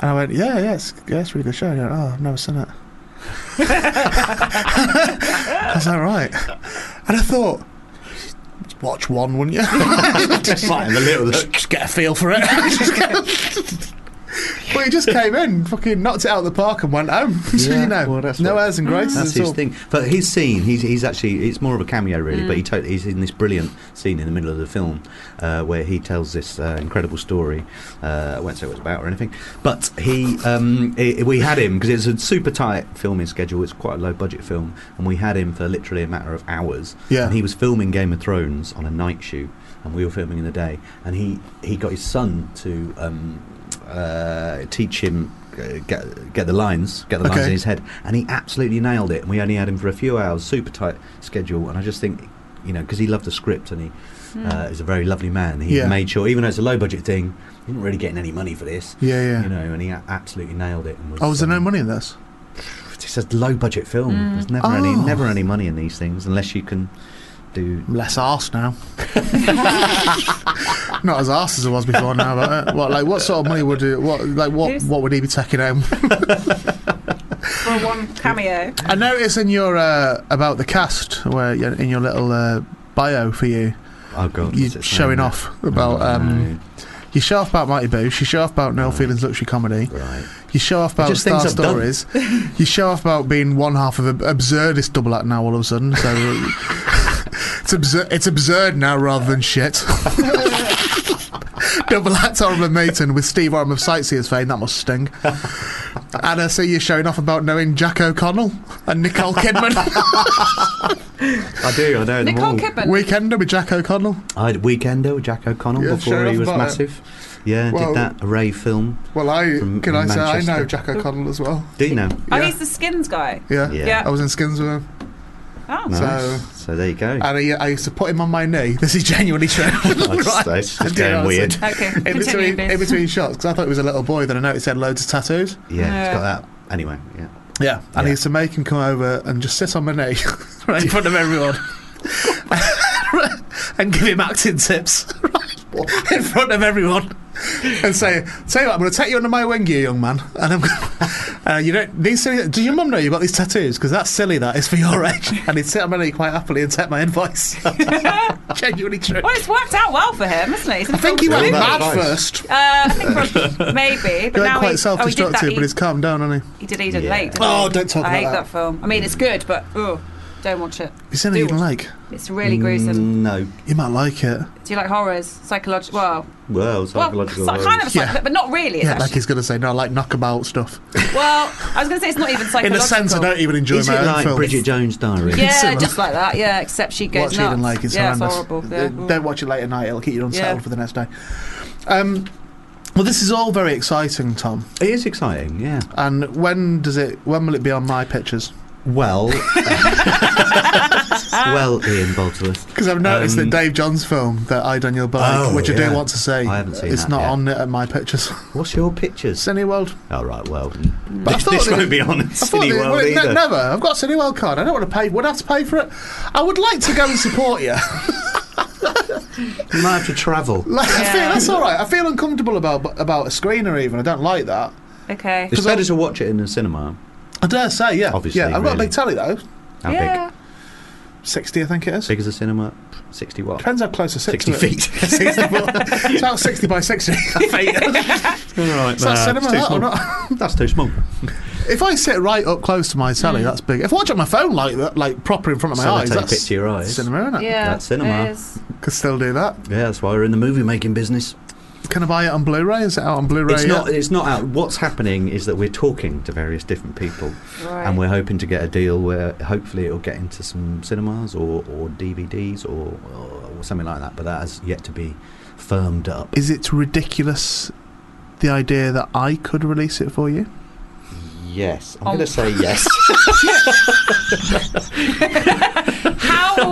And I went, "Yeah, yeah, it's, yeah, it's a really good show." And he went, "Oh, I've never seen it." I was like, "Right," <laughs> and I thought. "Just Watch one, wouldn't you? <laughs> <laughs> Just like have a little look. just get a feel for it. but he just came in, fucking knocked it out of the park, and went home. <laughs> so you know, no airs and graces. That's at his all. thing. But his scene, he's, he's actually, it's more of a cameo really, Mm. but he to- he's in this brilliant scene in the middle of the film uh, where he tells this uh, incredible story. Uh, I won't say what it's about or anything. But he, um, i we had him, because it's a super tight filming schedule, it's quite a low budget film, and we had him for literally a matter of hours. Yeah. And he was filming Game of Thrones on a night shoot, and we were filming in the day, and he, he got his son to um, uh, teach him. uh, Get, get the lines, get the lines Okay. in his head, and he absolutely nailed it. And we only had him for a few hours, super tight schedule. And I just think, you know, because he loved the script and he Hmm. uh, is a very lovely man. He Yeah. made sure, even though it's a low budget thing, he didn't really getting any money for this. Yeah, yeah. You know, and he a- absolutely nailed it. And was, Oh, was there um, no money in this? It's a low budget film. Mm. There's never any, Oh. never any money in these things unless you can do less arse now. Not as arsed as I was before now. But, uh, what like what sort of money would you, what like what what would he be taking home? <laughs> For one cameo. I noticed in your uh, about the cast where you- in your little uh, bio for you, Oh god, what's you're it saying showing there? off about um, you show off about Mighty Boosh, you show off about No Feelings Luxury Comedy, you show off about just Star things I've done. Stories, you show off about being one half of an absurdist double act now all of a sudden. So <laughs> it's absurd. It's absurd now rather than shit. <laughs> Double act Ormond Maton with Steve Orm of Sightseers fame, that must sting. And I see you showing off about knowing Jack O'Connell and <laughs> Nicole Kidman. I do, I know them all. Weekender with Jack O'Connell. I had Weekender with Jack O'Connell Yeah, before showing he off was about it. massive. Yeah, Well- did that Array film. Well, I From- can I say I know Manchester. Jack O'Connell as well. Do you know? Oh, he's the skins guy. Yeah. Yeah. I was in skins with him. Oh. Nice. So- So, there you go. And I, I used to put him on my knee. This is genuinely <laughs> true. <laughs> That's- that's just I did, getting honestly. weird. Okay, In continue, between, Biz. in between shots, because I thought he was a little boy, then I noticed he had loads of tattoos. Yeah, Yeah. it's got that. Anyway, yeah. Yeah. And I used to make him come over and just sit on my knee <laughs> right in front <laughs> of everyone <laughs> and give him acting tips right, in front of everyone. and say, "Tell you what, I'm going to take you under my wing, you young man." And I'm, gonna, <laughs> uh, you don't. These silly. Does your mum know you got these tattoos? Because that's silly. That is for your <laughs> age. And he'd sit on my knee quite happily and take my <laughs> advice. <laughs> <laughs> Genuinely true. Well, it's worked out well for him, hasn't it? He's I think he went mad first. Uh, I think probably, <laughs> maybe, but he went now quite he's oh, he did that. self-destructive, he, but he's calmed down, hasn't he? he did Eden Lake. didn't Oh, he? don't talk I about hate that. that. film. I mean, it's good, but oh, don't watch it. He's in Eden Lake. It's Mm. really gruesome. No, you might like it. Do you like horrors? Psychological? Well, Well, well, so- kind of, a psych- but not really. It's Yeah, like actually- he's going to say, no, I like knockabout stuff. well, I was going to say it's not even psychological. <laughs> In a sense, I don't even enjoy Is my it own like films. Bridget Jones' Diary? Yeah, just like that. Yeah, except she goes watch it nuts. and like it's yeah, it's horrendous. horrible. Uh, Yeah. Don't watch it late at night; it'll keep you unsettled Yeah. for the next day. Um, well, this is all very exciting, Tom. It is exciting, yeah. And when does it? When will it be on my pictures? <laughs> Well, well, Ian Um, Boldsworth. because I've noticed that Dave John's film that I Daniel Bike, Oh, which I yeah. do want to see, I haven't seen it's that not yet. on it at my pictures. What's your pictures? Cineworld. All right, well, But I this, thought this they- won't be on I thought they- Cineworld well, ne- either. Never. I've got a Cineworld card. I don't want to pay. Would I have to pay for it? I would like to go and support you. <laughs> You might have to travel. Like, I feel, that's all right. I feel uncomfortable about about a screener. Even I don't like that. Okay. It's better to watch it in the cinema. I dare say, yeah. Obviously, yeah. I've got a really. big telly though. How big? Sixty, I think it is. Big as a cinema? Sixty what? Depends how close I sit 60 to feet. it. 60 feet. <laughs> It's about 60 <laughs> by 60 feet. Right, Is that nah, cinema it's too that or small. not? <laughs> That's too small. If I sit right up close to my Mm. telly, that's big. If I watch it on my phone like that, like proper in front of my eyes, Sellotape that's it to your eyes. cinema, isn't it? Yeah, That's cinema. it is. Could still do that. Yeah, that's why we're in the movie making business. Can I buy it on Blu-ray? Is it out on Blu-ray? It's yet? not. It's not out. What's happening is that we're talking to various different people, Right. and we're hoping to get a deal where hopefully it'll get into some cinemas or, or DVDs or, or, or something like that. But that has yet to be firmed up. Is it ridiculous? The idea that I could release it for you. Yes, I'm Oh. going to <laughs> say yes. How? Right.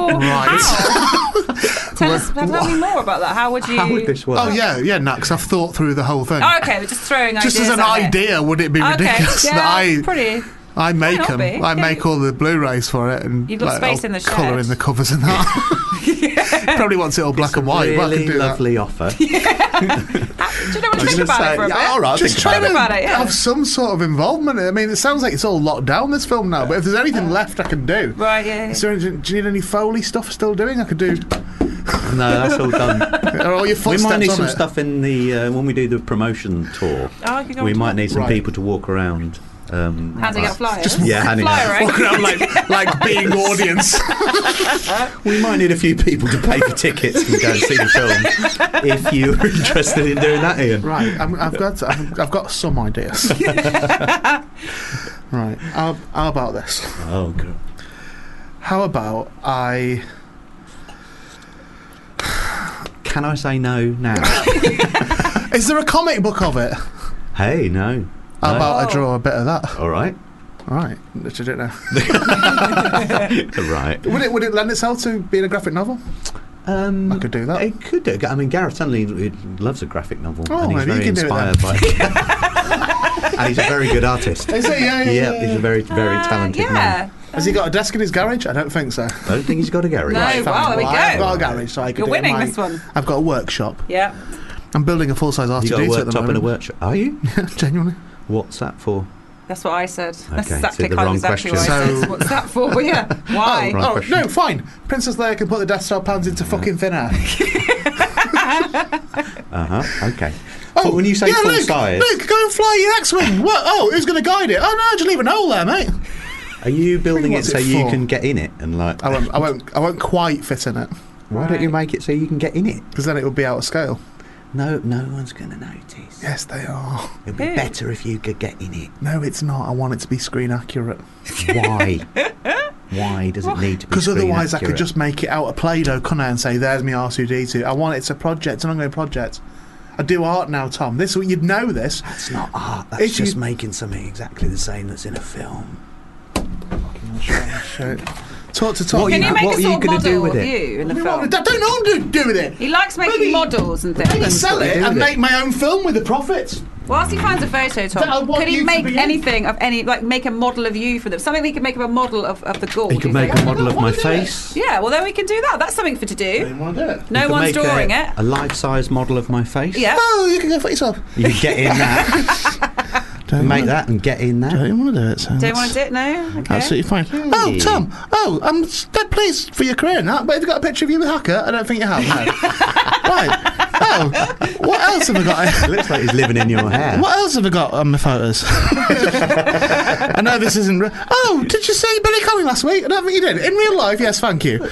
Oh, How? <laughs> tell us. Tell me more about that. How would you? Oh yeah, yeah, Nax. I've thought through the whole thing. Oh, okay, we're just throwing Just as ideas an out here. idea, would it be Okay, ridiculous <laughs> yeah, that I pretty. I make not them. be, I yeah. make all the Blu-rays for it, and You've got space I'll in the shed. colour in the covers and that. <laughs> Probably wants it all black and white. but I really can do that. lovely offer. Do you know what? Think about it for a bit. yeah, all right, Just just try think about it. Yeah. have some sort of involvement. in it. I mean, it sounds like it's all locked down this film now. But if there's anything left, I can do. Right. Yeah. Is there any, do you need any Foley stuff still doing? I could do. No, that's all <laughs> done. Are all your we footsteps might need on some it? stuff in the uh, when we do the promotion tour. Oh, I could go we on might tour. need some Right. people to walk around. Um, Handing out flyers. Just yeah, handing flyer, out. right? <laughs> Walking around like like <laughs> being audience. We might need a few people to pay for tickets and go and see the film <laughs> if you're interested in doing that, Ian. Right, I'm, I've got I've, I've got <laughs> some ideas. right, how, how about this? Oh, God. How about I? Can I say no now? Is there a comic book of <laughs> it? hey, no. How No. about I draw a bit of that? All right. All right, which I don't know. right. Would it would it lend itself to being a graphic novel? Um, I could do that. It could do. I mean, Gareth Tunley loves a graphic novel, Oh, and he's maybe you very can do it inspired by it. <laughs> and he's a very good artist. Is he? Yeah, yeah, yeah, he's a very, very Uh, talented man. Has he got a desk in his garage? I don't think so. I don't think he's got a garage. No, Right, wow, fine. there we Well, I go. have got a garage, so I could You're do winning my- this one. I've got a workshop. Yeah. I'm building a full size R2D2 You got a at the worktop moment. and a workshop. Are you? Genuinely. What's that for? That's what I said. That's Okay, exactly so the kind of wrong exactly what I question. said. So- What's that for? <laughs> But yeah. Why? Wrong Oh, question. no, fine. Princess Leia can put the Death Star plans into fucking thin Uh air. huh. Okay. <laughs> <laughs> But when you say Oh, yeah, full Luke, size, Luke, go and fly your X-wing. what? Oh, who's going to guide it? Oh no, just leave a hole there, mate. are you building it What's so it you for? can get in it and like? I won't, I <laughs> won't, I won't quite fit in it. Why don't you make it so you can get in it? Because then it would be out of scale. No, no one's going to notice. Yes, they are. It'd be better if you could get in it. No, it's not. I want it to be screen accurate. <laughs> Why? Why does it need to be? Because screen otherwise, I could accurate? just make it out of Play-Doh, couldn't I? And say, "There's me R2D2." I want it to project. It's an ongoing project. I do art now, Tom. This you'd know this. That's not art. That's If you- just making something exactly the same that's in a film. Talk to Tom. What are Can you, you- make what a are you sort of gonna model do with of it? you in the I film? don't know what I'm going to do with it. He likes making models and things. Sell it and make my own film with the profits. Whilst he finds a photo, Tom, could he make anything of any, like make a model of you for them? Something we could make of a model of, of the goal. He do could you make think? a model of my face. Yeah, well then we can do that. That's something for to do. You No could one's make a- drawing it. A life-size model of my face. Yeah. Oh, you can go for yourself. You could get in <laughs> that. make that and get in that. Don't want to do it. So Don't that's want to do it? No. Okay. Absolutely fine. Hmm. Oh, Tom. Oh, I'm s- dead pleased for your career now. But have you got a picture of you with Hacker? I don't think you have. No. <laughs> right. Oh, what else have I got? It <laughs> looks like he's living in your hair. What else have I got on my photos? <laughs> I know this isn't. Re- oh, did you see Billy Collins last week? I don't think you did. In real life, yes, thank you.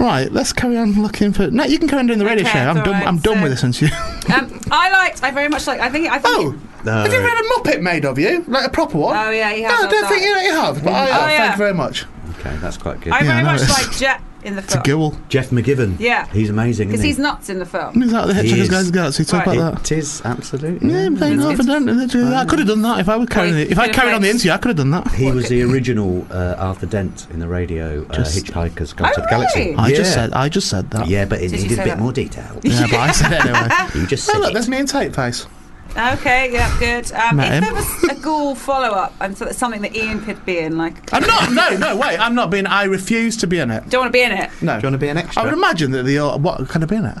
Right, let's carry on looking for. No, you can carry on doing the radio Okay, show. I'm it's all done. right, I'm done so- with this, aren't you? Um, I liked. I very much like. I think. I think. Oh. Have you ever had a Muppet made of you? Like a proper one? Oh, yeah, he has No, I had don't that. think you, you have, but I Oh, have. yeah. Thank you very much. Okay, that's quite good. I very much <laughs> like Jet in the film Jeff McGiven. Yeah. He's amazing, because isn't he's he? nuts in the film. Exactly. the Hitchhiker's Guide to the Galaxy, talk about that. It is, absolutely. Yeah, but no, if I don't. I could have done <laughs> that if I were carrying it. If I carried on the interview, I could have done that. He <laughs> was the original uh, Arthur Dent in the radio uh, Just- Hitchhiker's Guide to the Oh, Galaxy. really? I just Yeah. said- I just said that. Yeah, but it Did you needed say a bit that? more detail. Yeah, but I said it anyway. <laughs> you <laughs> just Oh, said look, it. there's me and Tape Face. Okay. Yeah. Good. Um, Met if him. there was a Ghoul follow-up and so that's something that Ian could be in, like, I'm not. No, no, wait. I'm not being. I refuse to be in it. don't want to be in it. No. Do you want to be an extra? I would imagine that the. uh, What can I be in it?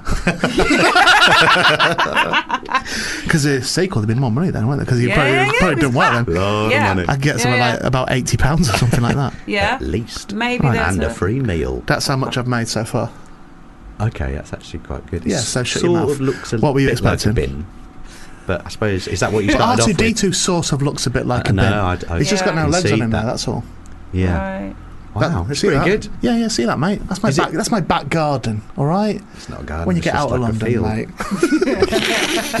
Because the sequel, there'd been more money then, weren't there? Because you Yeah, probably, yeah, probably done well then. Load of Yeah. money. I'd get Yeah, something yeah. like about eighty pounds or something <laughs> like that. Yeah. At least. Maybe there's And a- a free meal. That's how much I've made so far. Okay, that's actually quite good. Yeah, It's so shut sort your mouth. of looks a What were you bit like a expecting? bin. But I suppose, is that what you But started off with? R2D2 sort of looks a bit like Uh, a no, bin. I'd- I'd He's just got no legs on concede him now. that. That's all. Yeah. Right. Wow, that's Oh, see pretty that? good. Yeah, yeah, see that, mate. That's my Is it- back. That's my back garden. All right. It's not a garden. When you it's get just out of like a London, field. mate.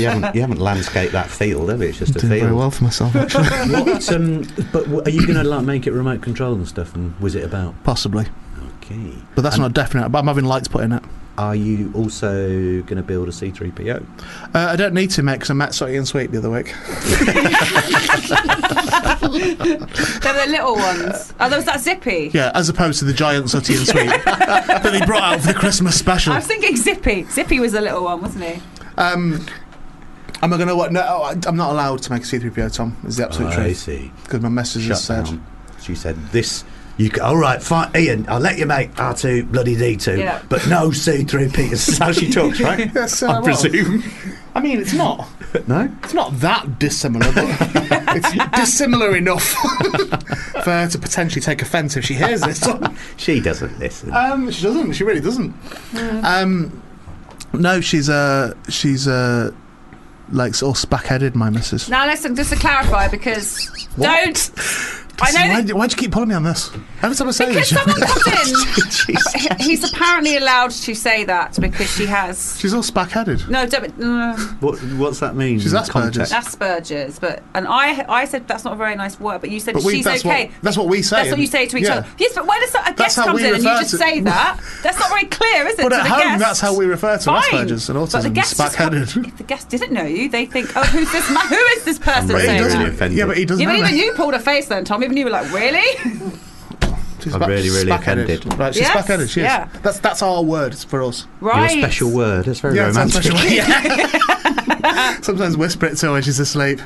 <laughs> you haven't you haven't landscaped that field, have you? It's just a Doing field. very well for myself. Actually. <laughs> <laughs> what, um, but w- are you going to like make it remote control and stuff and whiz it about? Possibly. Okay. But that's not definite. But I'm having lights put in it. Are you also going to build a C3PO? Uh, I don't need to, mate, because I met Sotty and Sweet the other <laughs> week. There were the little ones. Oh, there was that Zippy. Yeah, as opposed to the giant Sotty <laughs> and Sweet that they brought out for the Christmas special. I was thinking Zippy. Zippy was the little one, wasn't he? Um, am I going to what? No, I- I'm not allowed to make a C3PO, Tom. Is the absolute Oh, I truth. see. Because my message Shut is said. down. She said this. You c all right, fine, Ian. I'll let you make R two bloody D two, Yeah. but no C three P. <laughs> This is how she talks, right? <laughs> Yes, I was. presume. I mean, it's not. No. It's not that dissimilar, but <laughs> Ah. it's dissimilar enough for her to potentially take offence if she hears this. She doesn't listen. Um, she doesn't. She really doesn't. Hmm. Um, no, she's uh, she's uh, like all spack-headed. My missus. Now, listen, just to clarify, because What? don't. I Listen, know why, that do- why do you keep pulling me on this? Every time I say because this, someone <laughs> comes Jeez. in. He's apparently allowed to say that because she has. she's all spack-headed. No, don't. no, What, what's that mean? She's Asperger's. Context. Asperger's, but and I, I said that's not a very nice word, but you said But we- she's that's okay. what- that's what we say That's what in- you say to each yeah. other. Yes, but why does that- a That's guest how comes we in and you refer just to- say that? That's not very clear, is it? But to at the home, guest? that's how we refer to Fine. Asperger's and But the autism. guest just come- spack-headed. If the guest didn't know you, they think, oh, who's this? Ma- who is this person? But he saying doesn't- that? Yeah, but he doesn't. Yeah, but know even that. you pulled a face then, Tom. Even you were like, really? She's I'm back- really, really spack-headed. offended. Right, she's Yes, spack-headed. She is. yeah. That's that's our word for us. Right. Your special word. That's very <laughs> Yeah, it's our romantic. special word. Yeah. Sometimes whisper it to her when she's asleep.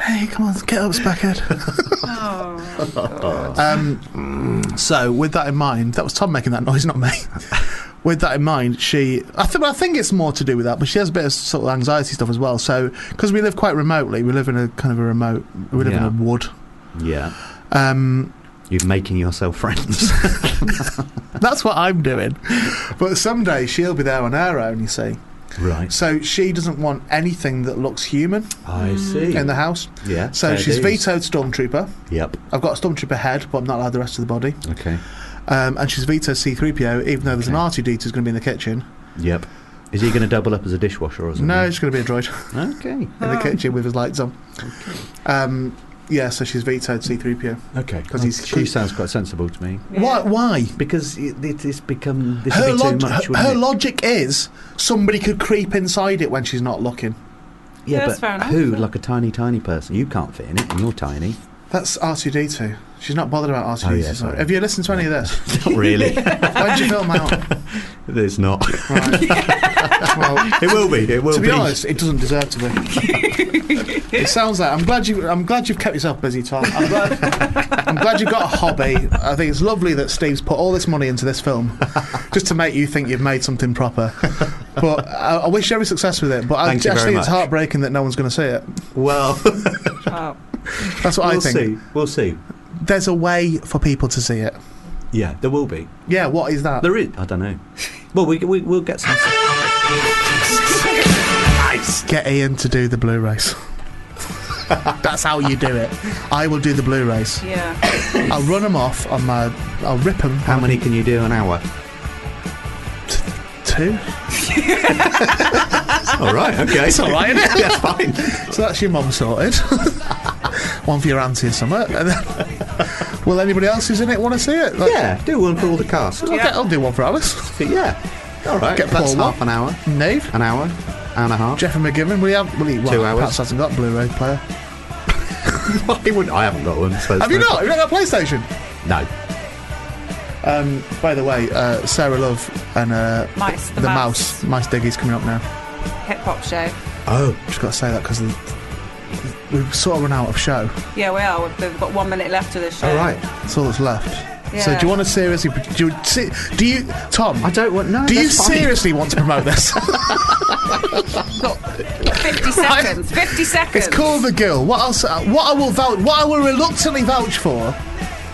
Hey, come on, get up, spackhead. um, so, with that in mind, that was Tom making that noise, <laughs> not me. with that in mind, she. I, th- I think it's more to do with that, but she has a bit of sort of anxiety stuff as well. So, because we live quite remotely, we live in a kind of a remote. We live Yeah. in a wood. Yeah. Um, You're making yourself <laughs> friends. That's what I'm doing. But someday she'll be there on her own, you see. right. So she doesn't want anything that looks human I see. in the house. Yeah, So fair she's dues. vetoed Stormtrooper. Yep. I've got a Stormtrooper head, but I'm not allowed the rest of the body. Okay. Um, and she's vetoed C3PO, even though there's an R2D2 who's going to be in the kitchen. Yep. Is he going to double up as a dishwasher or something? No, she's going to be a droid. <laughs> Okay. In the Oh. kitchen with his lights on. Um, yeah, so she's vetoed C3PO. Okay. Because he's. she sounds quite sensible to me. Why? Why? Because it, it, it's become this her would be log- too much. her, wouldn't her it? logic is somebody could creep inside it when she's not looking. yeah, That's but fair enough. who? Like a tiny, tiny person. You can't fit in it, and you're tiny. That's R2D2. She's not bothered about RTDs. Oh, yeah, sorry. sorry. Have you listened to any <laughs> of this? Not <laughs> really. When'd you film out? <laughs> There's not. <laughs> Well, It will be. It will to be, be. honest, it doesn't deserve to be. it sounds like I'm glad you. I'm glad you've kept yourself busy, Tom. I'm glad, I'm glad you've got a hobby. I think it's lovely that Steve's put all this money into this film, just to make you think you've made something proper. But I, I wish you every success with it. But I Thank you just very think it's much. heartbreaking that no one's going to see it. Well, that's what I we'll think. see. We'll see. There's a way for people to see it. Yeah, there will be. Yeah, what is that? There is. I don't <laughs> know. Well, we, we we'll get some. Get Ian to do the blue race. That's how you do it. I will do the blue race. <laughs> Yeah. I'll run them off on my. I'll rip them. How many can you do an hour? Two. All right. Okay. It's all right, isn't <laughs> it? yeah, fine. So that's your mum sorted. <laughs> one for your auntie or something. And then, will anybody else who's in it want to see it? Yeah, do one for all the cast. I'll, get, I'll do one for Alice. Yeah. All right. Get That's Paul one. half an hour. Nave. An hour. Hour and a half. Jeff and McGivern. Will he have? Will he, well, Two hours. Perhaps hasn't got a Blu-ray player. Why would I haven't got one? So it's Have you no not? Have you not got a PlayStation? point. No. Um, by the way, uh, Sarah Love and uh, Mice, the mouse. Mice Diggy's coming up now. Hip hop show. Oh, just got to say that because we've sort of run out of show. Yeah, we are. We've- We've got one minute left of the show. All right, that's all that's left. So Yeah. do you want to seriously? Do you, se- do you Tom? I don't want. No. Do you that's fine. seriously want to promote this? Look, <laughs> 50 seconds. 50 seconds. it's called the Gill. What else? uh, What I will vouch. What I will reluctantly vouch for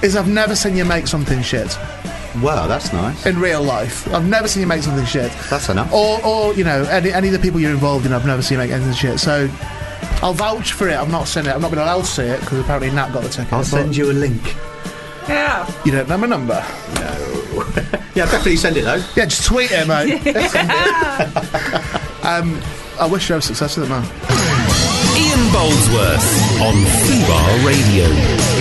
is I've never seen you make something shit Well, that's nice. in real life. I've never seen you make something shit. That's enough. Or, or you know, any, any of the people you're involved in, I've never seen you make anything shit. So I'll vouch for it. I've not seen it. I'm not going to allow to see it because apparently Nat got the ticket. I'll send you a link. Yeah. You don't know my number. <laughs> Yeah, definitely send it though. Yeah, just tweet it, mate. <laughs> um, I wish you have success with it, man. Ian Boldsworth on Fubar Radio.